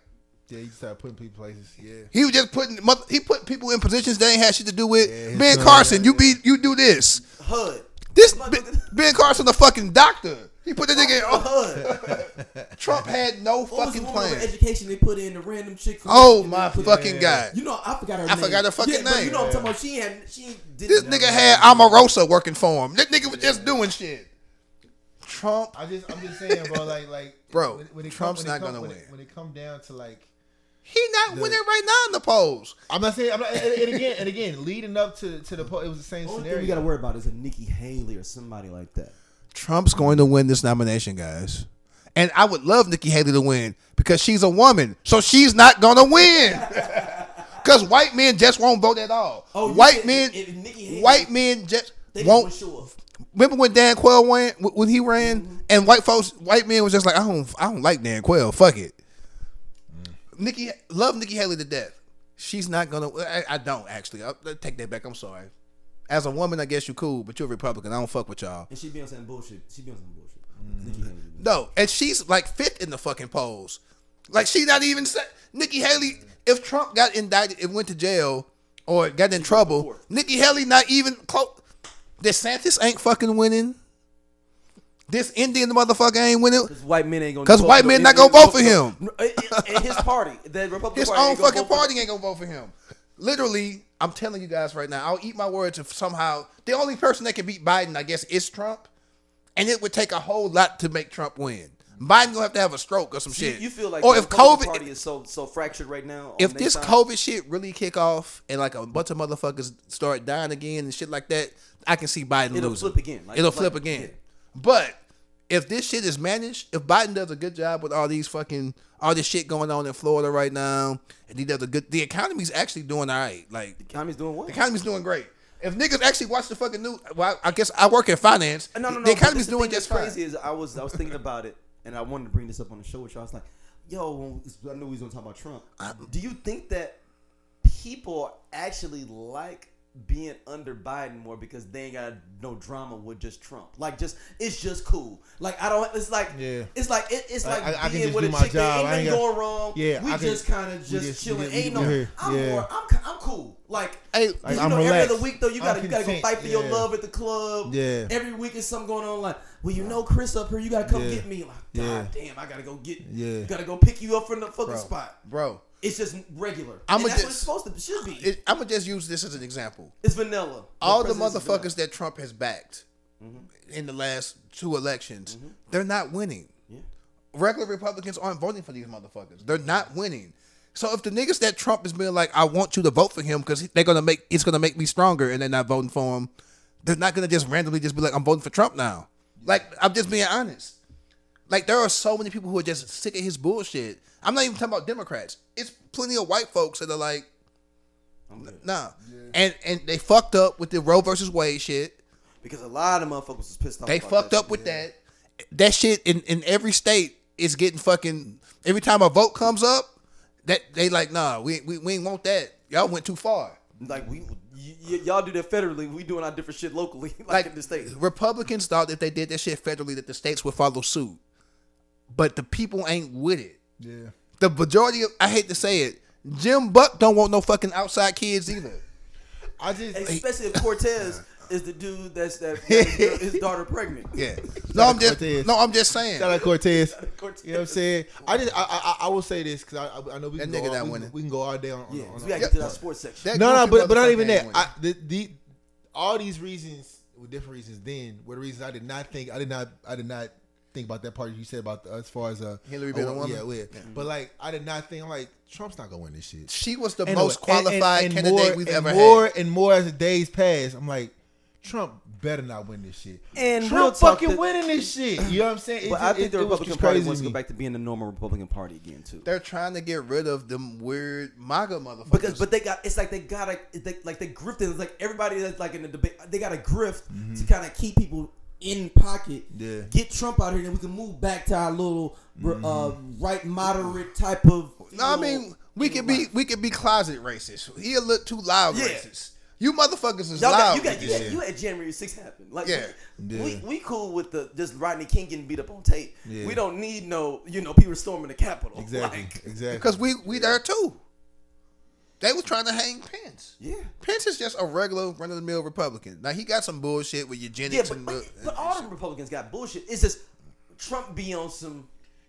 Speaker 1: yeah, you start putting people places. Yeah,
Speaker 2: He was just putting mother- he put people in positions they ain't had shit to do with.
Speaker 1: Yeah, his
Speaker 2: ben
Speaker 1: son,
Speaker 2: Carson,
Speaker 1: yeah,
Speaker 2: you be you do this.
Speaker 3: HUD.
Speaker 2: This
Speaker 3: Look,
Speaker 2: Ben,
Speaker 3: look at-
Speaker 2: ben Carson, the fucking doctor. He put the nigga.
Speaker 3: (laughs)
Speaker 2: in- Oh, (laughs)
Speaker 3: HUD.
Speaker 2: Trump had no
Speaker 3: What was the
Speaker 2: fucking
Speaker 3: woman over
Speaker 2: plan.
Speaker 3: education they put in the random chick? From
Speaker 2: Oh
Speaker 3: Michigan
Speaker 2: my
Speaker 3: they put-
Speaker 2: fucking
Speaker 1: Yeah.
Speaker 2: god!
Speaker 3: You know, I forgot her.
Speaker 2: I
Speaker 3: name.
Speaker 2: forgot her fucking
Speaker 3: yeah, But
Speaker 2: name.
Speaker 3: you know, what I'm talking about she had she did.
Speaker 2: This nigga had Omarosa working for him. This nigga was just doing shit. Trump.
Speaker 1: I just, I'm just saying, (laughs) bro. Like, like,
Speaker 2: Bro,
Speaker 1: come-
Speaker 2: Trump's
Speaker 1: it
Speaker 2: not
Speaker 1: come-
Speaker 2: gonna
Speaker 1: when
Speaker 2: win.
Speaker 1: It, when it come down to like,
Speaker 2: He not winning right now in the polls.
Speaker 1: I'm not saying, I'm not, and, and again, and (laughs) again, leading up to to the poll, it was the same
Speaker 3: Only
Speaker 1: scenario.
Speaker 3: thing we gotta worry about is a Nikki Haley or somebody like that.
Speaker 2: Trump's going to win this nomination, guys. And I would love Nikki Haley to win because she's a woman. So she's not going to
Speaker 3: (laughs)
Speaker 2: win. Because white men just won't vote at all.
Speaker 3: Oh, you
Speaker 2: white
Speaker 3: said
Speaker 2: men,
Speaker 3: if- if Nikki Haley-
Speaker 2: white men just
Speaker 3: They
Speaker 2: won't.
Speaker 3: just sure.
Speaker 2: Remember when Dan Quayle went when he ran,
Speaker 3: Mm-hmm.
Speaker 2: and white folks, white men was just like, I don't, I don't like Dan Quayle. Fuck it.
Speaker 3: Mm.
Speaker 2: Nikki, love Nikki Haley to death. She's not gonna. I, I don't actually. I, I take that back. I'm sorry. As a woman, I guess you cool, but you're a Republican. I don't fuck with y'all.
Speaker 3: And she be on some bullshit. She be on some bullshit. Nikki Haley.
Speaker 2: No, and she's like fifth in the fucking polls. Like she not even se- Nikki Haley. If Trump got indicted, and went to jail or got in trouble,
Speaker 3: fourth.
Speaker 2: Nikki Haley not even close. DeSantis ain't fucking winning. This Indian motherfucker ain't winning.
Speaker 3: Because white men ain't gonna.
Speaker 2: 'Cause
Speaker 3: vote-
Speaker 2: white men
Speaker 3: no,
Speaker 2: not
Speaker 3: no,
Speaker 2: gonna vote for
Speaker 3: no,
Speaker 2: him.
Speaker 3: no, it- it- And his party, the Republican
Speaker 2: His
Speaker 3: party
Speaker 2: own
Speaker 3: ain't gonna
Speaker 2: fucking
Speaker 3: vote for
Speaker 2: party ain't gonna vote for him. Literally, I'm telling you guys right now, I'll eat my words if somehow the only person that can beat Biden, I guess, is Trump. And it would take a whole lot to make Trump win. Biden gonna have to have a stroke or some
Speaker 3: You-
Speaker 2: shit.
Speaker 3: You feel like
Speaker 2: or
Speaker 3: the
Speaker 2: if
Speaker 3: Republican
Speaker 2: COVID,
Speaker 3: party is so so fractured right now.
Speaker 2: if
Speaker 3: on
Speaker 2: this
Speaker 3: next time-
Speaker 2: COVID shit really kick off and like a bunch of motherfuckers start dying again and shit like that, I can see Biden
Speaker 3: It'll
Speaker 2: losing.
Speaker 3: flip again, like-
Speaker 2: It'll
Speaker 3: like-
Speaker 2: flip again.
Speaker 3: yeah.
Speaker 2: But if this shit is managed, if Biden does a good job with all these fucking all this shit going on in Florida right now, and he does a good, the economy's actually doing all right. Like the
Speaker 3: Tommy's doing what?
Speaker 2: economy's doing great. If niggas actually watch the fucking news, well, I guess I work in finance.
Speaker 3: No, no, no.
Speaker 2: The
Speaker 3: but
Speaker 2: economy's
Speaker 3: that's
Speaker 2: doing
Speaker 3: thing that's
Speaker 2: just fine.
Speaker 3: crazy. Is I was I was thinking about it, and I wanted to bring this up on the show with y'all. I was like, yo, when we- I know we was gonna talk about Trump. Do you think that people actually like being under Biden more because they ain't got no drama with just Trump. Like just it's just cool. Like I don't. It's like
Speaker 1: Yeah.
Speaker 3: It's like it, it's
Speaker 1: Like,
Speaker 3: like
Speaker 1: I- I can
Speaker 3: being
Speaker 1: just
Speaker 3: with
Speaker 1: do
Speaker 3: a
Speaker 1: my
Speaker 3: chick
Speaker 1: job.
Speaker 3: that
Speaker 1: I
Speaker 3: ain't
Speaker 1: ain't
Speaker 3: nothing
Speaker 1: got-
Speaker 3: going wrong.
Speaker 1: Yeah,
Speaker 3: we
Speaker 1: I can-
Speaker 3: just kind of
Speaker 1: we
Speaker 3: just,
Speaker 1: just- we
Speaker 3: chilling.
Speaker 1: just- we
Speaker 3: ain't
Speaker 1: just-
Speaker 3: no.
Speaker 1: yeah.
Speaker 3: I'm
Speaker 1: Yeah.
Speaker 3: more. I'm I'm cool. Like
Speaker 2: Hey,
Speaker 1: Like,
Speaker 3: you
Speaker 1: I'm
Speaker 3: know, every
Speaker 1: relaxed.
Speaker 3: other week though, you
Speaker 1: I'm
Speaker 3: gotta you gotta go
Speaker 1: content.
Speaker 3: fight for your
Speaker 1: Yeah.
Speaker 3: love at the club.
Speaker 1: Yeah.
Speaker 3: Every week is something going on. Like, well, you know, Chris up here, you gotta come
Speaker 1: Yeah.
Speaker 3: get me. Like, God
Speaker 1: Yeah.
Speaker 3: damn, I gotta go get.
Speaker 1: Yeah.
Speaker 3: Gotta go pick you up from the fucking
Speaker 2: bro,
Speaker 3: spot.
Speaker 2: bro.
Speaker 3: It's just regular.
Speaker 2: I'ma
Speaker 3: and that's
Speaker 2: just-
Speaker 3: what it's supposed to should be.
Speaker 2: I'm gonna just use this as an example.
Speaker 3: it's vanilla.
Speaker 2: all the
Speaker 3: president's
Speaker 2: motherfuckers that Trump has backed in the last two elections, they're not winning. Regular Republicans aren't voting for these motherfuckers. They're not winning. So if the niggas that Trump is being like, I want you to vote for him because they're gonna make it's gonna make me stronger, and they're not voting for him, they're not gonna just randomly just be like, I'm voting for Trump now. Like I'm just being honest. Like there are so many people who are just sick of his bullshit. I'm not even talking about Democrats. It's plenty of white folks that are like, nah. And and they fucked up with the Roe versus Wade shit.
Speaker 7: Because a lot of motherfuckers was pissed off.
Speaker 2: They
Speaker 7: about
Speaker 2: fucked
Speaker 7: that
Speaker 2: up with that. That shit in, in every state is getting fucking every time a vote comes up, that they like, nah, we we, we ain't want that. Y'all went too far.
Speaker 7: shit. Like we, y- y- y'all do that federally. We doing our different shit locally,
Speaker 3: (laughs)
Speaker 7: like,
Speaker 2: Like
Speaker 7: in the state.
Speaker 2: Republicans thought if they did that shit federally that the states would follow suit. But the people ain't with it.
Speaker 1: Yeah.
Speaker 2: The majority of I hate to say it, Jim Buck don't want no fucking outside kids either.
Speaker 1: I just (laughs)
Speaker 7: Especially
Speaker 2: (laughs)
Speaker 7: if Cortez is the dude that's that made his- his daughter pregnant.
Speaker 2: Yeah. No, I'm just
Speaker 1: Cortez.
Speaker 2: no, I'm just saying.
Speaker 1: Shout out Cortez. You know what I'm saying? I just I I, I will say this because I, I I know we
Speaker 2: That
Speaker 1: can
Speaker 2: nigga
Speaker 1: go
Speaker 2: not
Speaker 1: all, we,
Speaker 2: winning.
Speaker 1: can- we can go all day on, on,
Speaker 7: Yeah,
Speaker 1: on,
Speaker 7: 'cause
Speaker 1: on
Speaker 7: we gotta get to that sports section.
Speaker 2: That
Speaker 1: no, no,
Speaker 2: goofy
Speaker 1: but but not
Speaker 2: motherfucker
Speaker 1: even that.
Speaker 2: ain't winning.
Speaker 1: I, the, the all these reasons, with different reasons, then were the reasons I did not think I did not I did not think about that part you said about the, as far as uh
Speaker 2: Hillary being a woman?
Speaker 1: Yeah, yeah. But like I did not think I'm like Trump's not gonna win this shit.
Speaker 2: She was the
Speaker 1: And
Speaker 2: most
Speaker 1: anyway, and-
Speaker 2: qualified
Speaker 1: and- and
Speaker 2: candidate
Speaker 1: more-
Speaker 2: we've
Speaker 1: and
Speaker 2: ever
Speaker 1: more
Speaker 2: had.
Speaker 1: and more as the days pass. I'm like. Trump better not win this shit.
Speaker 7: And real
Speaker 1: Trump
Speaker 7: talk,
Speaker 1: fucking
Speaker 7: the-
Speaker 1: winning this shit. You know what I'm saying? It
Speaker 7: But
Speaker 1: ju-
Speaker 7: I think
Speaker 1: it-
Speaker 7: the
Speaker 1: it was
Speaker 7: Republican
Speaker 1: just
Speaker 7: Party
Speaker 1: crazy
Speaker 7: wants to
Speaker 1: me.
Speaker 7: go back to being the normal Republican Party again too.
Speaker 2: They're trying to get rid of them weird MAGA motherfuckers.
Speaker 3: because but they got it's like they gotta they, like they grifted it's like everybody that's like in the debate they got to grift to kind of keep people in pocket
Speaker 1: Mm-hmm. Yeah.
Speaker 3: get trump out here and we can move back to our little uh,
Speaker 1: Mm-hmm.
Speaker 3: right moderate type of
Speaker 2: no, I mean we could be we could be closet racist. He a little too loud
Speaker 3: Yeah.
Speaker 2: racist. You motherfuckers is
Speaker 3: Y'all got,
Speaker 2: loud.
Speaker 3: you got
Speaker 2: with
Speaker 3: you,
Speaker 2: this
Speaker 3: had,
Speaker 2: shit.
Speaker 3: you had January 6th happen. Like
Speaker 2: Yeah.
Speaker 3: we,
Speaker 1: Yeah.
Speaker 3: we we cool with the just Rodney King getting beat up on tape.
Speaker 1: Yeah.
Speaker 3: We don't need no you know people storming the Capitol.
Speaker 1: Exactly.
Speaker 3: Like,
Speaker 1: exactly.
Speaker 2: Because we we there too. They was trying to hang Pence.
Speaker 3: yeah.
Speaker 2: Pence is just a regular run of the mill Republican. Now he got some bullshit with eugenics
Speaker 3: Yeah, but,
Speaker 2: and,
Speaker 3: but,
Speaker 2: and-
Speaker 3: but all the Republicans got bullshit. It's just Trump be on some.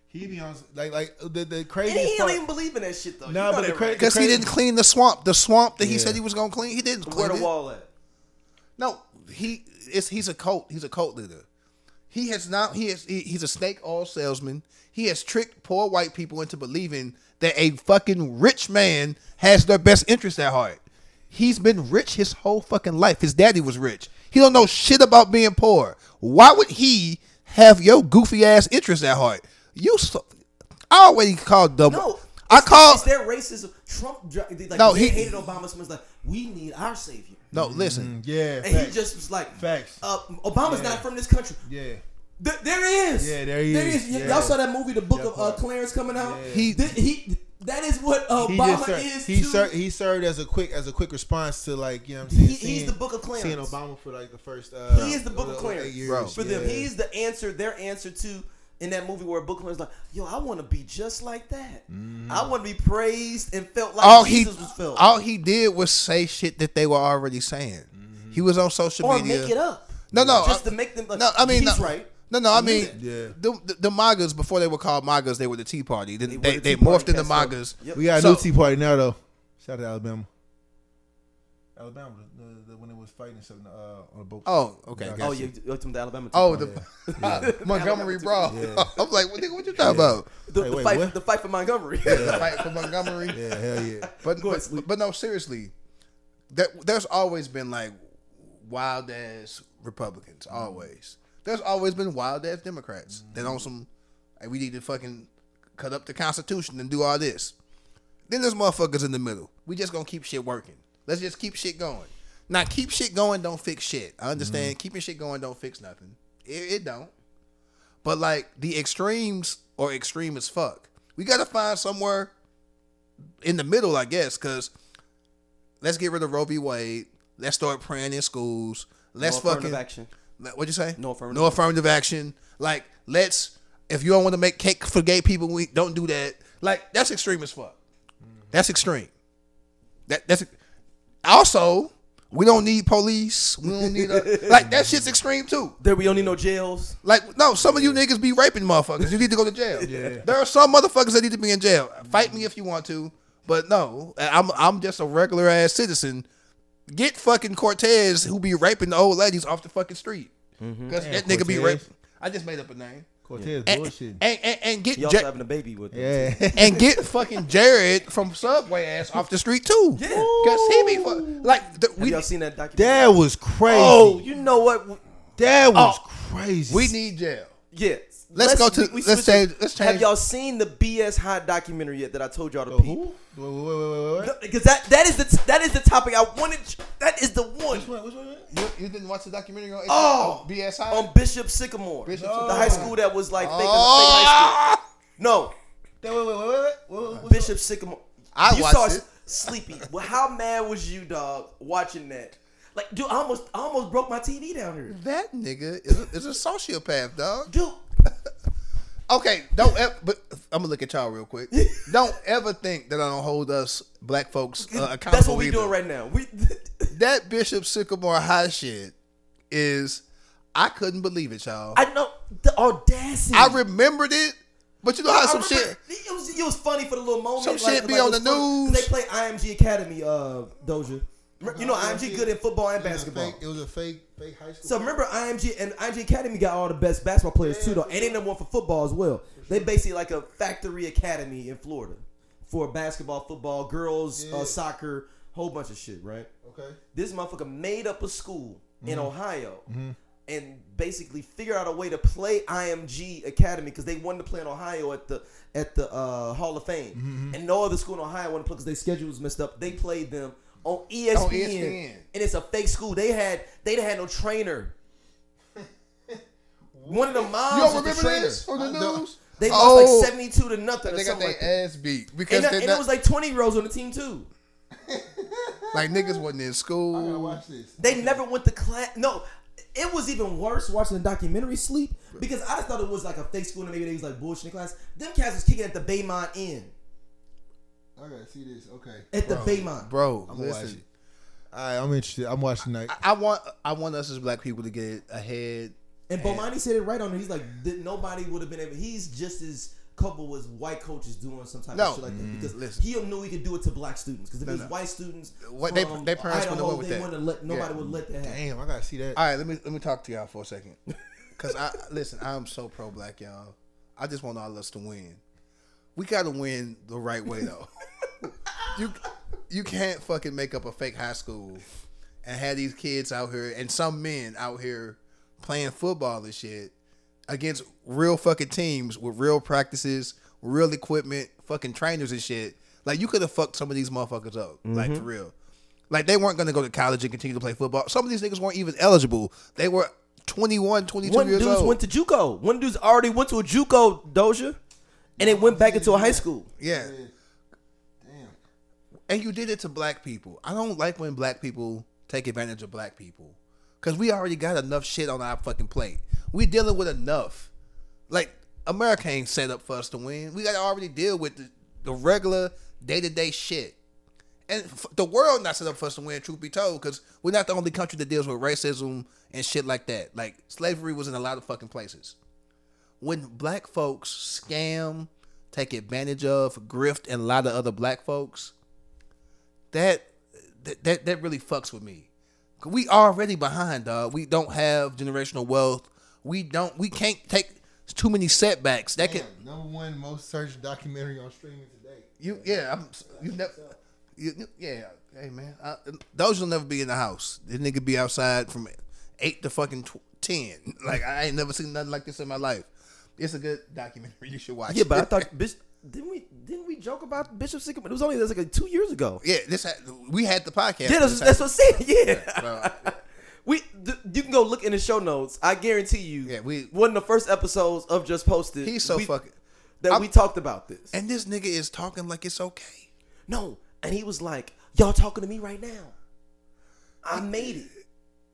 Speaker 1: He be on like like the the
Speaker 3: And
Speaker 1: craziest part.
Speaker 3: he don't even believe in that shit though.
Speaker 1: Nah,
Speaker 3: you know
Speaker 1: but the
Speaker 3: that,
Speaker 1: cra-
Speaker 3: right?
Speaker 2: because he
Speaker 1: crazy-
Speaker 2: didn't clean the swamp. The swamp that he
Speaker 1: Yeah.
Speaker 2: said he was gonna clean, he didn't clean
Speaker 3: Where the
Speaker 2: it.
Speaker 3: wall at?
Speaker 2: No, he is. He's a cult. He's a cult leader. He has now. He is. He, he's a snake oil salesman. He has tricked poor white people into believing that a fucking rich man has their best interest at heart. He's been rich his whole fucking life. His daddy was rich. He don't know shit about being poor. Why would he have your goofy ass interest at heart? You. So, I always call double.
Speaker 3: No.
Speaker 2: I
Speaker 3: it's-
Speaker 2: call
Speaker 3: It's their racism. Trump. dr- Like,
Speaker 2: No,
Speaker 3: they
Speaker 2: he-
Speaker 3: hated Obama so much. Like we need our savior.
Speaker 2: no.
Speaker 3: Mm-hmm.
Speaker 2: Listen.
Speaker 1: Yeah.
Speaker 3: And he
Speaker 1: facts.
Speaker 3: just was like,
Speaker 1: Facts.
Speaker 3: Uh, Obama's
Speaker 1: Yeah.
Speaker 3: not from this country.
Speaker 1: yeah.
Speaker 3: Th- there he is.
Speaker 1: Yeah, there he is.
Speaker 3: Y-
Speaker 1: Yeah.
Speaker 3: Y'all saw that movie, The Book
Speaker 1: That
Speaker 3: of uh,
Speaker 1: part.
Speaker 3: Clarence coming out.
Speaker 1: Yeah.
Speaker 2: He-
Speaker 3: He, he, that is what
Speaker 1: He
Speaker 3: Obama
Speaker 1: just served,
Speaker 3: is.
Speaker 1: he,
Speaker 3: to,
Speaker 1: served, he served as a quick as a quick response to like you know what I'm saying.
Speaker 3: He- he's the Book of Clarence.
Speaker 1: Seeing Obama for like the first. Uh,
Speaker 3: He is the Book of
Speaker 1: uh,
Speaker 3: Clarence.
Speaker 1: eight years.
Speaker 2: Bro.
Speaker 3: for them.
Speaker 1: Yeah.
Speaker 3: He's the answer. Their answer to in that movie where Book Clarence like, yo, I want to be just like that.
Speaker 1: Mm-hmm.
Speaker 3: I want to be praised and felt like
Speaker 2: all Oh, he
Speaker 3: Jesus was felt,
Speaker 2: all he did was say shit that they were already saying. He was on social
Speaker 3: or
Speaker 2: media.
Speaker 3: make it up.
Speaker 2: No, no,
Speaker 3: just
Speaker 2: I-
Speaker 3: to make them. Like,
Speaker 2: No, I mean
Speaker 3: he's
Speaker 2: no,
Speaker 3: right.
Speaker 2: No, no, I mean
Speaker 1: Yeah.
Speaker 2: the, the the MAGAs before they were called MAGAs, they were the Tea Party. Then they
Speaker 3: were the
Speaker 2: they,
Speaker 3: Tea Party
Speaker 2: morphed into
Speaker 3: cast up.
Speaker 2: MAGAs.
Speaker 3: Yep.
Speaker 1: We got a
Speaker 2: So-
Speaker 1: new Tea Party now though. Shout out to Alabama. Alabama, the, the, when it was fighting something uh, on a boat.
Speaker 2: Oh, okay.
Speaker 1: Yeah.
Speaker 2: gotcha.
Speaker 3: Oh, you you talking the Alabama?
Speaker 2: Oh,
Speaker 3: team.
Speaker 2: the (laughs) Montgomery Brawl.
Speaker 1: Yeah.
Speaker 2: (laughs) I'm like, what, nigga, what you talking about?
Speaker 3: the,
Speaker 1: Hey,
Speaker 3: the
Speaker 1: wait,
Speaker 3: fight,
Speaker 1: what?
Speaker 3: the fight for Montgomery.
Speaker 2: The fight for Montgomery.
Speaker 1: Yeah, hell
Speaker 3: (laughs)
Speaker 1: yeah.
Speaker 2: But,
Speaker 3: Go ahead,
Speaker 2: but,
Speaker 3: sleep.
Speaker 2: but no, seriously, there, there's always been like wild ass Republicans.
Speaker 3: Mm-hmm.
Speaker 2: Always, there's always been wild ass Democrats. That on some, hey, we need to fucking cut up the Constitution and do all this. Then there's motherfuckers in the middle. We just gonna keep shit working. Let's just keep shit going. Now keep shit going, don't fix shit. I understand keeping shit going don't fix nothing. It, it don't. But like the extremes are extreme as fuck. We gotta find somewhere in the middle, I guess, because let's get rid of Roe v. Wade. Let's start praying in schools.
Speaker 1: (laughs)
Speaker 2: Let's
Speaker 3: No affirmative
Speaker 2: fucking
Speaker 3: action.
Speaker 2: Let- What'd you say?
Speaker 3: No affirmative
Speaker 2: No affirmative action. Like, let's. If you don't want to make cake for gay people, we don't do that. Like, that's extreme as fuck. That's extreme. That that's also we don't need police. We don't need a,
Speaker 3: (laughs)
Speaker 2: like that shit's extreme too.
Speaker 3: There we don't need no jails.
Speaker 2: Like, no, some of you niggas be raping motherfuckers. You need to go to
Speaker 3: (laughs)
Speaker 2: jail. There are some motherfuckers that need to be in jail. Fight me if you want to, but no, I'm I'm just a regular ass citizen. Get fucking Cortez who be raping the old ladies off the fucking street
Speaker 3: Mm-hmm.
Speaker 2: because
Speaker 1: Damn,
Speaker 2: that nigga be
Speaker 1: Cortez.
Speaker 2: raping. I just made up a name.
Speaker 1: Cortez
Speaker 2: And,
Speaker 1: bullshit.
Speaker 2: and, and, and get
Speaker 3: He also
Speaker 2: Ja-
Speaker 3: having a baby with them.
Speaker 1: Yeah.
Speaker 2: (laughs) and
Speaker 3: (laughs)
Speaker 2: get fucking Jared from Subway ass off the street too. Yeah, because he be fuck, like the,
Speaker 3: Have
Speaker 2: we
Speaker 3: y'all seen that documentary?
Speaker 1: that was crazy.
Speaker 3: Oh, you Oh. know what?
Speaker 1: that was crazy.
Speaker 2: we need jail.
Speaker 3: Yeah.
Speaker 2: Let's go to- let's
Speaker 3: switch it.
Speaker 2: change- let's
Speaker 3: Have
Speaker 2: change-
Speaker 3: y'all seen the BS Hot documentary yet that I told y'all to
Speaker 1: The
Speaker 3: peep?
Speaker 1: who? Wait, wait, wait, wait, wait, wait.
Speaker 3: Because that that is the t- that is the topic I wanted. That is the one
Speaker 1: Which one? Which one?
Speaker 2: You, you didn't watch the documentary on
Speaker 3: Oh!
Speaker 2: BS High?
Speaker 3: on Bishop Sycamore,
Speaker 2: Bishop
Speaker 3: the high
Speaker 2: Sycamore.
Speaker 3: school that was like fake, fake
Speaker 2: Oh!
Speaker 3: high school. No,
Speaker 1: That, wait, wait, wait, wait, wait. What- what-
Speaker 3: Bishop Sycamore.
Speaker 2: I
Speaker 3: you
Speaker 2: watched
Speaker 3: saw
Speaker 2: it.
Speaker 3: Sleepy. Well, how mad was you, dog, watching that? Like, dude, I almost I almost broke my TV down here,
Speaker 2: That nigga is a, is a sociopath, dog.
Speaker 3: dude.
Speaker 2: Okay, don't. Ever, but I'm gonna look at y'all real
Speaker 3: (laughs)
Speaker 2: quick. Don't ever think that I don't hold us black folks uh, accountable.
Speaker 3: that's what we
Speaker 2: either.
Speaker 3: doing right now. We (laughs)
Speaker 2: That Bishop Sycamore High shit is. I couldn't believe it, y'all. I,
Speaker 3: I know the audacity.
Speaker 2: remembered it, but you know how
Speaker 3: I
Speaker 2: some
Speaker 3: remember-
Speaker 2: shit.
Speaker 3: It was, it was funny for the little moment.
Speaker 2: Some shit be
Speaker 3: it
Speaker 2: on
Speaker 3: was
Speaker 2: the
Speaker 3: funny. 'Cause
Speaker 2: news.
Speaker 3: They play IMG Academy, uh, Doja. Re- You know, IMG good in football and
Speaker 1: It was a
Speaker 3: basketball.
Speaker 1: fake- It was a fake, fake high school.
Speaker 3: So remember IMG and IMG Academy got all the best basketball players too, though, and they number one for football as well. They basically like a factory academy in Florida for basketball, football, girls,
Speaker 1: Yeah.
Speaker 3: uh, soccer, whole bunch of shit, right?
Speaker 1: okay.
Speaker 3: This motherfucker made up a school in
Speaker 2: Mm-hmm.
Speaker 3: Ohio and basically figured out a way to play IMG Academy because they wanted to play in Ohio at the at the uh, Hall of Fame,
Speaker 2: Mm-hmm.
Speaker 3: and no other school in Ohio wanted to play because their schedule was messed up. They played them on E ESPN,
Speaker 2: E ESPN.
Speaker 3: and it's a fake school. They had they had no trainer.
Speaker 2: (laughs)
Speaker 3: One of the moms
Speaker 2: You don't
Speaker 3: was the
Speaker 2: remember
Speaker 3: trainer.
Speaker 2: this from the
Speaker 1: I don't-
Speaker 2: news?
Speaker 3: They lost
Speaker 2: Oh,
Speaker 3: like seventy two to nothing or
Speaker 2: They got their
Speaker 3: something like that.
Speaker 2: ass beat because
Speaker 3: And,
Speaker 2: they're
Speaker 3: and
Speaker 2: not,
Speaker 3: it was like twenty year olds on the team too.
Speaker 2: like niggas wasn't
Speaker 1: I
Speaker 2: in
Speaker 1: gotta
Speaker 2: school.
Speaker 1: watch this.
Speaker 3: They never went to class. No, it was even worse watching the documentary Sleep because I just thought it was like a fake school and maybe they was like bullshitting class. Them cats was kicking at the Baymont Inn.
Speaker 1: I gotta see this. Okay.
Speaker 3: At the Baymont.
Speaker 2: Bro,
Speaker 1: I'm
Speaker 2: listen.
Speaker 1: watching. All right, I'm interested. I'm watching tonight.
Speaker 2: I want I want us as black people to get ahead.
Speaker 3: And Bomani said it right on there. He's like, "Th- nobody would have been able. He's just as culpable as white coaches doing some type
Speaker 2: No. Mm-hmm.
Speaker 3: of shit like that because
Speaker 2: listen.
Speaker 3: he knew he could do it to black students. Because if it was
Speaker 2: no.
Speaker 3: white students,
Speaker 2: What- they-
Speaker 3: from
Speaker 2: they parents wouldn't have
Speaker 3: Idaho,
Speaker 2: went with
Speaker 3: they
Speaker 2: that.
Speaker 3: wouldn't have let nobody
Speaker 2: Yeah.
Speaker 3: would let that happen.
Speaker 1: Damn, I gotta see that.
Speaker 2: All right, let me let me talk to y'all for a second, (laughs) cause I listen. I'm so pro black, y'all. I just want all of us to win. We gotta win the right way though. you you can't fucking make up a fake high school and have these kids out here and some men out here playing football and shit against real fucking teams with real practices, real equipment, fucking trainers and shit. Like you could have fucked some of these motherfuckers up,
Speaker 3: Mm-hmm.
Speaker 2: like for real. Like they weren't gonna go to college and continue to play football. Some of these niggas weren't even eligible. They were 21, 22
Speaker 3: One
Speaker 2: years
Speaker 3: dude's
Speaker 2: old.
Speaker 3: went to JUCO. One dude's already went to a JUCO Doja, and it went back into a high school.
Speaker 2: yeah.
Speaker 1: Damn.
Speaker 2: and you did it to black people. I don't like when black people take advantage of black people because we already got enough shit on our fucking plate. We dealing with enough. Like America ain't set up for us to win. We got to already deal with the, the regular day to day shit. And f- the world not set up for us to win. Truth be told, because we're not the only country that deals with racism and shit like that. Like slavery was in a lot of fucking places. When black folks scam, take advantage of, grift, and a lot of other black folks, that that that, that really fucks with me. 'Cause We already behind, dog. We don't have generational wealth. We don't. We can't take too many setbacks. That can
Speaker 1: Damn. Number one most searched documentary on streaming today.
Speaker 2: you. Yeah, I'm. You never. You, you- yeah, hey man, I, um, those will never be in the house. This nigga be outside from eight to fucking tw- ten. (laughs) Like I ain't never seen nothing like this in my life. It's a good documentary. (laughs) You should watch.
Speaker 3: Yeah, but I
Speaker 2: it.
Speaker 3: thought Bishop, didn't we didn't we joke about Bishop Sycamore? It was only that's like two years ago.
Speaker 2: yeah, this had, we had the podcast.
Speaker 3: Yeah, that's, that's what I'm saying.
Speaker 2: (laughs)
Speaker 3: Yeah,
Speaker 2: Bro,
Speaker 3: we th- you can go look in the show notes. I guarantee you.
Speaker 2: Yeah, we-
Speaker 3: one of the first episodes of just posted.
Speaker 2: he's so
Speaker 3: we-
Speaker 2: fucking.
Speaker 3: that
Speaker 2: I'm-
Speaker 3: we talked about this.
Speaker 2: And this nigga is talking like it's okay.
Speaker 3: no, and he was like, "Y'all talking to me right now." I made it.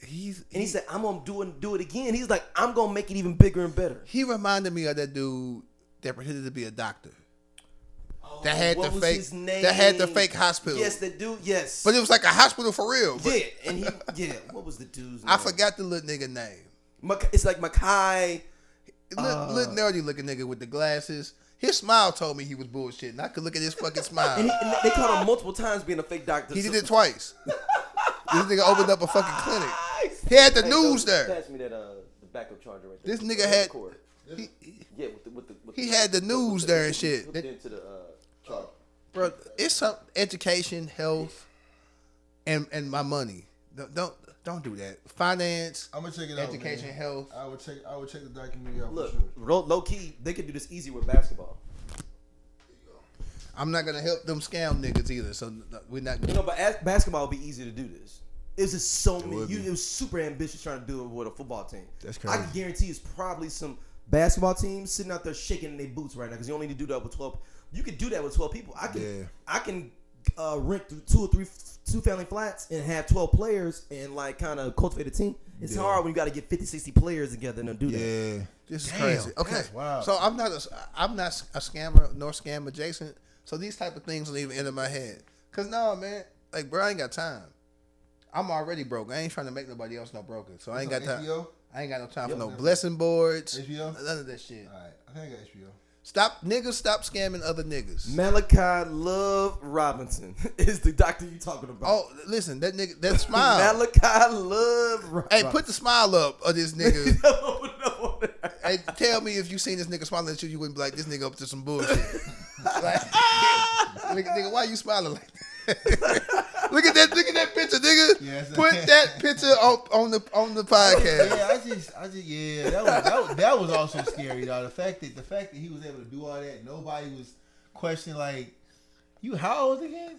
Speaker 2: He's
Speaker 3: And he said, I'm gonna do it, do it again. He's like, I'm gonna make it even bigger and better.
Speaker 2: he reminded me of that dude that pretended to be a doctor. That had
Speaker 3: What
Speaker 2: the
Speaker 3: was
Speaker 2: fake
Speaker 3: his name?
Speaker 2: that had the fake hospital.
Speaker 3: Yes, the dude. Yes,
Speaker 2: but it was like a hospital for real. But
Speaker 3: yeah, and he yeah. What was the dude's name?
Speaker 2: I forgot the little nigga name.
Speaker 3: Mac- it's like Mackay.
Speaker 2: Little, little nerdy looking nigga with the glasses. His smile told me he was bullshitting. I could look at his fucking smile.
Speaker 3: And, he, and they caught him multiple times being a fake doctor.
Speaker 2: He
Speaker 3: So-
Speaker 2: did it twice. this nigga opened up a fucking clinic. He had the
Speaker 3: Hey,
Speaker 2: news
Speaker 3: go
Speaker 2: there.
Speaker 3: Pass me that uh the backup charger right there.
Speaker 2: This nigga had
Speaker 3: Cord.
Speaker 2: he,
Speaker 3: yeah with the with the with
Speaker 2: he had the news there and shit.
Speaker 3: hooked into the uh, charger.
Speaker 2: Bro, it's some education, health, and and my money. Don't don't, don't do that. Finance,
Speaker 1: I'm gonna check it out.
Speaker 2: education,
Speaker 1: man.
Speaker 2: health.
Speaker 1: I would check. I would check the documentary out
Speaker 3: Look,
Speaker 1: for sure.
Speaker 3: low, low key, they could do this easy with basketball.
Speaker 2: I'm not gonna help them scam niggas either. So th- we're not.
Speaker 3: You know, but as, basketball would be easy to do this. It was just so many.
Speaker 1: would
Speaker 3: You,
Speaker 1: be.
Speaker 3: it was super ambitious trying to do it with a football team.
Speaker 1: That's
Speaker 3: I can
Speaker 1: crazy.
Speaker 3: guarantee it's probably some basketball teams sitting out there shaking in their boots right now because you only need to do that with twelve. You could do that with twelve people. I can.
Speaker 1: Yeah.
Speaker 3: I can uh, rent through two or three two family flats and have twelve players and like kind of cultivate a team. It's
Speaker 1: Yeah.
Speaker 3: hard when you got to get 50, 60 players together and do that.
Speaker 1: Yeah.
Speaker 2: This is
Speaker 1: Damn,
Speaker 2: crazy. Okay,
Speaker 1: that's wild.
Speaker 2: so I'm not a I'm not a scammer nor scam adjacent. So these type of things don't even enter my head. Cause no man, like bro, I ain't got time. I'm already broke. I ain't trying to make nobody else no broker. So I ain't got
Speaker 1: It's on
Speaker 2: time.
Speaker 1: HBO?
Speaker 2: I ain't got no time for no blessing boards.
Speaker 1: HBO?
Speaker 2: None of that shit.
Speaker 1: All right. I think I got HBO.
Speaker 2: Stop niggas. Stop scamming other niggas.
Speaker 3: Malachi Love Robinson (laughs) is the doctor you talking about.
Speaker 2: Oh, listen, that nigga, that (laughs) smile.
Speaker 3: Malachi Love. Robinson.
Speaker 2: hey, put the smile up of this (laughs) nigga.
Speaker 3: No, no, no.
Speaker 2: hey, tell me if you seen this nigga smiling at you, you wouldn't be like, this nigga up to some bullshit. like, nigga, nigga, why you smiling like that? (laughs) look at that, look at that picture, nigga.
Speaker 1: Yes.
Speaker 2: Put that picture on, on the on the podcast.
Speaker 1: Yeah, I just, I just, yeah, that was that was, that was also scary, though. The fact that the fact that he was able to do all that, nobody was questioning. Like, you how old again?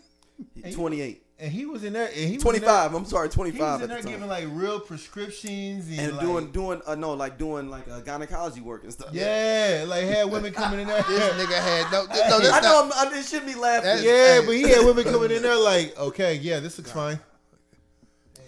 Speaker 1: And-
Speaker 3: 28.
Speaker 1: And he was in there, and he was in there-
Speaker 3: 25. I'm sorry,
Speaker 1: He was
Speaker 3: 25
Speaker 1: in
Speaker 3: at
Speaker 1: there
Speaker 3: the
Speaker 1: giving
Speaker 3: time.
Speaker 1: like real prescriptions and,
Speaker 3: And
Speaker 1: like,
Speaker 3: doing doing uh, no like doing like uh, gynecology work and stuff.
Speaker 1: yeah, like had women coming in
Speaker 3: (laughs)
Speaker 1: there.
Speaker 2: This nigga had no, no,
Speaker 3: I
Speaker 2: that's
Speaker 3: know
Speaker 2: not.
Speaker 3: I'm, I'm, it should be laughing.
Speaker 2: That's-
Speaker 1: yeah, but he had women coming in there like, okay, yeah, this looks fine.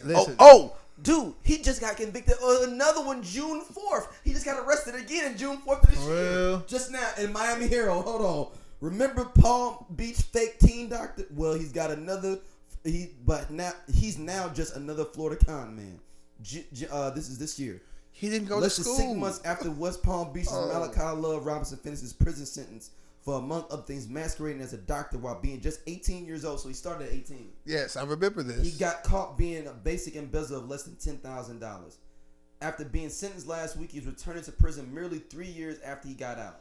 Speaker 2: Listen,
Speaker 3: Oh, oh, dude, he just got convicted. of another one, June 4th. He just got arrested again in June 4th of this
Speaker 1: For
Speaker 3: year.
Speaker 1: real?
Speaker 3: Just now in Miami Herald. Hold on. Remember Palm Beach fake teen doctor? Well, he's got another. He but now he's now just another Florida con man. J, J, uh, this is this year.
Speaker 2: he didn't go
Speaker 3: Less
Speaker 2: to
Speaker 3: than
Speaker 2: school.
Speaker 3: six months after West Palm Beach's Malachi Love Robinson finished his prison sentence for, among other things, masquerading as a doctor while being just 18 years old. So he started at 18.
Speaker 2: Yes, I remember this.
Speaker 3: He got caught being a basic embezzler of less than $10,000. After being sentenced last week, he's returning to prison merely three years after he got out.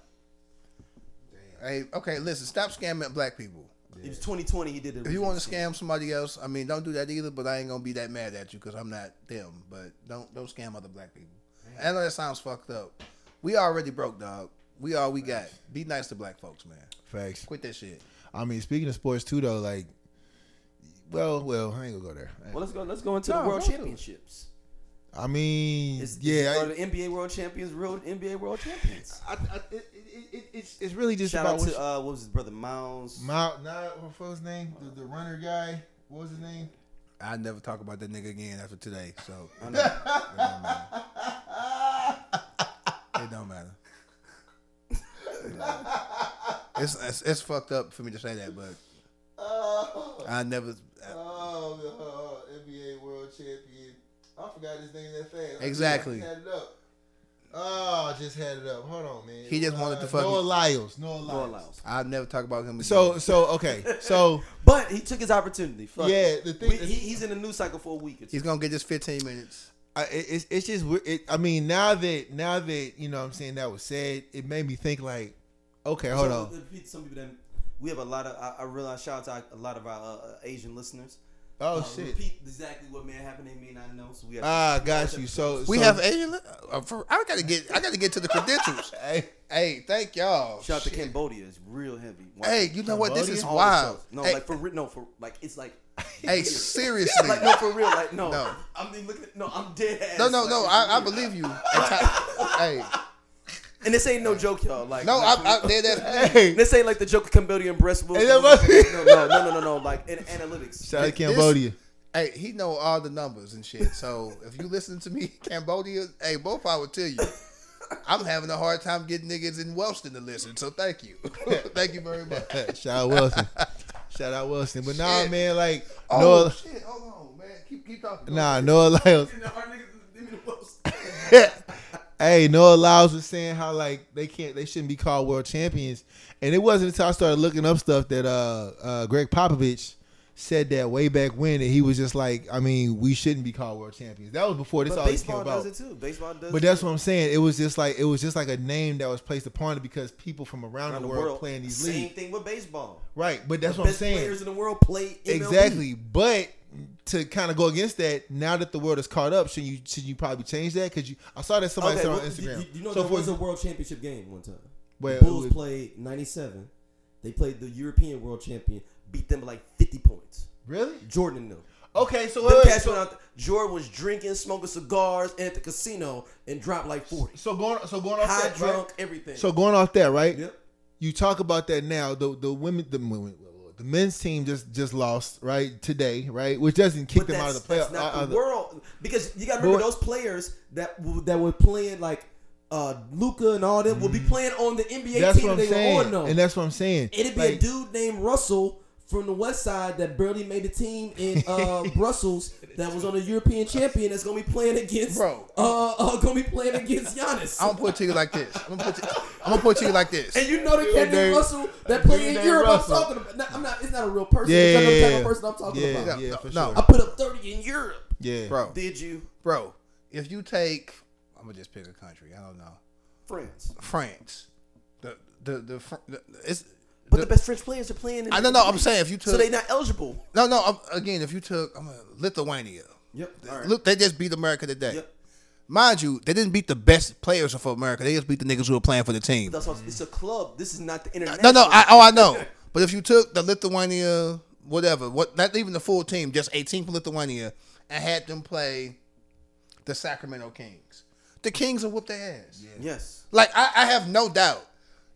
Speaker 2: hey, okay, listen, stop scamming black people.
Speaker 3: It was 2020 he did it.
Speaker 2: If you want to scam somebody else, I mean, don't do that either. But I ain't gonna be that mad at you because I'm not them. But don't don't scam other black people. I know that sounds fucked up. We already broke, dog. We all we got. Be nice to black folks, man.
Speaker 1: Facts.
Speaker 2: Quit that shit.
Speaker 1: I mean, speaking of sports too, though, like, well, well, I ain't gonna go there.
Speaker 3: Well, let's go. Let's go into
Speaker 2: No,
Speaker 3: the World
Speaker 2: don't do it.
Speaker 3: Championships.
Speaker 1: I mean,
Speaker 3: It's,
Speaker 1: yeah,
Speaker 3: it's,
Speaker 1: I-
Speaker 3: are the NBA World Champions, real NBA World Champions.
Speaker 1: I, I, it, it, it, it's it's really just
Speaker 3: Shout
Speaker 1: about
Speaker 3: out
Speaker 1: what
Speaker 3: to uh, what was his brother Miles?
Speaker 1: you- Mount. Not what was his name? The, the runner guy. What was his name?
Speaker 2: I never talk about that nigga again after today. So it don't
Speaker 3: know.
Speaker 2: matter. It don't matter. It's, it's it's fucked up for me to say that, but
Speaker 1: Oh,
Speaker 2: I never.
Speaker 1: oh, the uh, NBA world champion. I forgot his name that fast. I
Speaker 2: Exactly.
Speaker 1: just had it up. Oh, I just had it up. Hold on, man.
Speaker 2: He just wanted to
Speaker 1: Uh,
Speaker 2: fucking-
Speaker 1: Noah Lyles. Noah Lyles.
Speaker 3: Noah Lyles.
Speaker 2: I never talk about him. Again.
Speaker 1: So so okay so
Speaker 3: But he took his opportunity. Fuck
Speaker 1: Yeah,
Speaker 3: it.
Speaker 1: the thing
Speaker 3: We-
Speaker 1: is-
Speaker 3: he, he's in a news cycle for a week. Or two.
Speaker 2: he's gonna get just 15 minutes.
Speaker 1: I, it- it's it's just weir- it, I mean now that now that you know what I'm saying that was said it made me think like okay hold
Speaker 3: So,
Speaker 1: on
Speaker 3: the pe- Some people that we have a lot of. I, I realize shout out to a lot of our uh, uh, Asian listeners.
Speaker 1: oh
Speaker 3: Uh,
Speaker 1: shit
Speaker 3: Repeat exactly what may have happened. They may not know. So we have.
Speaker 1: ah got you so
Speaker 2: We
Speaker 1: so-
Speaker 2: have Asian. li- Uh, for, I gotta get. I gotta get to the credentials.
Speaker 1: (laughs) hey
Speaker 2: hey, thank y'all.
Speaker 3: Shout out to
Speaker 2: Shit.
Speaker 3: Cambodia. It's real heavy.
Speaker 2: Hey, you know what? This is
Speaker 3: All the
Speaker 2: wild.
Speaker 3: shows. No,
Speaker 2: hey,
Speaker 3: like for real. No, for like it's like. (laughs)
Speaker 2: hey, seriously.
Speaker 3: like no, for real. Like no.
Speaker 2: No.
Speaker 3: I'm mean, looking. At, no, I'm dead. Ass.
Speaker 2: no, no,
Speaker 3: Like,
Speaker 2: no.
Speaker 3: it's
Speaker 2: I, I
Speaker 3: weird.
Speaker 2: believe you. hey,
Speaker 3: And this ain't no joke, y'all. Like
Speaker 2: no,
Speaker 3: like,
Speaker 2: I, I, they, that,
Speaker 1: hey
Speaker 3: This ain't like the joke of Cambodian breast. milk.
Speaker 1: Ain't that right?
Speaker 3: No, no, no, no, no. Like in analytics.
Speaker 1: shout out to
Speaker 2: this-
Speaker 1: Cambodia
Speaker 2: Hey, he know all the numbers and shit. So if you listen to me, (laughs) Cambodia, hey, both I would tell you, I'm having a hard time getting niggas in Wellston to listen. So thank you, (laughs) thank you very much.
Speaker 1: (laughs) Shout out Wilson. Shout out Wilson. But nah,
Speaker 2: Shit.
Speaker 1: man, like
Speaker 2: Oh
Speaker 1: Noah,
Speaker 2: shit, hold on, man, keep
Speaker 1: (laughs)
Speaker 2: keep talking.
Speaker 1: nah, Noah Lyles.
Speaker 4: Our niggas is the most.
Speaker 1: hey, Noah Lyles was saying how like they can't, they shouldn't be called world champions. And it wasn't until I started looking up stuff that uh, uh Greg Popovich said that way back when that he was just like, I mean, we shouldn't be called world champions. That was before this
Speaker 3: But
Speaker 1: all this came
Speaker 3: baseball
Speaker 1: about.
Speaker 3: does it too. Baseball does.
Speaker 1: But
Speaker 3: it
Speaker 1: that's
Speaker 3: too.
Speaker 1: what I'm saying. It was just like it was just like a name that was placed upon it because people from around, the, world, playing these
Speaker 3: Same
Speaker 1: leagues.
Speaker 3: thing with baseball.
Speaker 1: Right, but that's
Speaker 3: the
Speaker 1: what I'm
Speaker 3: best
Speaker 1: saying.
Speaker 3: players in the world play MLB.
Speaker 1: Exactly. But to kind of go against that, now that the world is caught up, should you should you probably change that? Because you, I saw that somebody
Speaker 3: Okay,
Speaker 1: said
Speaker 3: well,
Speaker 1: on Instagram.
Speaker 4: You, you know
Speaker 1: so
Speaker 4: there
Speaker 1: for
Speaker 4: was a
Speaker 1: ex-
Speaker 4: world championship game one time.
Speaker 1: well,
Speaker 4: the Bulls
Speaker 1: it was-
Speaker 4: played '97. They played the European world champion, beat them by like 50 points.
Speaker 1: really
Speaker 4: Jordan and them.
Speaker 1: okay. So
Speaker 3: Them
Speaker 1: wait, wait,
Speaker 3: cats
Speaker 1: so,
Speaker 3: went out th- Jordan was drinking, smoking cigars and at the casino and dropped like 40.
Speaker 1: so going so going off
Speaker 3: High
Speaker 1: that, right?
Speaker 3: drunk, everything.
Speaker 1: So going off that, right?
Speaker 4: Yep.
Speaker 1: You talk about that now. The the women the women the men's team just just lost right today, right? Which doesn't kick
Speaker 3: but
Speaker 1: them
Speaker 3: that's,
Speaker 1: out of the uh, playoff.
Speaker 3: that's not
Speaker 1: out of the-
Speaker 3: the world because you got to remember
Speaker 1: But-
Speaker 3: those players that w- that were playing like uh, Luca and all them will be playing on the NBA
Speaker 1: Mm-hmm. That's
Speaker 3: team
Speaker 1: what
Speaker 3: that
Speaker 1: I'm
Speaker 3: they were on
Speaker 1: saying,
Speaker 3: though.
Speaker 1: and that's what I'm saying.
Speaker 3: It'd be a
Speaker 1: Like,
Speaker 3: dude named Russell from the West Side that barely made the team
Speaker 1: (laughs)
Speaker 3: in uh, Brussels that was on a European champion that's gonna be playing against
Speaker 2: Bro.
Speaker 3: Uh, uh, gonna be playing
Speaker 1: (laughs)
Speaker 3: against Giannis.
Speaker 2: I'm gonna put it to you like this. I'm gonna put it, I'm gonna put it to you like this.
Speaker 3: and you know the Kevin
Speaker 1: named-
Speaker 3: Russell that
Speaker 1: dude
Speaker 3: played in
Speaker 1: named
Speaker 3: Europe.
Speaker 1: Russell.
Speaker 3: I'm talking about. No, I'm not. It's not a real person.
Speaker 1: Yeah,
Speaker 3: Yeah, you
Speaker 1: yeah,
Speaker 3: type
Speaker 1: yeah.
Speaker 3: of person I'm talking
Speaker 1: Yeah,
Speaker 3: about.
Speaker 1: yeah,
Speaker 2: No,
Speaker 1: for
Speaker 2: no,
Speaker 1: sure.
Speaker 3: I put up 30 in Europe.
Speaker 1: yeah,
Speaker 2: bro,
Speaker 3: Did you,
Speaker 2: bro, if you take, I'm gonna just pick a country. I don't know,
Speaker 3: France?
Speaker 2: France. The the the, Fr- the it's.
Speaker 3: But the, best French players are playing. In
Speaker 2: I don't know. I'm saying if you took
Speaker 3: so they not eligible.
Speaker 2: No, no. um, again, if you took I'm a, Lithuania,
Speaker 3: Yep. All right.
Speaker 2: look, they just beat America today.
Speaker 3: Yep.
Speaker 2: Mind you, they didn't beat the best players for America. They just beat the niggas who were playing for the team.
Speaker 3: That's what, it's a club. This is not the
Speaker 2: No,
Speaker 3: international.
Speaker 2: no. I, oh, I know. But if you took the Lithuania, whatever, what not even the full team, just 18 from Lithuania, and had them play the Sacramento Kings, the Kings will whoop their ass.
Speaker 3: (laughs) Yes.
Speaker 2: Like I, I have no doubt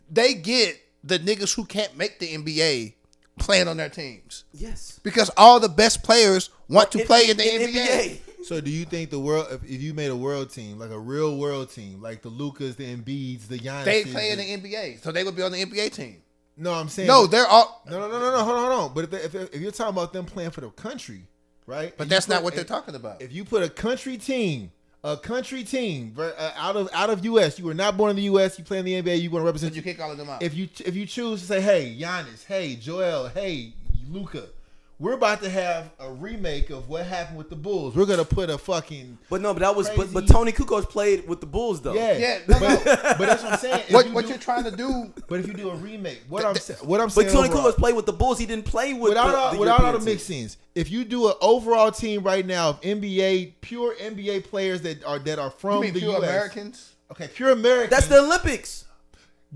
Speaker 2: they get the niggas who can't make the NBA playing on their teams
Speaker 3: Yes.
Speaker 2: because all the best players want to play in the NBA.
Speaker 1: So do you think the world if, if you made a world team, like a real world team, like the Lucas, the Embiids, the Giannis,
Speaker 2: They play in the NBA, so they would be on the NBA team.
Speaker 1: No, I'm saying
Speaker 2: No, they're all.
Speaker 1: no, no, no, no, no. Hold on, hold on. But if, they, if, if you're talking about them playing for the country, right?
Speaker 2: But
Speaker 1: And
Speaker 2: that's
Speaker 1: you put-
Speaker 2: not what they're
Speaker 1: if-
Speaker 2: talking about.
Speaker 1: If you put a country team, a country team bro, uh, out of out of U.S., you were not born in the U.S. You play in the NBA. You want to represent.
Speaker 2: You kick all of them out.
Speaker 1: if you if you choose to say, hey, Giannis, hey, Joel, hey, Luca, we're about to have a remake of what happened with the Bulls. We're gonna put a fucking
Speaker 3: But no, but that was but, but
Speaker 1: Crazy.
Speaker 3: Tony Kukoc played with the Bulls though.
Speaker 1: yeah,
Speaker 2: Yeah, no,
Speaker 1: but,
Speaker 2: no.
Speaker 1: but that's what I'm saying. If
Speaker 2: what
Speaker 1: you
Speaker 2: what
Speaker 1: do-
Speaker 2: you're trying to
Speaker 1: (laughs)
Speaker 2: do?
Speaker 1: But if you do a remake, what I'm sa- what I'm saying,
Speaker 3: But Tony
Speaker 1: overall-
Speaker 3: Kukoc played with the Bulls. He didn't play with
Speaker 1: without
Speaker 3: the,
Speaker 1: all,
Speaker 3: the
Speaker 1: without all the
Speaker 3: European team.
Speaker 1: mix-ins, if you do an overall team right now of NBA pure NBA players that are that are from
Speaker 2: You mean
Speaker 1: the
Speaker 2: pure
Speaker 1: US,
Speaker 2: Americans?
Speaker 1: okay, pure Americans.
Speaker 3: That's the Olympics.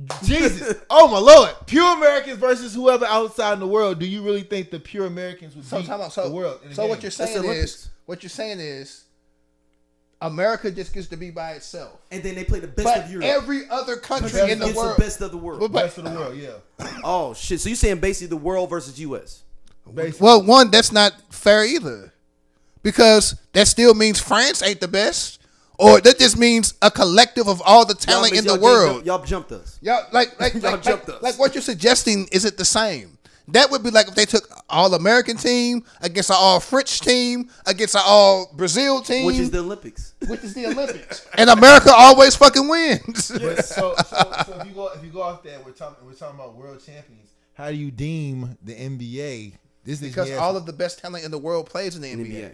Speaker 3: (laughs)
Speaker 1: Jesus. oh my lord, pure Americans versus whoever outside in the world. Do you really think the pure Americans would
Speaker 2: So,
Speaker 1: beat
Speaker 2: time out. so,
Speaker 1: the world? in a
Speaker 2: so
Speaker 1: game?
Speaker 2: what you're
Speaker 3: That's the
Speaker 2: saying is
Speaker 3: Olympics.
Speaker 2: what you're saying is America just gets to be by itself,
Speaker 4: And then they played the best
Speaker 2: but
Speaker 4: of Europe.
Speaker 2: every other country in the
Speaker 3: It's the
Speaker 2: world.
Speaker 3: best of the world.
Speaker 2: (laughs) But-
Speaker 1: best of the world, yeah.
Speaker 3: Oh shit! So you saying basically the world versus U.S.
Speaker 1: Basically.
Speaker 2: Well, one, that's not fair either. Because that still means France ain't the best. Or that just means a collective of all the
Speaker 3: Y'all
Speaker 2: talent
Speaker 3: mix-
Speaker 2: in the
Speaker 3: y'all-
Speaker 2: world.
Speaker 3: y'all jumped us.
Speaker 2: Y'all like like
Speaker 3: (laughs) Y'all
Speaker 2: like,
Speaker 3: jumped
Speaker 2: like,
Speaker 3: us.
Speaker 2: like what you're suggesting isn't the same. That would be like if they took all American team against an all French team against an all Brazil team,
Speaker 3: Which is the Olympics? (laughs)
Speaker 2: which is the Olympics, (laughs) and America always fucking wins.
Speaker 1: But so, so, so if you go if you go off that, we're talking we're talking about world champions. How do you deem the NBA? This is
Speaker 2: Because all of the best talent in the world plays in the NBA.
Speaker 3: NBA.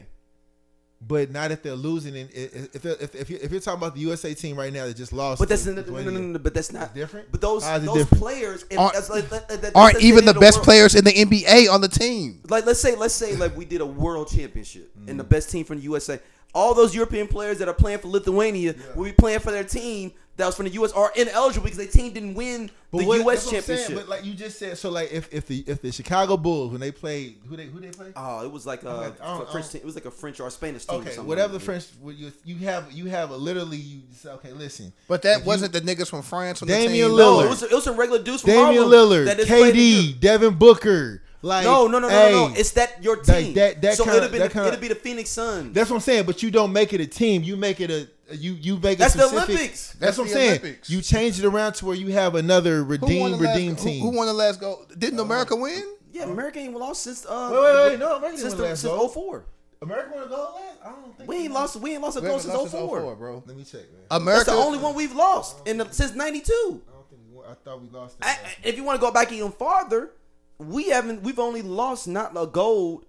Speaker 1: But not if they're losing. And if if if, if, you, if you're talking about the USA team right now that just lost,
Speaker 3: But that's
Speaker 1: to
Speaker 3: no, no, no,
Speaker 1: Lithuania.
Speaker 3: no, no, But that's not
Speaker 1: different?
Speaker 3: But those
Speaker 1: How is it
Speaker 3: those
Speaker 1: different?
Speaker 3: players and
Speaker 2: Aren't-
Speaker 3: that's like- that- that- that-
Speaker 2: Aren't
Speaker 3: let's say
Speaker 2: even
Speaker 3: they
Speaker 2: the
Speaker 3: did a
Speaker 2: best
Speaker 3: world-
Speaker 2: players in the NBA on the team.
Speaker 3: Like let's say let's say like we did a world championship and the
Speaker 1: Mm.
Speaker 3: best team from the USA. All those European players that are playing for Lithuania will be playing for their team that was from the US are ineligible because their team didn't win
Speaker 1: what-
Speaker 3: the
Speaker 1: that's
Speaker 3: US
Speaker 1: what I'm saying,
Speaker 3: championship.
Speaker 1: but like you just said, so like if if the if the Chicago Bulls when they played who they who they play.
Speaker 3: Oh, it was like a,
Speaker 1: Okay, I don't-
Speaker 3: a French
Speaker 1: I don't-
Speaker 3: team. It was like a French or a Spanish team. or
Speaker 1: Okay,
Speaker 3: something
Speaker 1: whatever the
Speaker 3: like
Speaker 1: French what you you have you have a literally you say, okay listen,
Speaker 2: But that wasn't the niggas from France on
Speaker 1: Damian
Speaker 2: the team.
Speaker 3: that. No,
Speaker 1: Lillard.
Speaker 3: it was it was some regular dudes from
Speaker 1: Damian
Speaker 3: Harlem
Speaker 1: Lillard,
Speaker 3: that just played the-
Speaker 1: KD, Devin Booker, Like
Speaker 3: no, no, no, no,
Speaker 1: hey,
Speaker 3: no, no. It's that your team.
Speaker 1: like that- that
Speaker 3: so
Speaker 1: kinda-
Speaker 3: it'll be
Speaker 1: that
Speaker 3: the,
Speaker 1: kinda-
Speaker 3: it'll be the Phoenix Suns.
Speaker 1: that's what I'm saying. But you don't make it a team. You make it a you you make it
Speaker 3: That's the
Speaker 1: specific-
Speaker 3: Olympics.
Speaker 1: That's,
Speaker 2: That's
Speaker 1: what I'm
Speaker 2: the
Speaker 1: saying.
Speaker 2: Olympics.
Speaker 1: You change it around to where you have another
Speaker 2: Who won
Speaker 1: redeem
Speaker 2: the last-
Speaker 1: redeem
Speaker 2: who-
Speaker 1: team.
Speaker 2: Who, won the last goal? Didn't
Speaker 3: Uh,
Speaker 2: America win?
Speaker 3: yeah, America ain't lost since uh.
Speaker 1: Wait, wait, wait, no, America didn't
Speaker 3: since
Speaker 1: win
Speaker 3: the,
Speaker 1: last
Speaker 3: since
Speaker 1: goal.
Speaker 3: 04.
Speaker 1: America won a goal last? I don't think
Speaker 3: We
Speaker 1: they
Speaker 3: ain't
Speaker 1: won.
Speaker 3: lost. We ain't lost a
Speaker 2: We
Speaker 3: goal
Speaker 2: haven't
Speaker 3: since
Speaker 2: lost
Speaker 3: 04.
Speaker 2: since 04, bro.
Speaker 1: Let me check, man.
Speaker 2: America.
Speaker 3: That's the only one we've lost in the, since '92.
Speaker 1: I don't think we won. I thought we lost.
Speaker 3: I-
Speaker 1: That
Speaker 3: I- if you want to go back even farther, we haven't. We've only lost not a gold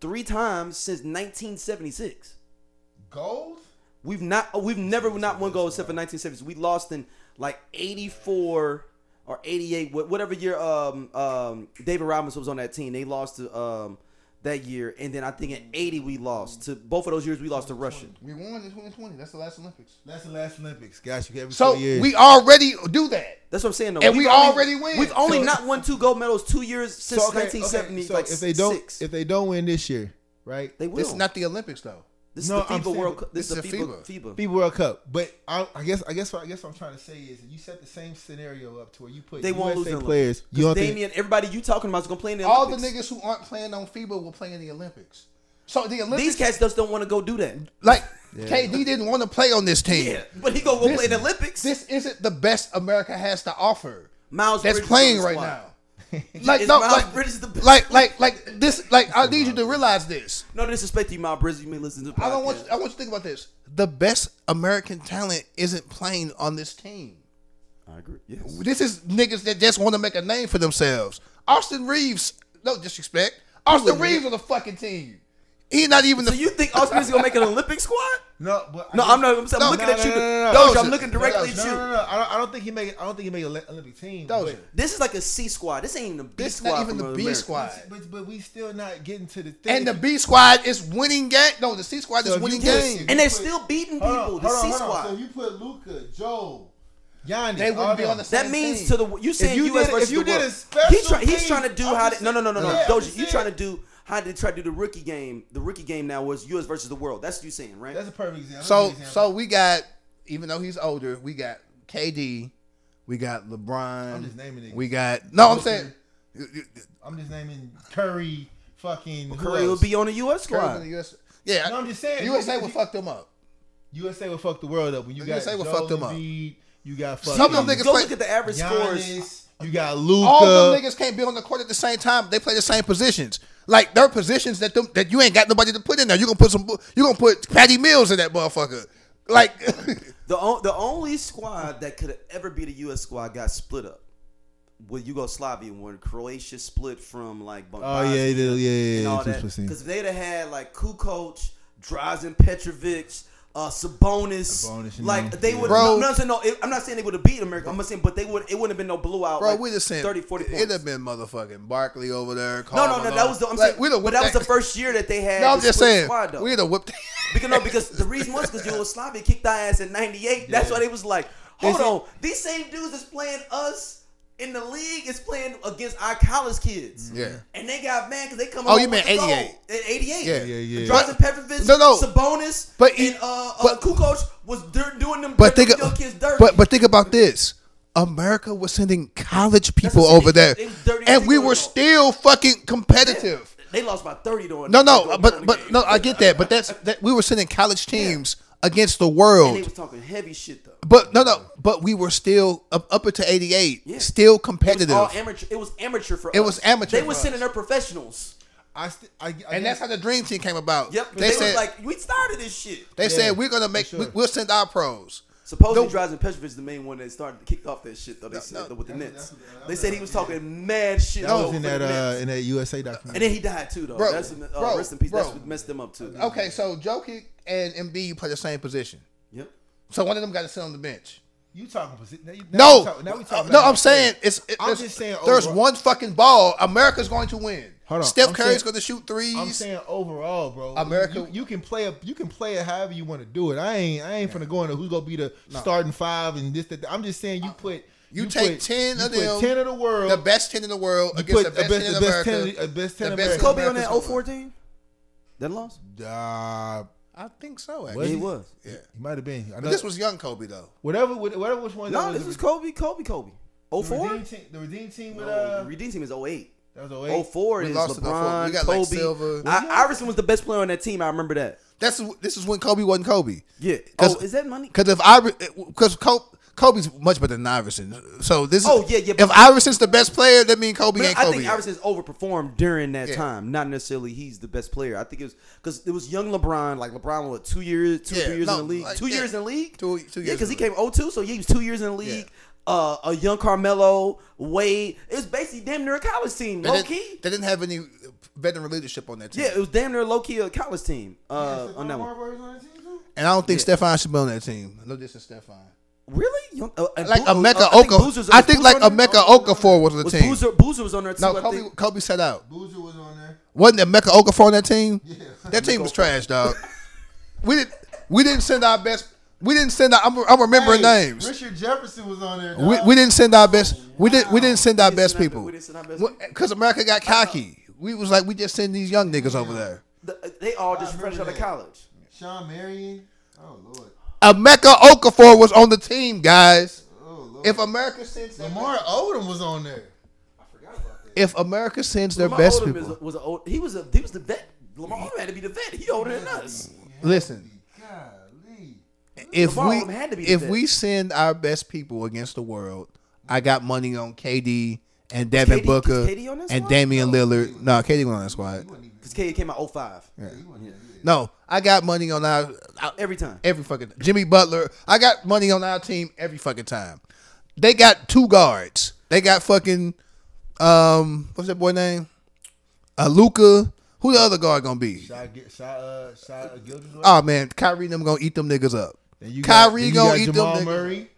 Speaker 3: three times since 1976.
Speaker 1: gold.
Speaker 3: We've not. We've never not won gold except for 1976. We lost in like '84 or '88, whatever year um um David Robinson was on that team. They lost to um that year, and then I think in '80 we lost to both of those years. We lost to Russia.
Speaker 2: We won in 2020. That's the last Olympics.
Speaker 1: That's the last Olympics. Got you every
Speaker 2: So
Speaker 1: four years.
Speaker 2: we already do that.
Speaker 3: That's what I'm saying. Though.
Speaker 2: And we
Speaker 3: We've only-
Speaker 2: already win.
Speaker 3: We've only
Speaker 1: So-
Speaker 3: not won two gold medals two years since
Speaker 1: okay,
Speaker 3: 1970.
Speaker 1: okay, so
Speaker 3: like
Speaker 1: if they don't
Speaker 3: six.
Speaker 1: if they don't win this year, right?
Speaker 3: they will.
Speaker 2: This is not the Olympics though.
Speaker 3: This is
Speaker 1: No,
Speaker 3: the
Speaker 1: I'm
Speaker 3: FIBA
Speaker 1: saying
Speaker 3: World
Speaker 1: that-
Speaker 3: Cup. This is the
Speaker 2: this is
Speaker 3: FIBA.
Speaker 2: FIBA.
Speaker 3: FIBA.
Speaker 1: FIBA World Cup, but I, I guess I guess what I guess what I'm trying to say is you set the same scenario up to where you put
Speaker 3: They won't lose
Speaker 1: USA
Speaker 3: in the
Speaker 1: players. You don't think
Speaker 3: Damien, everybody you talking about is gonna play in the
Speaker 2: All the
Speaker 3: Olympics.
Speaker 2: niggas who aren't playing on FIBA will play in the Olympics. So the Olympics,
Speaker 3: These cats just don't want to go do that.
Speaker 2: like KD, didn't want to play on this team.
Speaker 3: Yeah, but he gonna go
Speaker 2: This-
Speaker 3: play in the Olympics.
Speaker 2: This isn't the best America has to offer.
Speaker 3: Miles
Speaker 2: That's
Speaker 3: Bridges
Speaker 2: playing
Speaker 3: on the
Speaker 2: right
Speaker 3: squad. (laughs)
Speaker 2: now. like
Speaker 3: Is
Speaker 2: no,
Speaker 3: Miles
Speaker 2: like,
Speaker 3: Bridges the best?
Speaker 2: like like like this. Like I need you to realize this.
Speaker 3: No disrespect to you, Miles Bridges. You may listen to. The
Speaker 2: I don't want.
Speaker 3: podcast.
Speaker 2: You, I want you to think about this. The best American talent isn't playing on this team.
Speaker 3: I agree. Yes.
Speaker 2: This is niggas that just want to make a name for themselves. Austin Reeves, no disrespect. Austin Reeves on the fucking team. He's not even
Speaker 3: So
Speaker 2: the.
Speaker 3: you think Austin is gonna make an Olympic squad?
Speaker 1: no? But
Speaker 3: No,
Speaker 1: I
Speaker 3: I'm not. I'm, I'm
Speaker 2: No,
Speaker 3: looking
Speaker 2: no,
Speaker 3: at you.
Speaker 1: no, no, no,
Speaker 3: Doja,
Speaker 2: no.
Speaker 3: I'm looking directly
Speaker 1: No,
Speaker 3: at you.
Speaker 1: no, no, no. I don't, I don't think he make. it- I don't think he make an Olympic team.
Speaker 2: Doja.
Speaker 1: but-
Speaker 3: This is like a C squad. This ain't even the B
Speaker 2: This
Speaker 3: squad.
Speaker 2: not even the
Speaker 3: from
Speaker 2: B
Speaker 3: America.
Speaker 2: squad.
Speaker 1: But, but we still not getting to the thing.
Speaker 2: And the B squad is winning game. No, the C squad
Speaker 1: So if
Speaker 2: is
Speaker 1: you
Speaker 2: winning
Speaker 1: put-
Speaker 2: game.
Speaker 3: And they're still beating people. the C squad.
Speaker 1: So you put Luca, Joe, Giannis.
Speaker 2: They wouldn't
Speaker 1: all
Speaker 2: be
Speaker 1: them.
Speaker 2: on the same
Speaker 3: That means
Speaker 2: team.
Speaker 3: to the you saying
Speaker 1: you
Speaker 3: U.S.
Speaker 1: did-
Speaker 3: versus
Speaker 1: if you
Speaker 3: the
Speaker 1: did a
Speaker 3: world.
Speaker 1: special
Speaker 3: He try, he's
Speaker 1: team,
Speaker 3: trying to do
Speaker 1: I'm
Speaker 3: how
Speaker 1: just
Speaker 3: to, no no no no no
Speaker 1: saying. Yeah, I'm
Speaker 3: Doja
Speaker 1: just
Speaker 3: you trying to
Speaker 1: saying.
Speaker 3: do how they try to do the rookie game the rookie game now was U.S. versus the world that's what you saying right
Speaker 1: That's a perfect example.
Speaker 2: So
Speaker 1: That's a good
Speaker 2: so we got even though he's older, we got KD, we got LeBron.
Speaker 1: I'm just naming niggas.
Speaker 2: We got no. I'm saying
Speaker 1: example. I'm just naming Curry. Fucking who
Speaker 3: Curry will
Speaker 1: else?
Speaker 3: be on the U.S.
Speaker 2: Curry in
Speaker 3: squad
Speaker 2: the US. Yeah,
Speaker 1: No, I'm just saying,
Speaker 2: USA
Speaker 1: you-
Speaker 2: would
Speaker 1: you-
Speaker 2: fuck them up.
Speaker 1: USA will fuck the world up when you got
Speaker 2: USA
Speaker 1: Joel
Speaker 2: will fuck them up.
Speaker 1: Embiid, You got fucking
Speaker 2: Some of them niggas
Speaker 3: go
Speaker 2: play-
Speaker 3: look at the average scores
Speaker 1: Giannis. You got Luca.
Speaker 2: All them niggas can't be on the court at the same time. They play the same positions. Like their positions that them, that you ain't got nobody to put in there. You gonna put some. You gonna put Patty Mills in that motherfucker. Like (laughs)
Speaker 3: the o- the only squad that could have ever be the U.S. squad got split up with Yugoslavia when Croatia split from like
Speaker 1: Oh yeah, yeah, yeah, yeah.
Speaker 3: and
Speaker 1: yeah.
Speaker 3: all that. Because they'd have had like Kukoc, Drazen Petrovic, uh, Sabonis,
Speaker 1: Sabonis,
Speaker 3: like
Speaker 1: yeah.
Speaker 3: they would.
Speaker 2: Bro.
Speaker 3: No, no, no, no, it- I'm not saying they would have beat America. I'm not saying, but they would. It wouldn't have been no blowout.
Speaker 2: bro,
Speaker 3: like,
Speaker 2: we just saying
Speaker 3: 30, 40 points.
Speaker 2: It'd have been motherfucking Barkley over there.
Speaker 3: no, no, no.
Speaker 2: Carmelo.
Speaker 3: That was the. I'm
Speaker 2: Like,
Speaker 3: saying,
Speaker 2: we'd have
Speaker 3: but that was
Speaker 2: whipped
Speaker 3: the first year (laughs) that they had.
Speaker 2: No, I'm
Speaker 3: the
Speaker 2: just
Speaker 3: split
Speaker 2: saying.
Speaker 3: Squad, though.
Speaker 2: We'd have whipped.
Speaker 3: because no, because the reason was because Yugoslavia kicked our ass in '98. That's why they was like, hold
Speaker 1: They said-
Speaker 3: on, these same dudes is playing us. In the league is playing against our college kids.
Speaker 2: Yeah.
Speaker 3: And they got mad because they come
Speaker 2: Oh,
Speaker 3: home
Speaker 2: you meant
Speaker 3: with the
Speaker 2: 88.
Speaker 3: gold. In 88.
Speaker 2: Yeah,
Speaker 1: yeah, yeah.
Speaker 3: Drazen Petrovic,
Speaker 2: No, no.
Speaker 3: Sabonis,
Speaker 2: But
Speaker 3: and
Speaker 2: he-
Speaker 3: uh,
Speaker 2: but-
Speaker 3: uh, Kukoc was dir- doing them
Speaker 2: But
Speaker 3: dirty
Speaker 2: think,
Speaker 3: young kids dirty.
Speaker 2: but but think about this. America was sending college people
Speaker 3: what I'm
Speaker 2: over
Speaker 3: saying.
Speaker 2: there,
Speaker 3: It was dirty
Speaker 2: and we
Speaker 3: people,
Speaker 2: were
Speaker 3: though.
Speaker 2: still fucking competitive.
Speaker 3: they lost by 30 during
Speaker 2: No,
Speaker 3: during
Speaker 2: no,
Speaker 3: the
Speaker 2: but but
Speaker 3: game.
Speaker 2: no, I get that. But that's that we were sending college teams against the world.
Speaker 3: And they was talking heavy shit though.
Speaker 2: but no, no, but we were still up, up until eighty eight,
Speaker 3: Yeah.
Speaker 2: still
Speaker 3: It was
Speaker 2: competitive.
Speaker 3: all amateur. It was amateur for
Speaker 2: It
Speaker 3: us.
Speaker 2: was amateur
Speaker 3: They
Speaker 2: for
Speaker 3: were
Speaker 2: us.
Speaker 3: sending their professionals.
Speaker 1: I st- I, I guess-
Speaker 2: and that's how the dream team came about.
Speaker 3: Yep.
Speaker 2: they,
Speaker 3: They,
Speaker 2: said
Speaker 3: was like, we started this shit.
Speaker 2: they said we're gonna make
Speaker 1: for
Speaker 2: we,
Speaker 1: sure.
Speaker 2: we'll send our pros.
Speaker 3: Supposedly,
Speaker 2: No.
Speaker 3: Drazen Petrovic is the main one that started kicked off that shit though. They said
Speaker 2: no,
Speaker 3: though, with the
Speaker 1: that's-
Speaker 3: Nets.
Speaker 1: that's- that's-
Speaker 3: they said he was talking mad shit.
Speaker 1: that
Speaker 3: though,
Speaker 1: was in
Speaker 3: for the
Speaker 1: that uh,
Speaker 3: Nets.
Speaker 1: in that USA documentary.
Speaker 3: and then he died too though.
Speaker 2: Bro,
Speaker 3: That's uh,
Speaker 2: bro,
Speaker 3: rest in peace. That's
Speaker 2: bro.
Speaker 3: what messed them up too.
Speaker 2: Okay, so Jokic and Embiid play the same position,
Speaker 3: Yep.
Speaker 2: so one of them got to sit on the bench.
Speaker 1: you talking posi- now you- now
Speaker 2: No,
Speaker 1: we talk- now we talking
Speaker 2: no,
Speaker 1: about-
Speaker 2: I'm saying it's. It,
Speaker 1: I'm
Speaker 2: there's-
Speaker 1: just saying
Speaker 2: there's
Speaker 1: overall-
Speaker 2: one fucking ball. America's going to win.
Speaker 1: Hold on,
Speaker 2: Steph
Speaker 1: I'm
Speaker 2: Curry's
Speaker 1: saying-
Speaker 2: going to shoot 3s
Speaker 1: I'm saying overall, bro.
Speaker 2: America-
Speaker 1: you, you can play a you can play it however you want to do it. I ain't I ain't finna go into who's gonna be the starting five and this that. that. I'm just saying you put
Speaker 2: You take 10
Speaker 1: you
Speaker 2: of
Speaker 1: put
Speaker 2: them,
Speaker 1: ten of the world.
Speaker 2: the best ten in the world
Speaker 1: you
Speaker 2: against
Speaker 1: put
Speaker 2: the best, ten in America.
Speaker 1: the best ten.
Speaker 2: The
Speaker 1: The
Speaker 2: best
Speaker 1: best
Speaker 3: Was
Speaker 1: ten.
Speaker 3: Kobe on that
Speaker 2: America's
Speaker 3: 04 team? That loss?
Speaker 2: Uh, I think so.
Speaker 3: Yeah,
Speaker 2: Actually,
Speaker 3: he was.
Speaker 2: yeah.
Speaker 1: He might have been. I
Speaker 2: But
Speaker 1: know,
Speaker 2: this was young Kobe though.
Speaker 1: whatever whatever which one. that
Speaker 3: No, this
Speaker 1: the-
Speaker 3: was Kobe, Oh Kobe, Kobe.
Speaker 1: The
Speaker 3: 04?
Speaker 1: redeem team, the redeem team with
Speaker 3: No,
Speaker 1: uh,
Speaker 3: Redeem team is 08.
Speaker 1: That was 08.
Speaker 3: 04
Speaker 2: We
Speaker 3: is
Speaker 2: lost in 04.
Speaker 3: LeBron,
Speaker 2: We got, like,
Speaker 3: Kobe.
Speaker 2: Silver.
Speaker 3: I, Iverson was the best player on that team. I remember that.
Speaker 2: That's this is when Kobe wasn't Kobe.
Speaker 3: Yeah.
Speaker 2: 'Cause-
Speaker 3: Oh, is that money?
Speaker 2: Because if I because Kobe's much better than Iverson. So this.
Speaker 3: Oh,
Speaker 2: is,
Speaker 3: yeah, yeah,
Speaker 2: If
Speaker 3: but-
Speaker 2: Iverson's the best player, that means Kobe
Speaker 3: But
Speaker 2: ain't
Speaker 3: I
Speaker 2: Kobe.
Speaker 3: think
Speaker 2: yet.
Speaker 3: Iverson's overperformed during that
Speaker 2: Yeah.
Speaker 3: time. Not necessarily he's the best player. I think it was because it was young LeBron. Like LeBron was two years, two or
Speaker 2: Yeah,
Speaker 3: three years
Speaker 2: no,
Speaker 3: in the league.
Speaker 2: like,
Speaker 3: two
Speaker 2: yeah.
Speaker 3: years in the league.
Speaker 2: Two- two
Speaker 3: Yeah,
Speaker 2: years
Speaker 3: because he
Speaker 2: in the
Speaker 3: came 02, so yeah, he was two years in the league. Uh, a young Carmelo, Wade. It was basically damn near a college team,
Speaker 2: they
Speaker 3: low
Speaker 2: didn't-
Speaker 3: key.
Speaker 2: They didn't have any veteran leadership on that team.
Speaker 3: Yeah, it was damn near low key a college team. Uh, on that one.
Speaker 2: And I don't think Stefan should be on that team. No distance, Stefan.
Speaker 3: Really? You don't- uh, and
Speaker 2: Like
Speaker 3: Boo- uh,
Speaker 2: Emeka
Speaker 3: I think
Speaker 2: Oka.
Speaker 3: Boozer's-
Speaker 2: I think
Speaker 3: was Boozer
Speaker 2: like
Speaker 3: on there?
Speaker 2: Emeka Okafor was on the
Speaker 3: Was
Speaker 2: team.
Speaker 3: Boozer, Boozer was on there too.
Speaker 2: No,
Speaker 3: I
Speaker 2: Kobe
Speaker 3: think.
Speaker 2: Kobe set out.
Speaker 1: Boozer was on there. (laughs)
Speaker 2: Wasn't Emeka Okafor on that team? That team was trash, dog.
Speaker 3: (laughs)
Speaker 2: we didn't we didn't send our best. We didn't send our. I'm, I'm remembering
Speaker 1: Hey,
Speaker 2: names.
Speaker 1: Richard Jefferson was on there.
Speaker 2: We,
Speaker 1: dog.
Speaker 2: we didn't send our best. We didn't we didn't send our
Speaker 3: didn't
Speaker 2: best
Speaker 3: send our-
Speaker 2: people.
Speaker 3: we didn't send our best Uh-huh.
Speaker 2: Because America got cocky. We was like we just send these young niggas over there.
Speaker 3: The- they all just fresh out
Speaker 1: remember
Speaker 3: of
Speaker 1: that.
Speaker 3: college.
Speaker 1: Sean Marion. Oh lord.
Speaker 2: Emeka Okafor was on the team, guys.
Speaker 1: Oh lord.
Speaker 2: If America sends their
Speaker 1: Lamar Odom was on there.
Speaker 2: if America sends their
Speaker 3: Lamar
Speaker 2: best
Speaker 3: Odom
Speaker 2: people,
Speaker 3: Is, was a, old- he was a he was the vet. Lamar Odom had to be the vet. He older than us.
Speaker 2: listen.
Speaker 1: Golly.
Speaker 2: If
Speaker 3: Lamar
Speaker 2: we
Speaker 3: Odom had to be the
Speaker 2: if
Speaker 3: best.
Speaker 2: we send our best people against the world, I got money on KD and Devin
Speaker 3: KD was
Speaker 2: Booker
Speaker 3: KD on that
Speaker 2: and
Speaker 3: squad?
Speaker 2: Damian Lillard. No, KD wasn't on that squad.
Speaker 3: Because K came out 05.
Speaker 2: No, I got money on our our-
Speaker 3: Every time.
Speaker 2: every fucking Jimmy Butler. I got money on our team every fucking time. They got two guards. They got fucking um what's that boy name? Uh, Luca. Who the other guard gonna be?
Speaker 1: Shot, get, shot, uh, shot, uh, Gilders.
Speaker 2: Oh man, Kyrie and them gonna eat them niggas up.
Speaker 1: Then you got-
Speaker 2: Kyrie
Speaker 1: then you
Speaker 2: gonna
Speaker 1: got
Speaker 2: eat
Speaker 1: Jamal
Speaker 2: them niggas.
Speaker 1: Murray.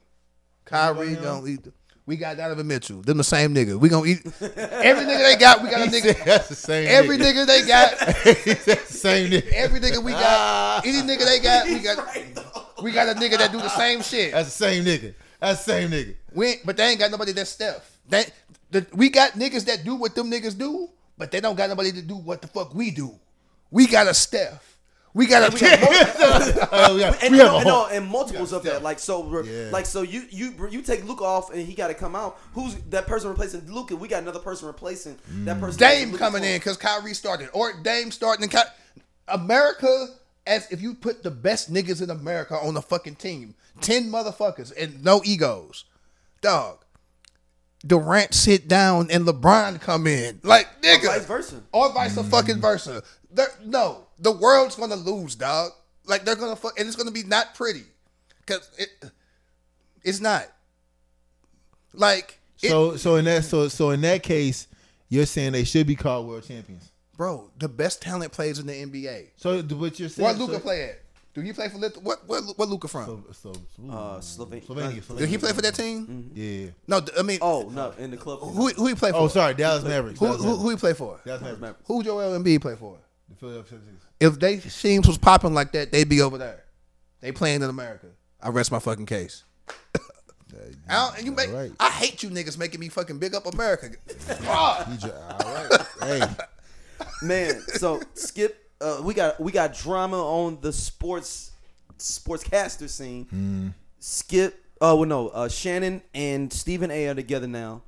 Speaker 2: Kyrie gonna eat. Them. We got Donovan Mitchell. Them the same nigga. We
Speaker 1: (laughs)
Speaker 2: gonna eat every nigga they got. We got a nigga.
Speaker 1: That's the same.
Speaker 2: Every nigga they got.
Speaker 1: (laughs) nigga. That's the same nigga.
Speaker 2: Every nigga we
Speaker 1: Ah.
Speaker 2: got. Any nigga they got. We
Speaker 3: (laughs)
Speaker 2: got. We got a nigga that do the same shit.
Speaker 1: That's the same nigga. That's the same nigga.
Speaker 2: We ain't- but they ain't got nobody that's Steph. That the, we got niggas that do what them niggas do, but they don't got nobody to do what the fuck we do. We got a Steph. We got a.
Speaker 1: (laughs) Oh, we, got,
Speaker 3: And,
Speaker 1: we
Speaker 3: no,
Speaker 1: have a
Speaker 3: and, no,
Speaker 1: whole.
Speaker 3: and multiples of that.
Speaker 1: Steph.
Speaker 3: Like so, re-
Speaker 1: Yeah.
Speaker 3: like so, you you you take Luke off and he got to come out. Who's that person replacing Luke? We got another person replacing
Speaker 1: Mm.
Speaker 3: that person.
Speaker 2: Dame
Speaker 3: Luka
Speaker 2: coming
Speaker 3: for-
Speaker 2: in because Kyrie started, or Dame starting. And Ky- America, as if you put the best niggas in America on a fucking team, ten motherfuckers and no egos, dog. Durant sit down and LeBron come in, like nigga,
Speaker 3: vice versa. Mm.
Speaker 2: or vice fucking versa. They're, no, the world's gonna lose, dog. Like they're gonna fuck, and it's gonna be not pretty, cause it, it's not. Like, it,
Speaker 1: So, so in that, so, so in that case, you're saying they should be called world champions.
Speaker 2: bro, the best talent plays in the NBA.
Speaker 1: So, th- what you're saying?
Speaker 2: What Luca
Speaker 1: so,
Speaker 2: play at? Do he play for Lit- what? What, what Luca from?
Speaker 1: So, so, ooh,
Speaker 3: Uh, Slovenia.
Speaker 1: Slovenia,
Speaker 2: Did
Speaker 1: Slovenia.
Speaker 2: he play for that team?
Speaker 1: Yeah.
Speaker 2: No, th- I mean,
Speaker 3: Oh no, in the club.
Speaker 2: who who he play for?
Speaker 1: mm-hmm. Oh, sorry, Dallas Mavericks.
Speaker 2: Who,
Speaker 1: Dallas
Speaker 2: who who he play for?
Speaker 1: Mavericks. Dallas Mavericks.
Speaker 2: Who Joel Embiid play for?
Speaker 1: The Philadelphia 76ers.
Speaker 2: If they teams was popping like that, they'd be over there. They playing in America. I rest my
Speaker 1: (laughs)
Speaker 2: fucking case. I don't, and you make,
Speaker 1: Alright.
Speaker 2: I hate you niggas making me fucking big up America.
Speaker 1: You ju- All right. hey,
Speaker 3: Man, so skip. Uh, we got we got drama on the sports sportscaster scene.
Speaker 1: Hmm.
Speaker 3: Skip. Oh well, no. Uh, Shannon and Stephen A are together now.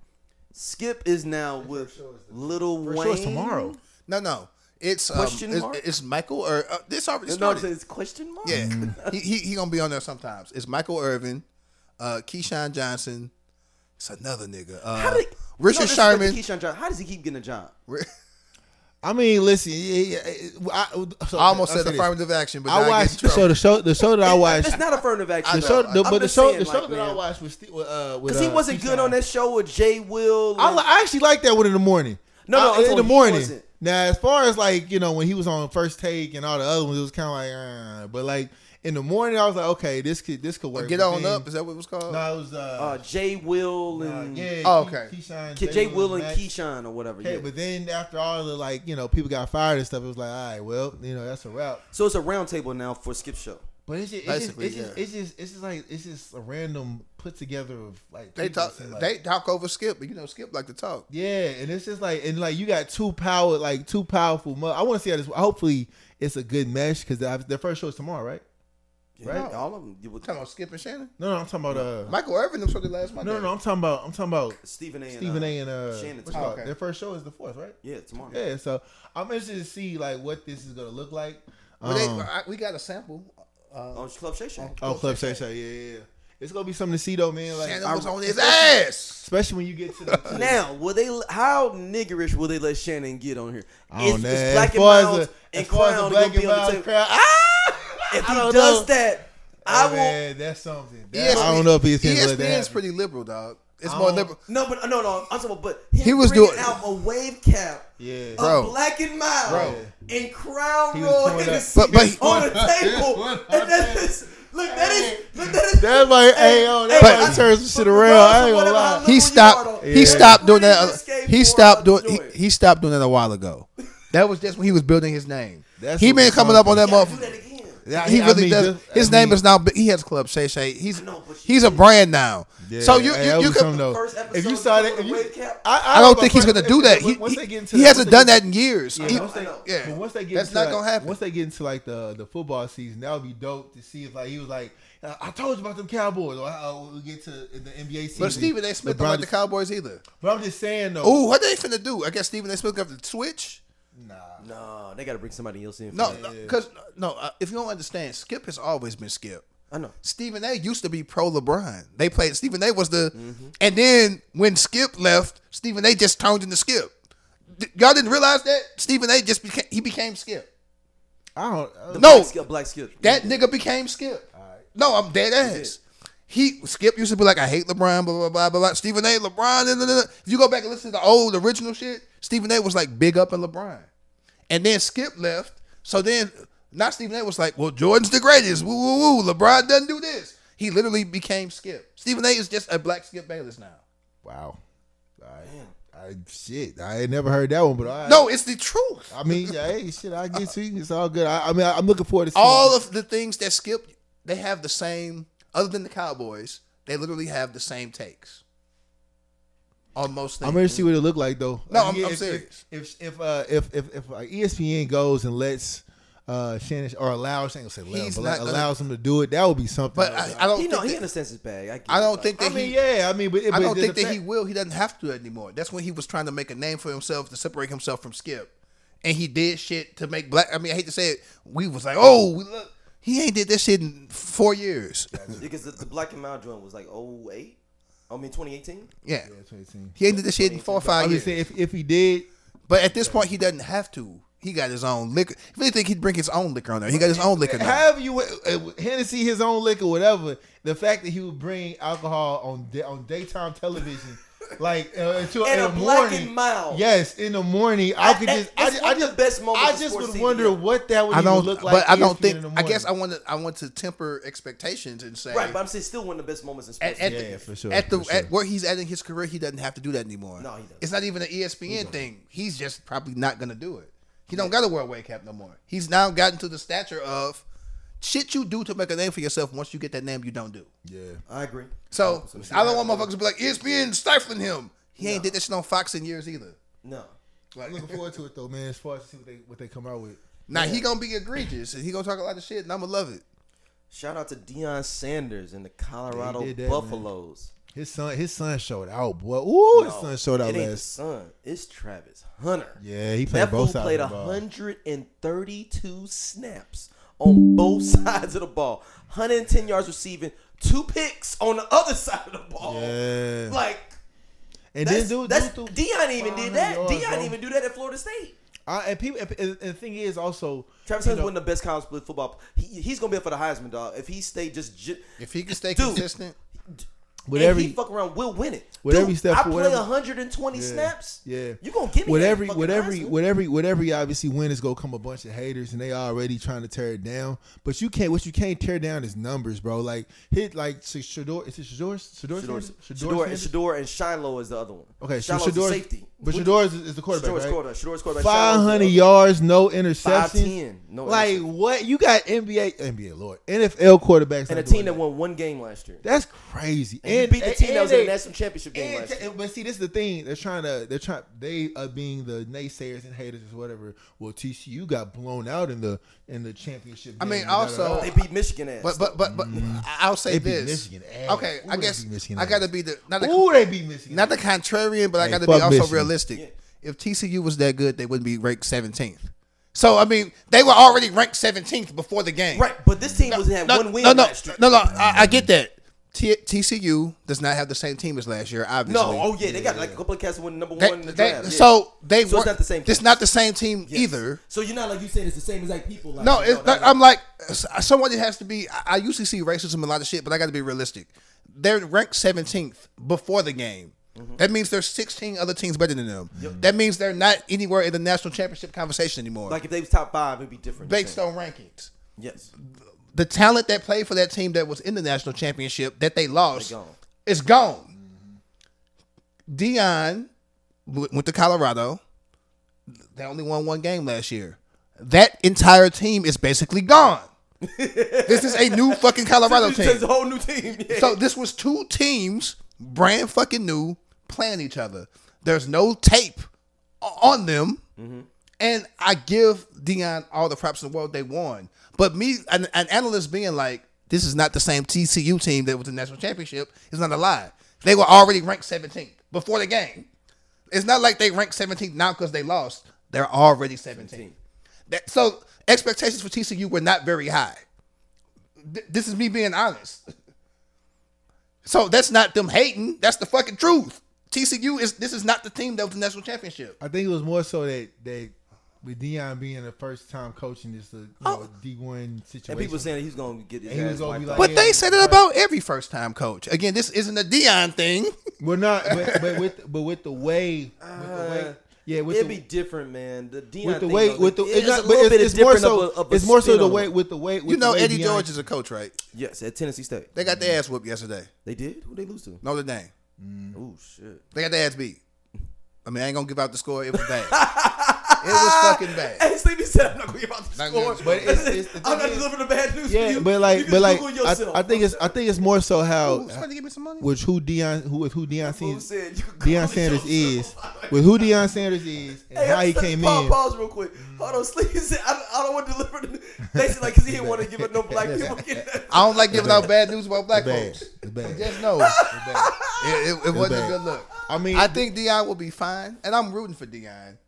Speaker 3: Skip is now with Little Wayne.
Speaker 1: sure it's tomorrow.
Speaker 2: no, no, it's um,
Speaker 3: Question
Speaker 2: it's,
Speaker 3: mark?
Speaker 2: it's Michael or uh, this already
Speaker 3: No, it's,
Speaker 2: started.
Speaker 3: it's question mark.
Speaker 2: Yeah,
Speaker 1: Mm.
Speaker 2: (laughs) he, he he gonna be on there sometimes. It's Michael Irvin, uh, Keyshawn Johnson. It's another nigga. Uh,
Speaker 3: How did
Speaker 2: Richard
Speaker 3: no, this is like the
Speaker 2: Sherman.
Speaker 3: Keyshawn Johnson. How does he keep getting a job?
Speaker 1: (laughs)
Speaker 2: Ri-
Speaker 1: I mean, listen. Yeah, yeah, I, I- so,
Speaker 2: I almost
Speaker 1: I'll
Speaker 2: said
Speaker 1: say this.
Speaker 2: affirmative action, but
Speaker 1: I watched. So the show, the show that (laughs) I watched,
Speaker 3: That's not affirmative action.
Speaker 1: the show,
Speaker 3: though.
Speaker 1: the,
Speaker 3: I'm
Speaker 1: but the
Speaker 3: just
Speaker 1: show,
Speaker 3: saying,
Speaker 1: the show
Speaker 3: like,
Speaker 1: that I
Speaker 3: man,
Speaker 1: watched was sti- uh, with
Speaker 3: Cause he
Speaker 1: uh,
Speaker 3: wasn't good
Speaker 1: Keyshawn.
Speaker 3: on that show with Jay Will.
Speaker 1: I,
Speaker 3: and-
Speaker 1: li- I actually like that one in the morning.
Speaker 3: No, no,
Speaker 1: I-
Speaker 3: I'm
Speaker 1: in
Speaker 3: told
Speaker 1: the
Speaker 3: he
Speaker 1: morning.
Speaker 3: wasn't.
Speaker 1: Now, as far as like you know, when he was on First Take and all the other ones, it was kind of like, uh, but like in the morning, I was like, okay, this could this could work.
Speaker 2: Get
Speaker 1: But
Speaker 2: on
Speaker 1: then-
Speaker 2: up. Is that what it was called?
Speaker 1: No, it was uh,
Speaker 3: uh, Jay Will
Speaker 1: uh,
Speaker 3: and
Speaker 1: yeah.
Speaker 2: Oh,
Speaker 1: Key-
Speaker 2: okay.
Speaker 1: Keyshawn,
Speaker 3: Jay, Will and
Speaker 1: Max.
Speaker 3: Keyshawn or whatever.
Speaker 1: Okay,
Speaker 3: yeah.
Speaker 1: but then after all the like you know people got fired and stuff, it was like, all right, well, you know that's a wrap.
Speaker 3: So it's a roundtable now for Skip Show.
Speaker 1: But it's just, it's, just,
Speaker 2: Basically,
Speaker 1: it's, just,
Speaker 2: yeah.
Speaker 1: it's just it's just like it's just a random put together of like
Speaker 2: They
Speaker 1: people, it
Speaker 2: talk.
Speaker 1: seemed like.
Speaker 2: They talk over Skip, but you know Skip like to talk.
Speaker 1: Yeah, and it's just like and like you got two power like two powerful. Mo- I want to see how this. Hopefully, it's a good mesh because their first show is tomorrow, right? right?
Speaker 3: All of them. You would-
Speaker 2: Come on, Skip and Shannon.
Speaker 1: No, no, I'm talking about uh.
Speaker 2: Michael Irvin, them something last Monday.
Speaker 1: No, no, no, I'm talking about I'm talking about
Speaker 3: Stephen A. and,
Speaker 1: Stephen
Speaker 3: uh,
Speaker 1: A. and uh.
Speaker 3: Shannon.
Speaker 1: what's it called?
Speaker 2: Okay.
Speaker 1: Their first show is the fourth, right?
Speaker 3: Yeah, tomorrow.
Speaker 1: Yeah. So I'm interested to see like what this is gonna look like.
Speaker 2: But they,
Speaker 1: Um,
Speaker 2: I, we got a sample. Uh,
Speaker 3: On Club Shay Shay.
Speaker 1: oh, Club Shay Shay. Yeah, yeah, yeah. It's gonna be something to see though, man. Like
Speaker 2: Shannon
Speaker 1: I-
Speaker 2: was on his ass.
Speaker 1: especially when you get to the. to the-
Speaker 3: (laughs) Now, will they? How niggerish will they let Shannon get on here?
Speaker 1: I don't
Speaker 3: Is-
Speaker 1: know.
Speaker 3: is
Speaker 1: As
Speaker 3: Black and
Speaker 1: far as
Speaker 3: Miles
Speaker 1: the-
Speaker 3: and
Speaker 1: as far as the
Speaker 3: Crown
Speaker 1: Black
Speaker 3: gonna be
Speaker 1: and
Speaker 3: on the
Speaker 1: Miles
Speaker 3: table?
Speaker 1: crowd, ah!
Speaker 3: If he
Speaker 4: don't
Speaker 3: does
Speaker 4: know.
Speaker 3: that, I
Speaker 1: Hey,
Speaker 3: will.
Speaker 1: man, that's something. E That,
Speaker 2: ESPN
Speaker 1: I don't know if he's gonna let that.
Speaker 2: ESPN's
Speaker 1: happen.
Speaker 2: pretty liberal, dog. It's
Speaker 1: I
Speaker 2: more
Speaker 1: don't-
Speaker 2: liberal.
Speaker 3: No, but uh, no, no. I'm talking about. But him
Speaker 2: He was
Speaker 3: bringing
Speaker 2: doing-
Speaker 3: out a wave cap.
Speaker 1: Yeah.
Speaker 2: Bro.
Speaker 3: Of black and mild
Speaker 1: Bro.
Speaker 3: and crown
Speaker 1: He was
Speaker 3: royal
Speaker 1: pulling up-
Speaker 3: Hennessy
Speaker 2: But- but he-
Speaker 3: on the table.
Speaker 1: Yeah,
Speaker 3: and that is, look, that is, look, that is.
Speaker 1: That's like, hey, yo, that
Speaker 2: But-
Speaker 1: might turn some shit
Speaker 3: but
Speaker 1: around.
Speaker 3: regardless
Speaker 1: I ain't
Speaker 3: of
Speaker 1: gonna
Speaker 3: whatever
Speaker 1: lie.
Speaker 3: I
Speaker 2: he
Speaker 3: you
Speaker 2: stopped.
Speaker 3: are,
Speaker 1: though.
Speaker 2: He
Speaker 1: Yeah.
Speaker 2: stopped doing
Speaker 3: Pretty
Speaker 2: that.
Speaker 3: risque
Speaker 2: He
Speaker 3: for
Speaker 2: stopped
Speaker 3: us
Speaker 2: doing.
Speaker 3: to
Speaker 2: He,
Speaker 3: do it.
Speaker 2: he stopped doing that a while ago. That was just when he was building his name.
Speaker 1: That's
Speaker 2: he
Speaker 1: what
Speaker 2: been
Speaker 1: was
Speaker 2: coming up on that
Speaker 1: something.
Speaker 3: Do that
Speaker 2: motherfucker.
Speaker 3: again.
Speaker 1: Yeah,
Speaker 2: He
Speaker 1: I
Speaker 2: really
Speaker 1: mean,
Speaker 2: does.
Speaker 1: just-
Speaker 2: His
Speaker 1: I
Speaker 2: name
Speaker 1: mean,
Speaker 2: is now. He has Club Shay Shay. He's
Speaker 3: I know, but you
Speaker 2: he's a brand now.
Speaker 1: Yeah,
Speaker 2: so you
Speaker 1: hey,
Speaker 2: you,
Speaker 1: that
Speaker 2: you
Speaker 1: was
Speaker 2: could,
Speaker 1: something though.
Speaker 3: First episode
Speaker 1: if you
Speaker 3: of
Speaker 1: saw
Speaker 3: Cover
Speaker 1: that,
Speaker 3: the
Speaker 1: if you,
Speaker 3: Wave Cap.
Speaker 1: I,
Speaker 2: I don't think he's gonna
Speaker 1: if-
Speaker 2: do
Speaker 1: if-
Speaker 2: that.
Speaker 1: if-
Speaker 2: He,
Speaker 1: once
Speaker 2: he-
Speaker 1: they get into
Speaker 2: he
Speaker 1: that-
Speaker 2: hasn't
Speaker 1: once they
Speaker 2: done
Speaker 1: get-
Speaker 2: that in years.
Speaker 1: Yeah,
Speaker 2: He-
Speaker 1: once they,
Speaker 2: yeah.
Speaker 1: But once they get
Speaker 2: That's
Speaker 1: into,
Speaker 2: not
Speaker 1: like-
Speaker 2: gonna happen.
Speaker 1: Once they get into like the the football season, that would be dope to see if like he was like, I I told you about them Cowboys, or uh, we'll get to the NBA season.
Speaker 2: but Stephen A. Smith
Speaker 1: LeBron
Speaker 2: don't like the
Speaker 1: just-
Speaker 2: Cowboys either.
Speaker 1: But I'm just saying though.
Speaker 2: Ooh, what they finna do? I guess Stephen A. Smith got to switch.
Speaker 1: Nah.
Speaker 3: No, they got to bring somebody else in. for
Speaker 2: No,
Speaker 3: that.
Speaker 2: because no, uh, if you don't understand, Skip has always been Skip.
Speaker 3: I know.
Speaker 2: Stephen A. used to be pro LeBron. They played Stephen A. was the, and then when Skip left, Stephen A. just turned into Skip. D- y'all didn't realize that Stephen A. just became he became Skip.
Speaker 1: I don't. I don't-
Speaker 2: No.
Speaker 3: black skip, black skip.
Speaker 2: That nigga became Skip. No, I'm dead ass. He Skip used to be like, I hate LeBron, blah blah blah blah. blah. Stephen A. LeBron. da, da, da, da. If you go back and listen to the old original shit, Stephen A. was like big up in LeBron, and then Skip left. So then, not Stephen A. was like, well, Jordan's the greatest. Woo woo woo. LeBron doesn't do this. He literally became Skip. Stephen A. is just a black Skip Bayless now.
Speaker 1: Wow. I, I shit. I ain't never heard that one, but I
Speaker 2: No, it's the truth.
Speaker 1: I mean, yeah, hey, shit. I get to you. It's all good. I, I mean, I, am looking forward to seeing
Speaker 2: All of the things that Skip, they have the same. Other than the Cowboys, they literally have the same takes. On most things.
Speaker 1: I'm gonna see what it look like though.
Speaker 2: No,
Speaker 1: Like,
Speaker 2: I'm-
Speaker 1: yeah,
Speaker 2: I'm
Speaker 1: if,
Speaker 2: serious.
Speaker 1: If if if, uh, if if if like ESPN goes and lets uh, Shannon or allows Shannon say let him,
Speaker 2: He's
Speaker 1: but like,
Speaker 2: not gonna-
Speaker 1: allows him to do it, that would be something.
Speaker 2: But
Speaker 1: I,
Speaker 2: I, I don't.
Speaker 3: He know
Speaker 2: think
Speaker 3: he
Speaker 2: that,
Speaker 3: understands his bag. I, get it.
Speaker 2: don't think that
Speaker 1: mean,
Speaker 2: he.
Speaker 1: yeah, I mean, but, it-
Speaker 2: I
Speaker 1: but
Speaker 2: don't
Speaker 1: the
Speaker 2: think that
Speaker 1: fact-
Speaker 2: he will. He doesn't have to anymore. That's when he was trying to make a name for himself to separate himself from Skip, and he did shit to make black. I mean, I hate to say it. We was like, oh, we look. He ain't did that shit in four years.
Speaker 3: because the, the black and mild joint was like 08? I mean 2018.
Speaker 2: Yeah,
Speaker 1: Yeah, 2018.
Speaker 2: he ain't did that shit in four or five
Speaker 1: I'm just
Speaker 2: years.
Speaker 1: saying, if if he did,
Speaker 2: But at this point, he doesn't have to. He got his own liquor. If anything, he'd bring his own liquor on there. He got his own liquor now.
Speaker 1: have you uh, Hennessy his own liquor, whatever. The fact that he would bring alcohol on da- on daytime
Speaker 3: (laughs)
Speaker 1: television, like uh, to,
Speaker 3: And
Speaker 1: in
Speaker 3: a
Speaker 1: the
Speaker 3: black
Speaker 1: morning,
Speaker 3: and mild.
Speaker 1: Yes, in the morning, I,
Speaker 3: That-
Speaker 1: could
Speaker 3: that-
Speaker 1: just, I
Speaker 3: that's
Speaker 1: just,
Speaker 3: one
Speaker 1: I
Speaker 3: of the
Speaker 1: just,
Speaker 3: best moments
Speaker 1: I
Speaker 3: of
Speaker 1: just
Speaker 3: sports
Speaker 1: would
Speaker 3: TV
Speaker 1: wonder
Speaker 3: ever.
Speaker 1: what that would
Speaker 2: I
Speaker 1: even
Speaker 2: don't.
Speaker 1: look like.
Speaker 2: but I don't
Speaker 1: ESPN
Speaker 2: think.
Speaker 1: in the
Speaker 2: I guess I
Speaker 1: morning.
Speaker 2: want to. I want to temper expectations and say.
Speaker 3: Right, but I'm saying still one of the best moments in
Speaker 2: at,
Speaker 3: sports.
Speaker 2: at
Speaker 1: Yeah,
Speaker 2: the,
Speaker 1: for sure,
Speaker 2: at the
Speaker 1: for sure.
Speaker 2: at where he's at in his career, he doesn't have to do that anymore.
Speaker 3: No, he doesn't.
Speaker 2: It's not even an E ESPN thing. He's just probably not gonna do it. He don't got to wear a weight cap no more. He's now gotten to the stature of shit you do to make a name for yourself. Once you get that name, you don't do.
Speaker 1: Yeah.
Speaker 3: I agree.
Speaker 2: So I don't want motherfuckers to be like E ESPN stifling him. He ain't did that shit on Fox in years either.
Speaker 3: No.
Speaker 2: Like,
Speaker 1: I'm looking forward to it though, man. As far as to see what they what they come out with.
Speaker 2: now he gonna be egregious and he gonna talk a lot of shit, and I'm gonna love it.
Speaker 3: Shout out to Deion Sanders and the Colorado
Speaker 1: did that, man.
Speaker 3: Buffaloes.
Speaker 1: His son, his son showed out, boy. Ooh, his
Speaker 3: No,
Speaker 1: son showed out
Speaker 3: it ain't the
Speaker 1: last.
Speaker 3: son. It's Travis Hunter.
Speaker 1: Yeah, he played
Speaker 3: That fool
Speaker 1: both sides.
Speaker 3: played
Speaker 1: of the ball.
Speaker 3: 132 snaps on both (laughs) sides of the ball. 110 yards receiving, two picks on the other (laughs) side of the ball.
Speaker 1: Yeah,
Speaker 3: Like
Speaker 1: and
Speaker 3: that's,
Speaker 1: then dude,
Speaker 3: that's
Speaker 1: dude threw-
Speaker 3: Deion even did
Speaker 1: 500
Speaker 3: that.
Speaker 1: yards,
Speaker 3: Deion
Speaker 1: bro.
Speaker 3: even do that at Florida State.
Speaker 1: I, and people, and, and the thing is also,
Speaker 3: Travis
Speaker 1: you
Speaker 3: Hunter's
Speaker 1: know,
Speaker 3: one of the best college football. He, he's gonna be up for the Heisman, dog. If he stay just, ju-
Speaker 2: If he can stay
Speaker 3: Dude.
Speaker 2: consistent,
Speaker 1: with
Speaker 3: if
Speaker 1: every
Speaker 3: he fuck around, we'll win it.
Speaker 1: with
Speaker 3: Dude,
Speaker 1: every step
Speaker 3: I
Speaker 1: for-
Speaker 3: play
Speaker 1: whatever-
Speaker 3: 120
Speaker 1: Yeah,
Speaker 3: snaps.
Speaker 1: yeah,
Speaker 3: you gonna give me
Speaker 1: with
Speaker 3: that
Speaker 1: every
Speaker 3: fucking
Speaker 1: with every
Speaker 3: Heisman.
Speaker 1: with every with every obviously win is gonna come a bunch of haters and they already trying to tear it down. But you can't what you can't tear down is numbers, bro. Like hit like Sh- Shador is it Shador Shador
Speaker 3: Shador,
Speaker 1: Shador,
Speaker 3: Shador, and Shador and Shiloh is the other one.
Speaker 1: Okay, so
Speaker 3: Shiloh's
Speaker 1: Shador
Speaker 3: the safety.
Speaker 1: but Shador is, is the quarterback,
Speaker 3: Shador's
Speaker 1: right?
Speaker 3: quarterback. Shador's quarterback.
Speaker 1: Five
Speaker 3: Shiloh's the
Speaker 1: hundred
Speaker 3: other-
Speaker 1: yards, no interceptions.
Speaker 3: 5'10", no
Speaker 1: like
Speaker 3: interceptions.
Speaker 1: what you got NBA NBA Lord NFL quarterbacks
Speaker 3: And a
Speaker 1: not
Speaker 3: team
Speaker 1: doing
Speaker 3: that won one game last year.
Speaker 1: That's crazy. And,
Speaker 3: you
Speaker 1: And-
Speaker 3: beat the
Speaker 1: and-
Speaker 3: team that
Speaker 1: and
Speaker 3: was in the
Speaker 1: they-
Speaker 3: national championship game
Speaker 1: And
Speaker 3: last year.
Speaker 1: t- but see, this is the thing. They're trying to. They're trying. They are being the naysayers and haters or whatever. Well, TCU got blown out in the in the championship.
Speaker 2: I
Speaker 1: game,
Speaker 2: mean,
Speaker 1: da, da,
Speaker 2: also-
Speaker 1: da.
Speaker 3: They beat Michigan ass.
Speaker 2: But but but but
Speaker 3: Mm.
Speaker 2: I'll say
Speaker 1: They beat
Speaker 2: this.
Speaker 1: Michigan ass.
Speaker 2: Okay,
Speaker 1: Ooh,
Speaker 2: I
Speaker 1: they
Speaker 2: guess
Speaker 1: beat Michigan
Speaker 2: I
Speaker 1: ass.
Speaker 2: gotta be the not the
Speaker 1: ooh, they beat Michigan.
Speaker 2: not the contrarian, but I
Speaker 1: Hey,
Speaker 2: gotta be
Speaker 1: fuck
Speaker 2: also
Speaker 1: Michigan.
Speaker 2: realistic. If TCU was that good, they wouldn't be ranked seventeenth. So I mean, they were already ranked seventeenth before the game.
Speaker 3: right, but this team was had
Speaker 2: No,
Speaker 3: one win
Speaker 2: no, no,
Speaker 3: last year.
Speaker 2: no, no. I, I get that. T- TCU does not have the same team as last year. Obviously,
Speaker 3: No, oh yeah, they got like a couple of cats that won number
Speaker 2: They-
Speaker 3: one in the
Speaker 2: they-
Speaker 3: draft. yeah.
Speaker 2: So they
Speaker 3: So it's
Speaker 2: were-
Speaker 3: not the same
Speaker 2: It's
Speaker 3: team.
Speaker 2: not the same team
Speaker 3: Yes.
Speaker 2: either.
Speaker 4: So you're not like you saying it's the same exact people. Like,
Speaker 2: No,
Speaker 4: you know,
Speaker 2: it's
Speaker 4: that-
Speaker 2: not, I'm like s- someone that has to be. I, I usually see racism in a lot of shit, but I got to be realistic. They're ranked 17th before the game. That means there's 16 other teams better than them. That means they're not anywhere in the national championship conversation anymore.
Speaker 3: like if they was top five, it'd be different. you're
Speaker 2: based on
Speaker 3: saying.
Speaker 2: rankings,
Speaker 3: yes,
Speaker 2: the talent that played for that team that was in the national championship that they lost
Speaker 3: They gone.
Speaker 2: is gone. Dion went to Colorado. They only won one game last year. That entire team is basically gone. this is a new fucking Colorado
Speaker 3: it's a
Speaker 2: team.
Speaker 3: whole new team. Yeah.
Speaker 2: So this was two teams, brand fucking new, playing each other. There's no tape o- on them, and I give Dion all the props in the world. They won, but me, an, an analyst being like, "This is not the same TCU team that was the national championship." is not a lie. They were already ranked 17th before the game. It's not like they ranked 17th now because they lost. They're already 17th. That, so expectations for TCU were not very high. Th- this is me being honest. So that's not them hating. That's the fucking truth. TCU is this is not the team that was the national championship.
Speaker 1: I think it was more so that that with Dion being the first time coaching this, uh, you know,
Speaker 2: Oh.
Speaker 1: D one situation.
Speaker 3: and people saying that he's gonna get his
Speaker 1: And he was
Speaker 3: ass
Speaker 1: gonna
Speaker 3: wiped
Speaker 1: be
Speaker 3: out.
Speaker 1: like-
Speaker 2: But they said it about every first time coach. Again, this isn't a Dion thing. (laughs)
Speaker 1: Well, not, but, but with but with the way, with the
Speaker 2: Uh,
Speaker 1: way, yeah, with
Speaker 3: It'd
Speaker 1: the,
Speaker 3: be different, man. The Deion
Speaker 1: with the
Speaker 3: thing,
Speaker 1: way,
Speaker 3: though,
Speaker 1: with the
Speaker 3: it-
Speaker 1: it's, not,
Speaker 3: a
Speaker 1: but
Speaker 3: little
Speaker 1: it's,
Speaker 3: bit
Speaker 1: it's more
Speaker 3: different
Speaker 1: so,
Speaker 3: of a- of a
Speaker 1: it's more so
Speaker 3: spin
Speaker 1: the
Speaker 3: on
Speaker 1: way
Speaker 3: it.
Speaker 1: with the way. With
Speaker 2: You know
Speaker 1: the way
Speaker 2: Eddie
Speaker 1: Deion-
Speaker 2: George is a coach, right?
Speaker 3: Yes, at Tennessee State,
Speaker 2: They got their ass whooped yesterday.
Speaker 3: they did. Who they lose to?
Speaker 2: Notre Dame.
Speaker 3: Oh shit!
Speaker 2: They got their ass beat. I mean, I ain't gonna give out the score. It was bad. it was fucking bad.
Speaker 3: Hey, Sleepy said I'm not going to give out the
Speaker 2: Not
Speaker 3: score,
Speaker 2: good.
Speaker 1: But
Speaker 3: (laughs)
Speaker 1: it's, it's the
Speaker 3: I'm not
Speaker 1: thing is-
Speaker 3: delivering the bad news.
Speaker 1: yeah,
Speaker 3: to you.
Speaker 1: but
Speaker 3: you
Speaker 1: like,
Speaker 3: can
Speaker 1: but like,
Speaker 3: Google yourself.
Speaker 1: I, I think it's I think it's more so how
Speaker 2: Ooh, somebody give me some money.
Speaker 1: which who Deion who with who Deion
Speaker 3: Who
Speaker 1: Sanders,
Speaker 3: said you can Google
Speaker 1: Deion Sanders is
Speaker 3: yourself.
Speaker 1: with who Deion Sanders is and
Speaker 3: Hey,
Speaker 1: how he
Speaker 3: I'm-
Speaker 1: came
Speaker 3: pause,
Speaker 1: in.
Speaker 3: Pause real quick. Hold on, Sleepy said I, I don't want to deliver. The, they said like because he didn't want to give up no black people. getting that.
Speaker 2: I don't like giving out bad news about black
Speaker 1: Bad,
Speaker 2: folks.
Speaker 1: It's bad.
Speaker 2: Just know it, it, it wasn't a
Speaker 1: bad.
Speaker 2: good look.
Speaker 1: I mean,
Speaker 2: I think Dion will be fine, and I'm rooting for Dion.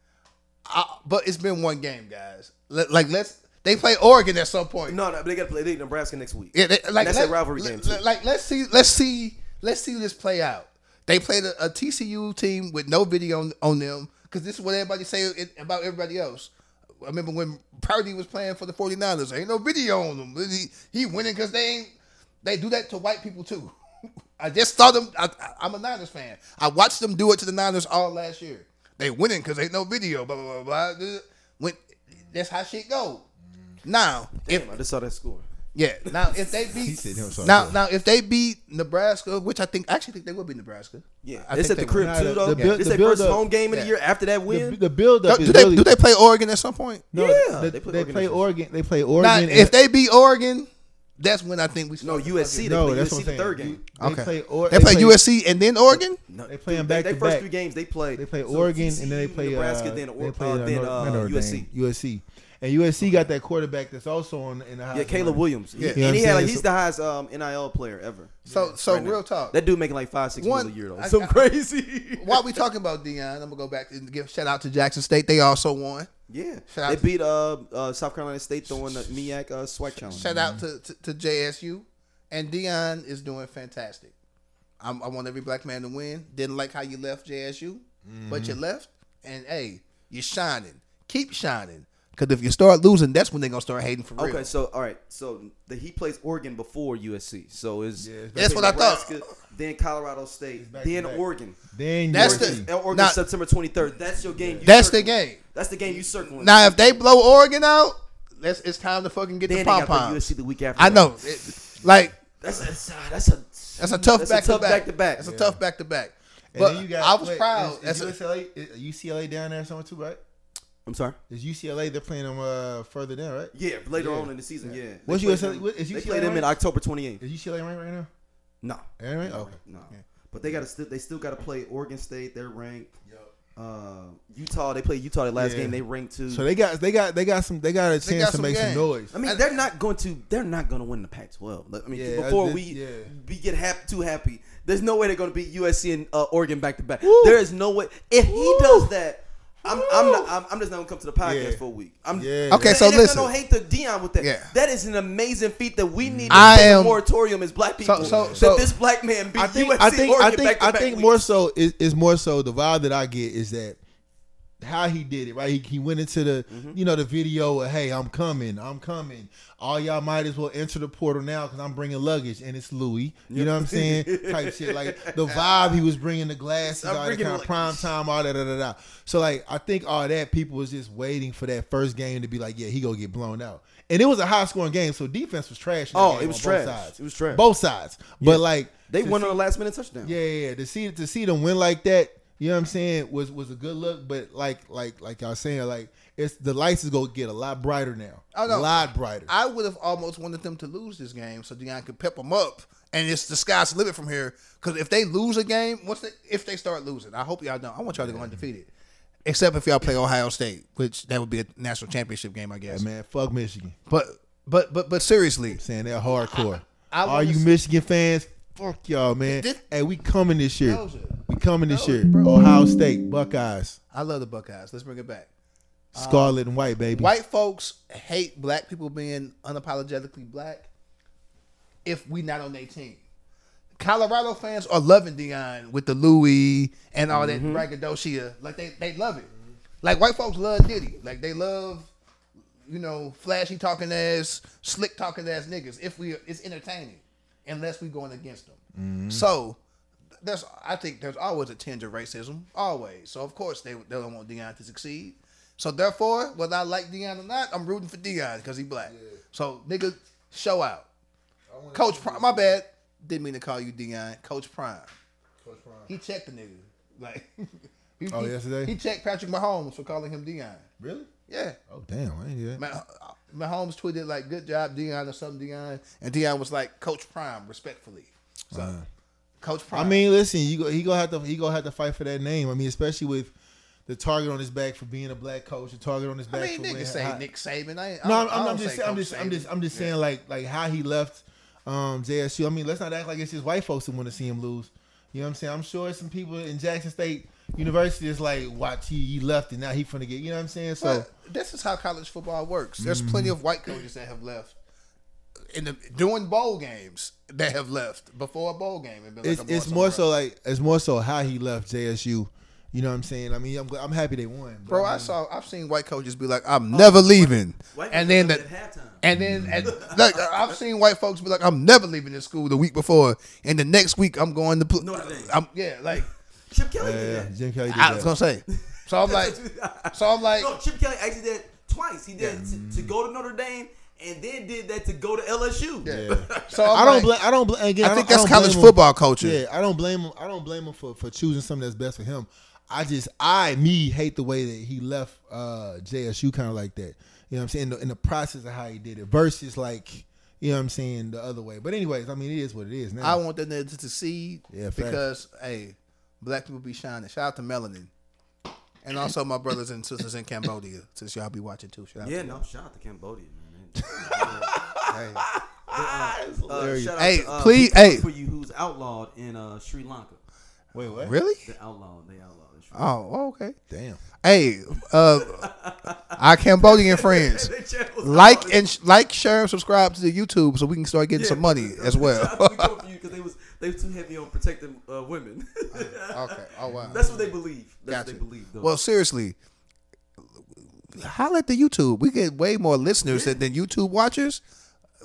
Speaker 2: I, but it's been one game, guys. Let- like let's they play Oregon at some point.
Speaker 3: No, no, but they got to play they Nebraska next week.
Speaker 2: Yeah, they, like
Speaker 3: That's
Speaker 2: let-
Speaker 3: a rivalry game, too.
Speaker 2: let- Like let's see, let's see, let's see this play out. They played a, a TCU team with no video on, on them because this is what everybody say it- about everybody else. I remember when Purdy was playing for the 49ers, there ain't no video on them. He, he winning because they ain't. They do that to white people too. (laughs) I just saw them. I, I- I'm a Niners fan. I watched them do it to the Niners all last year. They winning because ain't no video. Blah blah blah. blah. When that's how shit go. Now, if
Speaker 3: Damn, I just saw that score.
Speaker 2: yeah. Now if they beat
Speaker 1: said him, so I
Speaker 2: now
Speaker 1: said.
Speaker 2: now if they beat Nebraska, which I think I actually think they will beat Nebraska.
Speaker 3: Yeah,
Speaker 2: I
Speaker 3: it's
Speaker 2: think they
Speaker 3: at the crib
Speaker 1: won.
Speaker 3: too,
Speaker 1: Nah,
Speaker 3: though.
Speaker 1: the build-
Speaker 3: This
Speaker 1: the
Speaker 3: their first
Speaker 1: build up-
Speaker 3: home game of the
Speaker 2: yeah.
Speaker 3: year after that
Speaker 1: the,
Speaker 3: win.
Speaker 1: the build
Speaker 2: will.
Speaker 1: up
Speaker 2: Do,
Speaker 1: is
Speaker 2: do they
Speaker 1: really
Speaker 2: do they play Oregon at some point?
Speaker 1: no,
Speaker 3: Yeah,
Speaker 1: the-
Speaker 3: they play
Speaker 1: they
Speaker 3: Oregon
Speaker 1: play
Speaker 3: next week.
Speaker 1: Oregon. They play
Speaker 2: Now
Speaker 1: Oregon.
Speaker 2: if
Speaker 1: and-
Speaker 2: they beat Oregon, that's when I think we.
Speaker 3: no,
Speaker 2: Start.
Speaker 3: USC. They
Speaker 1: no,
Speaker 3: play
Speaker 1: that's what
Speaker 3: USC
Speaker 1: I'm
Speaker 3: the
Speaker 1: saying.
Speaker 3: third game.
Speaker 1: They play Or-
Speaker 2: They, play, USC and then Oregon.
Speaker 3: No,
Speaker 1: They play 'em
Speaker 3: they-
Speaker 1: back
Speaker 3: They
Speaker 1: to
Speaker 3: first
Speaker 1: back.
Speaker 3: three games they played.
Speaker 1: They play
Speaker 3: So
Speaker 1: Oregon
Speaker 3: TCU,
Speaker 1: and then they play
Speaker 3: Nebraska,
Speaker 1: uh, they
Speaker 3: then or,
Speaker 1: play,
Speaker 3: uh,
Speaker 1: uh,
Speaker 3: then
Speaker 1: Notre-
Speaker 3: uh,
Speaker 1: not Notre Dame,
Speaker 3: USC.
Speaker 1: USC, and USC got that quarterback that's also on in the house.
Speaker 3: Yeah, Caleb Williams.
Speaker 2: Yeah.
Speaker 3: Yeah,
Speaker 1: You know
Speaker 3: and he
Speaker 1: what I'm
Speaker 3: had like
Speaker 1: saying?
Speaker 3: he's the highest um, NIL player ever.
Speaker 2: So so
Speaker 3: right now.
Speaker 2: real talk.
Speaker 3: That dude making like five six
Speaker 2: One-
Speaker 3: million a year though. (laughs)
Speaker 2: I-
Speaker 3: so
Speaker 1: (laughs)
Speaker 2: I-
Speaker 3: crazy.
Speaker 2: While we talking about Dion, I'm gonna go back and give shout out to Jackson State. They also won.
Speaker 3: yeah,
Speaker 2: Shout out
Speaker 3: they
Speaker 2: to-
Speaker 3: beat uh, uh South Carolina State throwing the MEAC uh, swag challenge.
Speaker 2: Shout out to, to, to JSU. And Dion is doing fantastic. I'm, I want every black man to win. Didn't like how you left JSU, but
Speaker 3: Mm-hmm.
Speaker 2: you left. And hey, you're shining. Keep shining. Because if you start losing, that's when they're going to start hating for real.
Speaker 3: Okay, so all right, so the, he plays Oregon before USC. So is
Speaker 1: Yeah, it's
Speaker 2: That's what I thought.
Speaker 3: Then Colorado State,
Speaker 1: back
Speaker 3: then
Speaker 1: to back.
Speaker 3: Oregon.
Speaker 1: Then
Speaker 2: That's
Speaker 1: USC.
Speaker 2: the-
Speaker 3: And Oregon
Speaker 2: Now-
Speaker 3: September twenty third. That's your game. You
Speaker 2: That's the
Speaker 3: circling.
Speaker 2: game.
Speaker 3: That's the game you circling.
Speaker 2: Now, if they blow Oregon out, that's, it's time to fucking get
Speaker 3: then
Speaker 2: the
Speaker 3: they
Speaker 2: pom
Speaker 3: got to play
Speaker 2: pom.
Speaker 3: USC the week after.
Speaker 2: I
Speaker 3: that.
Speaker 2: know. It- like,
Speaker 3: That's a, that's a that's a
Speaker 2: that's a tough
Speaker 3: That's a
Speaker 2: back to
Speaker 3: tough
Speaker 2: back.
Speaker 3: back-to-back.
Speaker 2: That's a
Speaker 3: Yeah.
Speaker 2: tough back to back.
Speaker 1: And
Speaker 2: But
Speaker 1: then you got
Speaker 2: I was
Speaker 1: wait,
Speaker 2: proud.
Speaker 1: Is,
Speaker 2: That's
Speaker 1: is
Speaker 2: a-
Speaker 1: USLA, is UCLA down there somewhere too, right?
Speaker 3: I'm sorry.
Speaker 1: Is UCLA they're playing them uh, further down, right?
Speaker 3: Yeah, later on in the season. Yeah.
Speaker 1: What's
Speaker 3: They play
Speaker 1: USL
Speaker 3: them-
Speaker 1: what- is
Speaker 3: They
Speaker 1: UCLA
Speaker 3: play them
Speaker 1: ranked?
Speaker 3: in October 28th.
Speaker 1: Is UCLA ranked right now?
Speaker 3: No,
Speaker 1: Anyway, okay.
Speaker 3: no. But they got to still they still got to play Oregon State. They're ranked. Uh, Utah. They play Utah their last
Speaker 1: Yeah.
Speaker 3: game. They ranked two.
Speaker 1: So they got they got they got some they got a chance
Speaker 2: got
Speaker 1: to
Speaker 2: some
Speaker 1: make
Speaker 2: game.
Speaker 1: some noise.
Speaker 3: I mean, they're not going to. They're not going to win the Pac-12. Like, I mean,
Speaker 1: Yeah,
Speaker 3: before
Speaker 1: this-
Speaker 3: we
Speaker 1: yeah.
Speaker 3: we get hap- too happy, there's no way they're going to beat USC and uh, Oregon back to back.
Speaker 1: Woo.
Speaker 3: There is no way. If he
Speaker 1: Woo.
Speaker 3: does that, I'm I'm,
Speaker 1: Woo.
Speaker 3: not, I'm I'm just not going to come to the podcast
Speaker 1: Yeah.
Speaker 3: for a week. I'm
Speaker 1: Yeah.
Speaker 3: the
Speaker 2: Okay, so
Speaker 3: NFL
Speaker 2: listen.
Speaker 3: don't hate the Dion with that.
Speaker 2: Yeah.
Speaker 3: That is an amazing feat that we need to
Speaker 2: I
Speaker 3: take a
Speaker 2: am-
Speaker 3: moratorium as black people.
Speaker 2: so- so-
Speaker 3: that this black man beat
Speaker 1: I think
Speaker 3: USC
Speaker 1: I think
Speaker 3: Oregon
Speaker 1: I think
Speaker 3: back to
Speaker 1: I
Speaker 3: back
Speaker 1: think
Speaker 3: weeks.
Speaker 1: more so is, is more so the vibe that I get is that how he did it, right? He, he went into the
Speaker 3: Mm-hmm.
Speaker 1: you know the video of hey, I'm coming, I'm coming. All y'all might as well enter the portal now because I'm bringing luggage and it's Louis. You know what I'm
Speaker 3: (laughs)
Speaker 1: saying? Type shit like the vibe he was bringing the glasses,
Speaker 3: I'm
Speaker 1: all that
Speaker 3: bringing
Speaker 1: kind of
Speaker 3: luggage.
Speaker 1: prime time, all that da da da. So like I think all that people was just waiting for that first game to be like, yeah, he gonna get blown out. And it was a high scoring game, so defense was trash. in that
Speaker 3: Oh,
Speaker 1: game
Speaker 3: it was
Speaker 1: on
Speaker 3: trash.
Speaker 1: Both sides.
Speaker 3: It was trash.
Speaker 1: Both sides, but like
Speaker 3: They
Speaker 1: to
Speaker 3: won
Speaker 1: see-
Speaker 3: on a last minute touchdown.
Speaker 1: yeah, yeah, yeah. To see to see them win like that, you know what I'm saying, was was a good look. But like like like y'all saying, like it's the lights is gonna get a lot brighter now.
Speaker 2: Oh, no.
Speaker 1: A lot brighter.
Speaker 2: I would have almost wanted them to lose this game so Deion could pep them up, and it's the sky's the limit from here. Because if they lose a game, once they, if they start losing, I hope y'all don't. I want y'all to go undefeated, except if y'all play Ohio State, which that would be a national championship game, I guess.
Speaker 1: Man, fuck Michigan.
Speaker 2: But but but but seriously,
Speaker 1: Saying that hardcore.
Speaker 2: I- I
Speaker 1: Are
Speaker 2: wanna
Speaker 1: you
Speaker 2: see-
Speaker 1: Michigan fans? Fuck y'all, man.
Speaker 2: This-
Speaker 1: hey, we coming this year.
Speaker 2: That was it.
Speaker 1: We coming this
Speaker 2: That was-
Speaker 1: year. Ohio State Buckeyes,
Speaker 2: I love the Buckeyes. Let's bring it back.
Speaker 1: scarlet and white, baby.
Speaker 2: Uh, White folks hate black people being unapologetically black. If we not on their team, Colorado fans are loving Dion with the Louis and all that braggadocio. Like they they love it. Like white folks love Diddy. Like they love you know flashy talking ass, slick talking ass niggas. If we it's entertaining, unless we going against them.
Speaker 1: Mm-hmm.
Speaker 2: So. There's, I think there's always a tinge of racism, always. So of course they, they don't want Dion to succeed. So therefore, whether I like Dion or not, I'm rooting for Dion because he black. So nigga, show out. Coach Prime, my bad. Didn't mean to call you Dion. Coach Prime. He checked the nigga. Like, (laughs) he,
Speaker 1: Oh,
Speaker 2: he-
Speaker 1: yesterday?
Speaker 2: He checked Patrick Mahomes for calling him Dion.
Speaker 1: Really?
Speaker 2: Yeah.
Speaker 1: Oh damn, I ain't hear that.
Speaker 2: Mah- Mahomes tweeted like, "Good job, Dion," or something, Dion, and Dion was like, "Coach Prime, respectfully." So, Coach Prime.
Speaker 1: Uh-huh. I mean, listen, you go, he gonna have to he gonna have to fight for that name. I mean, especially with the target on his back for being a black coach, the target on his
Speaker 2: I
Speaker 1: back.
Speaker 2: mean,
Speaker 1: for
Speaker 2: niggas
Speaker 1: winning-
Speaker 2: say
Speaker 1: how-
Speaker 2: Nick Saban. I ain't,
Speaker 1: No,
Speaker 2: I
Speaker 1: I'm, I'm,
Speaker 2: don't- I don't
Speaker 1: I'm just,
Speaker 2: say
Speaker 1: I'm
Speaker 2: Coach
Speaker 1: just, I'm
Speaker 2: Saban.
Speaker 1: just, I'm just saying like, like how he left um, JSU. I mean, let's not act like it's just white folks who want to see him lose. You know what I'm saying? I'm sure some people in Jackson State University is like, watch, he, he left and now he finna get. You know what I'm saying? So Mm-hmm.
Speaker 2: But this is how college football works. There's plenty of white coaches that have left in the doing bowl games that have left before a bowl game. And been like,
Speaker 1: it's,
Speaker 2: I'm going
Speaker 1: it's more so
Speaker 2: somewhere else.
Speaker 1: like it's more so how he left JSU. You know what I'm saying? I mean, I'm, gl- I'm happy they won, but
Speaker 2: bro. I saw I've seen white coaches be like,
Speaker 1: Oh,
Speaker 2: I'm never leaving,
Speaker 3: White
Speaker 2: and then
Speaker 3: people left
Speaker 2: the.
Speaker 3: at halftime.
Speaker 2: And then, and, like, I've seen white folks be like, "I'm never leaving this school." The week before, and the next week, I'm going to. Pl-
Speaker 3: Notre Dame.
Speaker 2: I'm, yeah, like
Speaker 3: Chip Kelly
Speaker 1: Yeah,
Speaker 3: did
Speaker 1: yeah,
Speaker 3: that.
Speaker 1: Jim Kelly did
Speaker 2: I
Speaker 1: that.
Speaker 2: was gonna say. So I'm like, so I'm like,
Speaker 3: No, Chip Kelly actually did that twice. He did it to, to go to Notre Dame and then did that to go to LSU.
Speaker 1: Yeah.
Speaker 2: so I'm
Speaker 1: I don't
Speaker 2: like-
Speaker 1: blame. I don't blame. Again,
Speaker 2: I
Speaker 1: don't-
Speaker 2: think that's
Speaker 1: don't
Speaker 2: college
Speaker 1: blame him.
Speaker 2: football coaching.
Speaker 1: Yeah, I don't blame him. I don't blame him for, for choosing something that's best for him. I just, I, me, hate the way that he left uh, JSU kind of like that. You know what I'm saying? In the, in the process of how he did it versus like, you know what I'm saying, the other way. But anyways, I mean, it is what it is
Speaker 2: I
Speaker 1: now.
Speaker 2: want them to to succeed
Speaker 1: Yeah, fact.
Speaker 2: because hey, black people be shining. Shout out to melanin, and also my brothers and sisters in Cambodia. Since y'all be watching too, shout out.
Speaker 3: (laughs) Yeah, no, shout out to Cambodia, man.
Speaker 1: (laughs)
Speaker 3: uh,
Speaker 1: Ah, hilarious.
Speaker 3: shout out
Speaker 2: Hey,
Speaker 3: to, uh,
Speaker 2: please-
Speaker 3: people
Speaker 2: hey.
Speaker 3: for you who's outlawed in uh, Sri Lanka.
Speaker 1: Wait,
Speaker 2: to
Speaker 1: what?
Speaker 2: Really?
Speaker 3: They outlawed. They outlawed in Sri Lanka.
Speaker 2: Oh, okay.
Speaker 1: Damn.
Speaker 2: Hey, uh, our Cambodian
Speaker 3: (laughs)
Speaker 2: friends,
Speaker 3: Their channel's outlawed.
Speaker 2: like and sh- like, share, and subscribe to the YouTube so we can start getting
Speaker 3: Yeah,
Speaker 2: some money
Speaker 3: that's-
Speaker 2: as
Speaker 3: (laughs) that's
Speaker 2: well.
Speaker 3: how we come for you because they was they was too heavy on protecting uh, women. (laughs)
Speaker 1: Uh,
Speaker 2: okay. Oh wow.
Speaker 3: That's what they believe. That's
Speaker 2: Gotcha.
Speaker 3: what they believe. Though.
Speaker 2: Well, seriously, holla at the YouTube. We get way more listeners than, than YouTube watchers.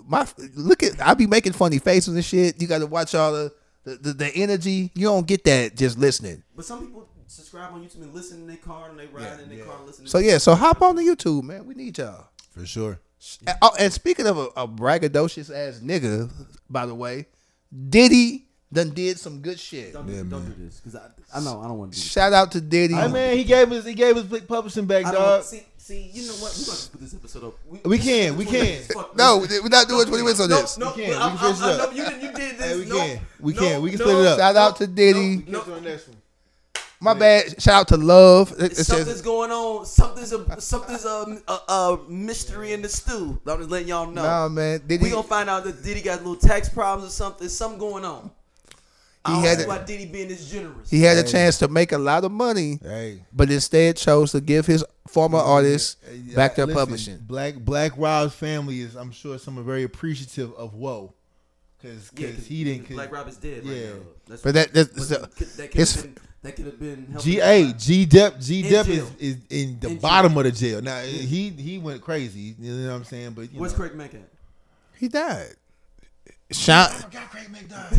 Speaker 2: My look at I be making funny faces and shit. You got to watch all the, the the the energy. You don't get that just listening.
Speaker 3: but some people subscribe on YouTube and listen in their car and they ride in their car and listen.
Speaker 2: So yeah, so hop on the YouTube, man. We need y'all.
Speaker 1: For sure.
Speaker 2: And- Oh, and speaking of a, a braggadocious ass nigga, by the way, Diddy done did some good shit.
Speaker 3: Don't, do- don't do this because I, I know I don't want to do this.
Speaker 2: Shout out to Diddy.
Speaker 1: I mean, he gave us, he gave us Blick publishing back,
Speaker 3: I don't want,
Speaker 1: dog.
Speaker 3: see, see, you know what? We're gonna put this episode up.
Speaker 1: We can, we
Speaker 3: this one-
Speaker 1: can.
Speaker 3: fuck
Speaker 2: No,
Speaker 3: this.
Speaker 2: we're not doing 20 minutes on
Speaker 3: no,
Speaker 2: this.
Speaker 3: No,
Speaker 1: We can,
Speaker 3: I'm-
Speaker 1: we can
Speaker 3: I'm-
Speaker 1: finish it
Speaker 3: I'm-
Speaker 1: up.
Speaker 3: no, you did, you did this.
Speaker 1: Hey, we
Speaker 3: no,
Speaker 1: can. We
Speaker 3: No,
Speaker 1: can't. We can
Speaker 3: no.
Speaker 1: split it up.
Speaker 2: Shout out to Diddy.
Speaker 1: Get to the next one.
Speaker 2: My bad. Shout out to Love. It- it
Speaker 3: something's
Speaker 2: says-
Speaker 3: going on. Something's a something's a, a, a mystery in the stew. I'm just letting y'all know.
Speaker 2: nah, man. Diddy.
Speaker 3: We gonna find out that Diddy got little tax problems or something. Something going on. I
Speaker 2: He
Speaker 3: don't
Speaker 2: had
Speaker 3: see
Speaker 2: it.
Speaker 3: why Diddy being this generous.
Speaker 2: He had a chance to make a lot of money,
Speaker 1: Hey.
Speaker 2: but instead chose to give his former artists back their
Speaker 1: Listen,
Speaker 2: publishing.
Speaker 1: Black Black Rob's family is, I'm sure, some are very appreciative of Whoa, because
Speaker 3: Yeah,
Speaker 1: he didn't.
Speaker 3: Black Rob is dead.
Speaker 1: Yeah.
Speaker 3: Right now. That's
Speaker 2: But that, that,
Speaker 3: was-
Speaker 2: that,
Speaker 3: could- that could
Speaker 2: his-
Speaker 3: have been that could have been helping
Speaker 1: G
Speaker 3: him
Speaker 1: A G Dep G
Speaker 3: uh, In
Speaker 1: Dep is,
Speaker 3: jail.
Speaker 1: is in the
Speaker 3: In
Speaker 1: bottom of the jail. Now he he went crazy. You know what I'm saying? But you
Speaker 3: Where's
Speaker 1: know.
Speaker 3: Craig
Speaker 1: (laughs)
Speaker 3: Mack at?
Speaker 2: he died. Sean,
Speaker 1: I forgot Craig (laughs) McDonald.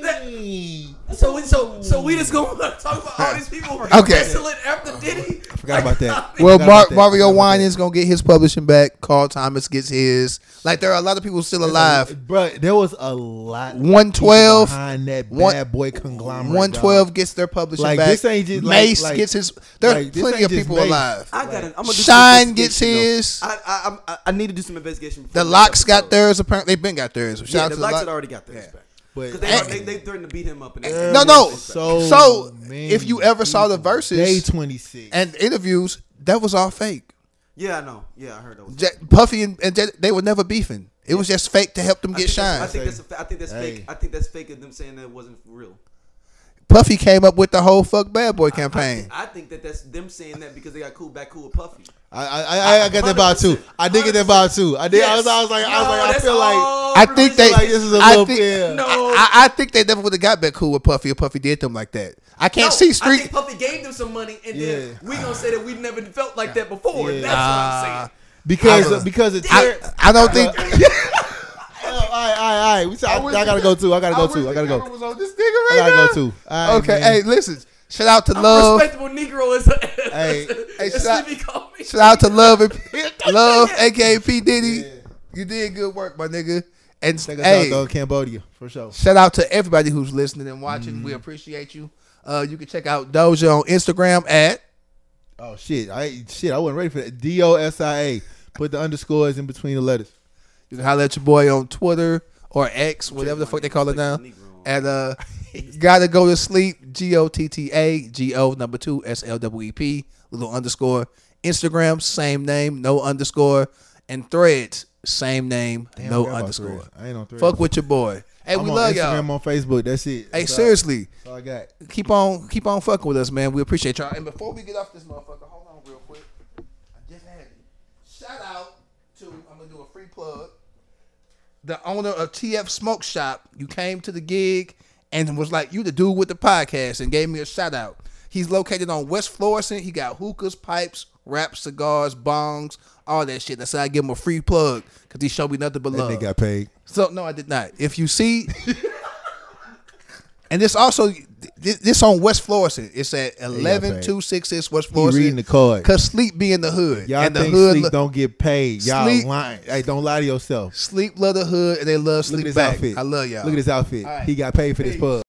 Speaker 1: Dang.
Speaker 3: so we so so we just gonna talk about all these people
Speaker 2: Okay.
Speaker 3: wrestling after Diddy. I
Speaker 1: forgot about
Speaker 3: (laughs)
Speaker 1: that. Forgot about
Speaker 2: well, Mar-
Speaker 1: that. Forgot
Speaker 2: Mario
Speaker 1: about
Speaker 2: Wine
Speaker 1: that.
Speaker 2: is gonna get his publishing back. Carl Thomas gets his. Like there are a lot of people still alive.
Speaker 1: bro. There was a lot. of
Speaker 2: 112
Speaker 1: people behind that bad
Speaker 2: one-
Speaker 1: boy conglomerate.
Speaker 2: One twelve gets their publishing
Speaker 1: Like,
Speaker 2: back.
Speaker 1: this ain't just- like-
Speaker 2: Mace
Speaker 1: like-
Speaker 2: gets his. There are
Speaker 1: like, this
Speaker 2: plenty
Speaker 1: ain't
Speaker 2: of
Speaker 1: just
Speaker 2: people
Speaker 1: Mace.
Speaker 2: alive.
Speaker 3: gotta. I'm gonna do some
Speaker 2: Shine gets
Speaker 3: investigation,
Speaker 2: his.
Speaker 3: though. I, I I I need to do some investigation. before
Speaker 2: The
Speaker 3: this
Speaker 2: locks got
Speaker 3: episode.
Speaker 2: theirs. Apparently, they've been got theirs. Shout
Speaker 3: Yeah,
Speaker 2: out
Speaker 3: the
Speaker 2: to
Speaker 3: locks
Speaker 2: Lock-
Speaker 3: had already got theirs back.
Speaker 1: But-
Speaker 3: Because they, they, they threatened to beat him up. And everything.
Speaker 2: No, no. So,
Speaker 1: So
Speaker 2: if you ever saw the
Speaker 1: Day
Speaker 2: verses
Speaker 1: 26.
Speaker 2: and interviews, that was all fake.
Speaker 3: Yeah, I know. Yeah, I heard that was.
Speaker 2: Ja- Puffy and, and Jet- they were never beefing. It was just fake to help them
Speaker 3: I
Speaker 2: get
Speaker 3: think that's- I
Speaker 2: shine.
Speaker 3: think that's a fa- I think that's
Speaker 1: Hey.
Speaker 3: fake. I think that's fake of them saying that wasn't real.
Speaker 2: Puffy came up with the whole "fuck bad boy" campaign.
Speaker 3: I think that that's them saying that because they got cool back cool with Puffy.
Speaker 1: I, I, I, I got that vibe too. I did get that vibe too. I did. I, was, I was like, I was
Speaker 3: No,
Speaker 1: like, I
Speaker 3: that's
Speaker 1: feel like,
Speaker 3: all
Speaker 2: I think they.
Speaker 3: religious.
Speaker 1: like this is a
Speaker 2: I
Speaker 1: little
Speaker 2: think,
Speaker 1: bit-
Speaker 3: No.
Speaker 2: I, I- I think they never would have got back cool with Puffy if Puffy did them like that. I
Speaker 3: No,
Speaker 2: can't see
Speaker 3: I
Speaker 2: street.
Speaker 3: think Puffy gave them some money, and
Speaker 1: Yeah.
Speaker 3: then we gonna say that we never felt like that before.
Speaker 1: Yeah.
Speaker 3: That's what I'm saying.
Speaker 1: because
Speaker 2: I-
Speaker 1: because it's.
Speaker 2: I, I don't think.
Speaker 1: Oh, all right, all right, all right. We, I, I, gotta go too. I gotta go too. I
Speaker 2: (laughs)
Speaker 1: gotta go. I gotta go too. All right,
Speaker 2: Okay,
Speaker 1: man.
Speaker 2: hey, listen. Shout out to
Speaker 3: I'm
Speaker 2: love.
Speaker 3: a respectable Negro is a,
Speaker 1: Hey,
Speaker 3: (laughs) hey,
Speaker 2: hey,
Speaker 3: hey,
Speaker 2: shout out-
Speaker 3: called me.
Speaker 2: Shout out to Love
Speaker 3: (laughs)
Speaker 2: and Love, aka P Diddy. You did good work, my nigga. And
Speaker 1: Check us out
Speaker 2: hey,
Speaker 1: though, Cambodia for sure.
Speaker 2: shout out to everybody who's listening and watching.
Speaker 1: Mm-hmm.
Speaker 2: We appreciate you. Uh, you can check out Doja on Instagram at
Speaker 1: Oh shit, I shit, I wasn't ready for that. D O S I A. Put the underscores in between the letters.
Speaker 2: you can holler at your boy on Twitter or X, whatever the fuck they call it now. At uh,
Speaker 1: (laughs)
Speaker 2: gotta go to sleep. G O T T A G O number two S L W E P little underscore Instagram same name no underscore and Threads same name
Speaker 1: Damn, I
Speaker 2: no
Speaker 1: forgot about
Speaker 2: underscore.
Speaker 1: Threads. I ain't on three.
Speaker 2: Fuck with your boy. Hey,
Speaker 1: I'm
Speaker 2: we
Speaker 1: on
Speaker 2: love y'all.
Speaker 1: Instagram, on Facebook. That's it.
Speaker 2: Hey,
Speaker 1: That's all-
Speaker 2: seriously,
Speaker 1: That's all I got.
Speaker 2: keep on keep on fucking with us, man. We appreciate y'all. And before we get off this motherfucker, hold on real quick. I just had it. Shout out to I'm gonna do a free plug. The owner of TF Smoke Shop. You came to the gig and was like, "You the dude with the podcast," and gave me a shout out. He's located on West Florissant. He got hookahs, pipes, wraps, cigars, bongs, all that shit. That's how I give him a free plug because he showed me nothing but
Speaker 1: That
Speaker 2: love.
Speaker 1: nigga got paid.
Speaker 2: So no, I did not. If you
Speaker 1: (laughs)
Speaker 2: see, and this also this, this on West Florissant. It's at eleven two six six West Florissant.
Speaker 1: reading the card.
Speaker 2: Cause sleep be in the hood.
Speaker 1: Y'all
Speaker 2: and the
Speaker 1: think
Speaker 2: hood
Speaker 1: sleep
Speaker 2: lo-
Speaker 1: don't get paid. Y'all
Speaker 2: Sleep-
Speaker 1: lying. Hey, don't lie to yourself.
Speaker 2: sleep love the hood and they love
Speaker 1: Look at
Speaker 2: sleep
Speaker 1: this
Speaker 2: back.
Speaker 1: outfit.
Speaker 2: I love y'all.
Speaker 1: Look at this outfit.
Speaker 2: All right.
Speaker 1: He got paid for this
Speaker 2: Peace.
Speaker 1: pub.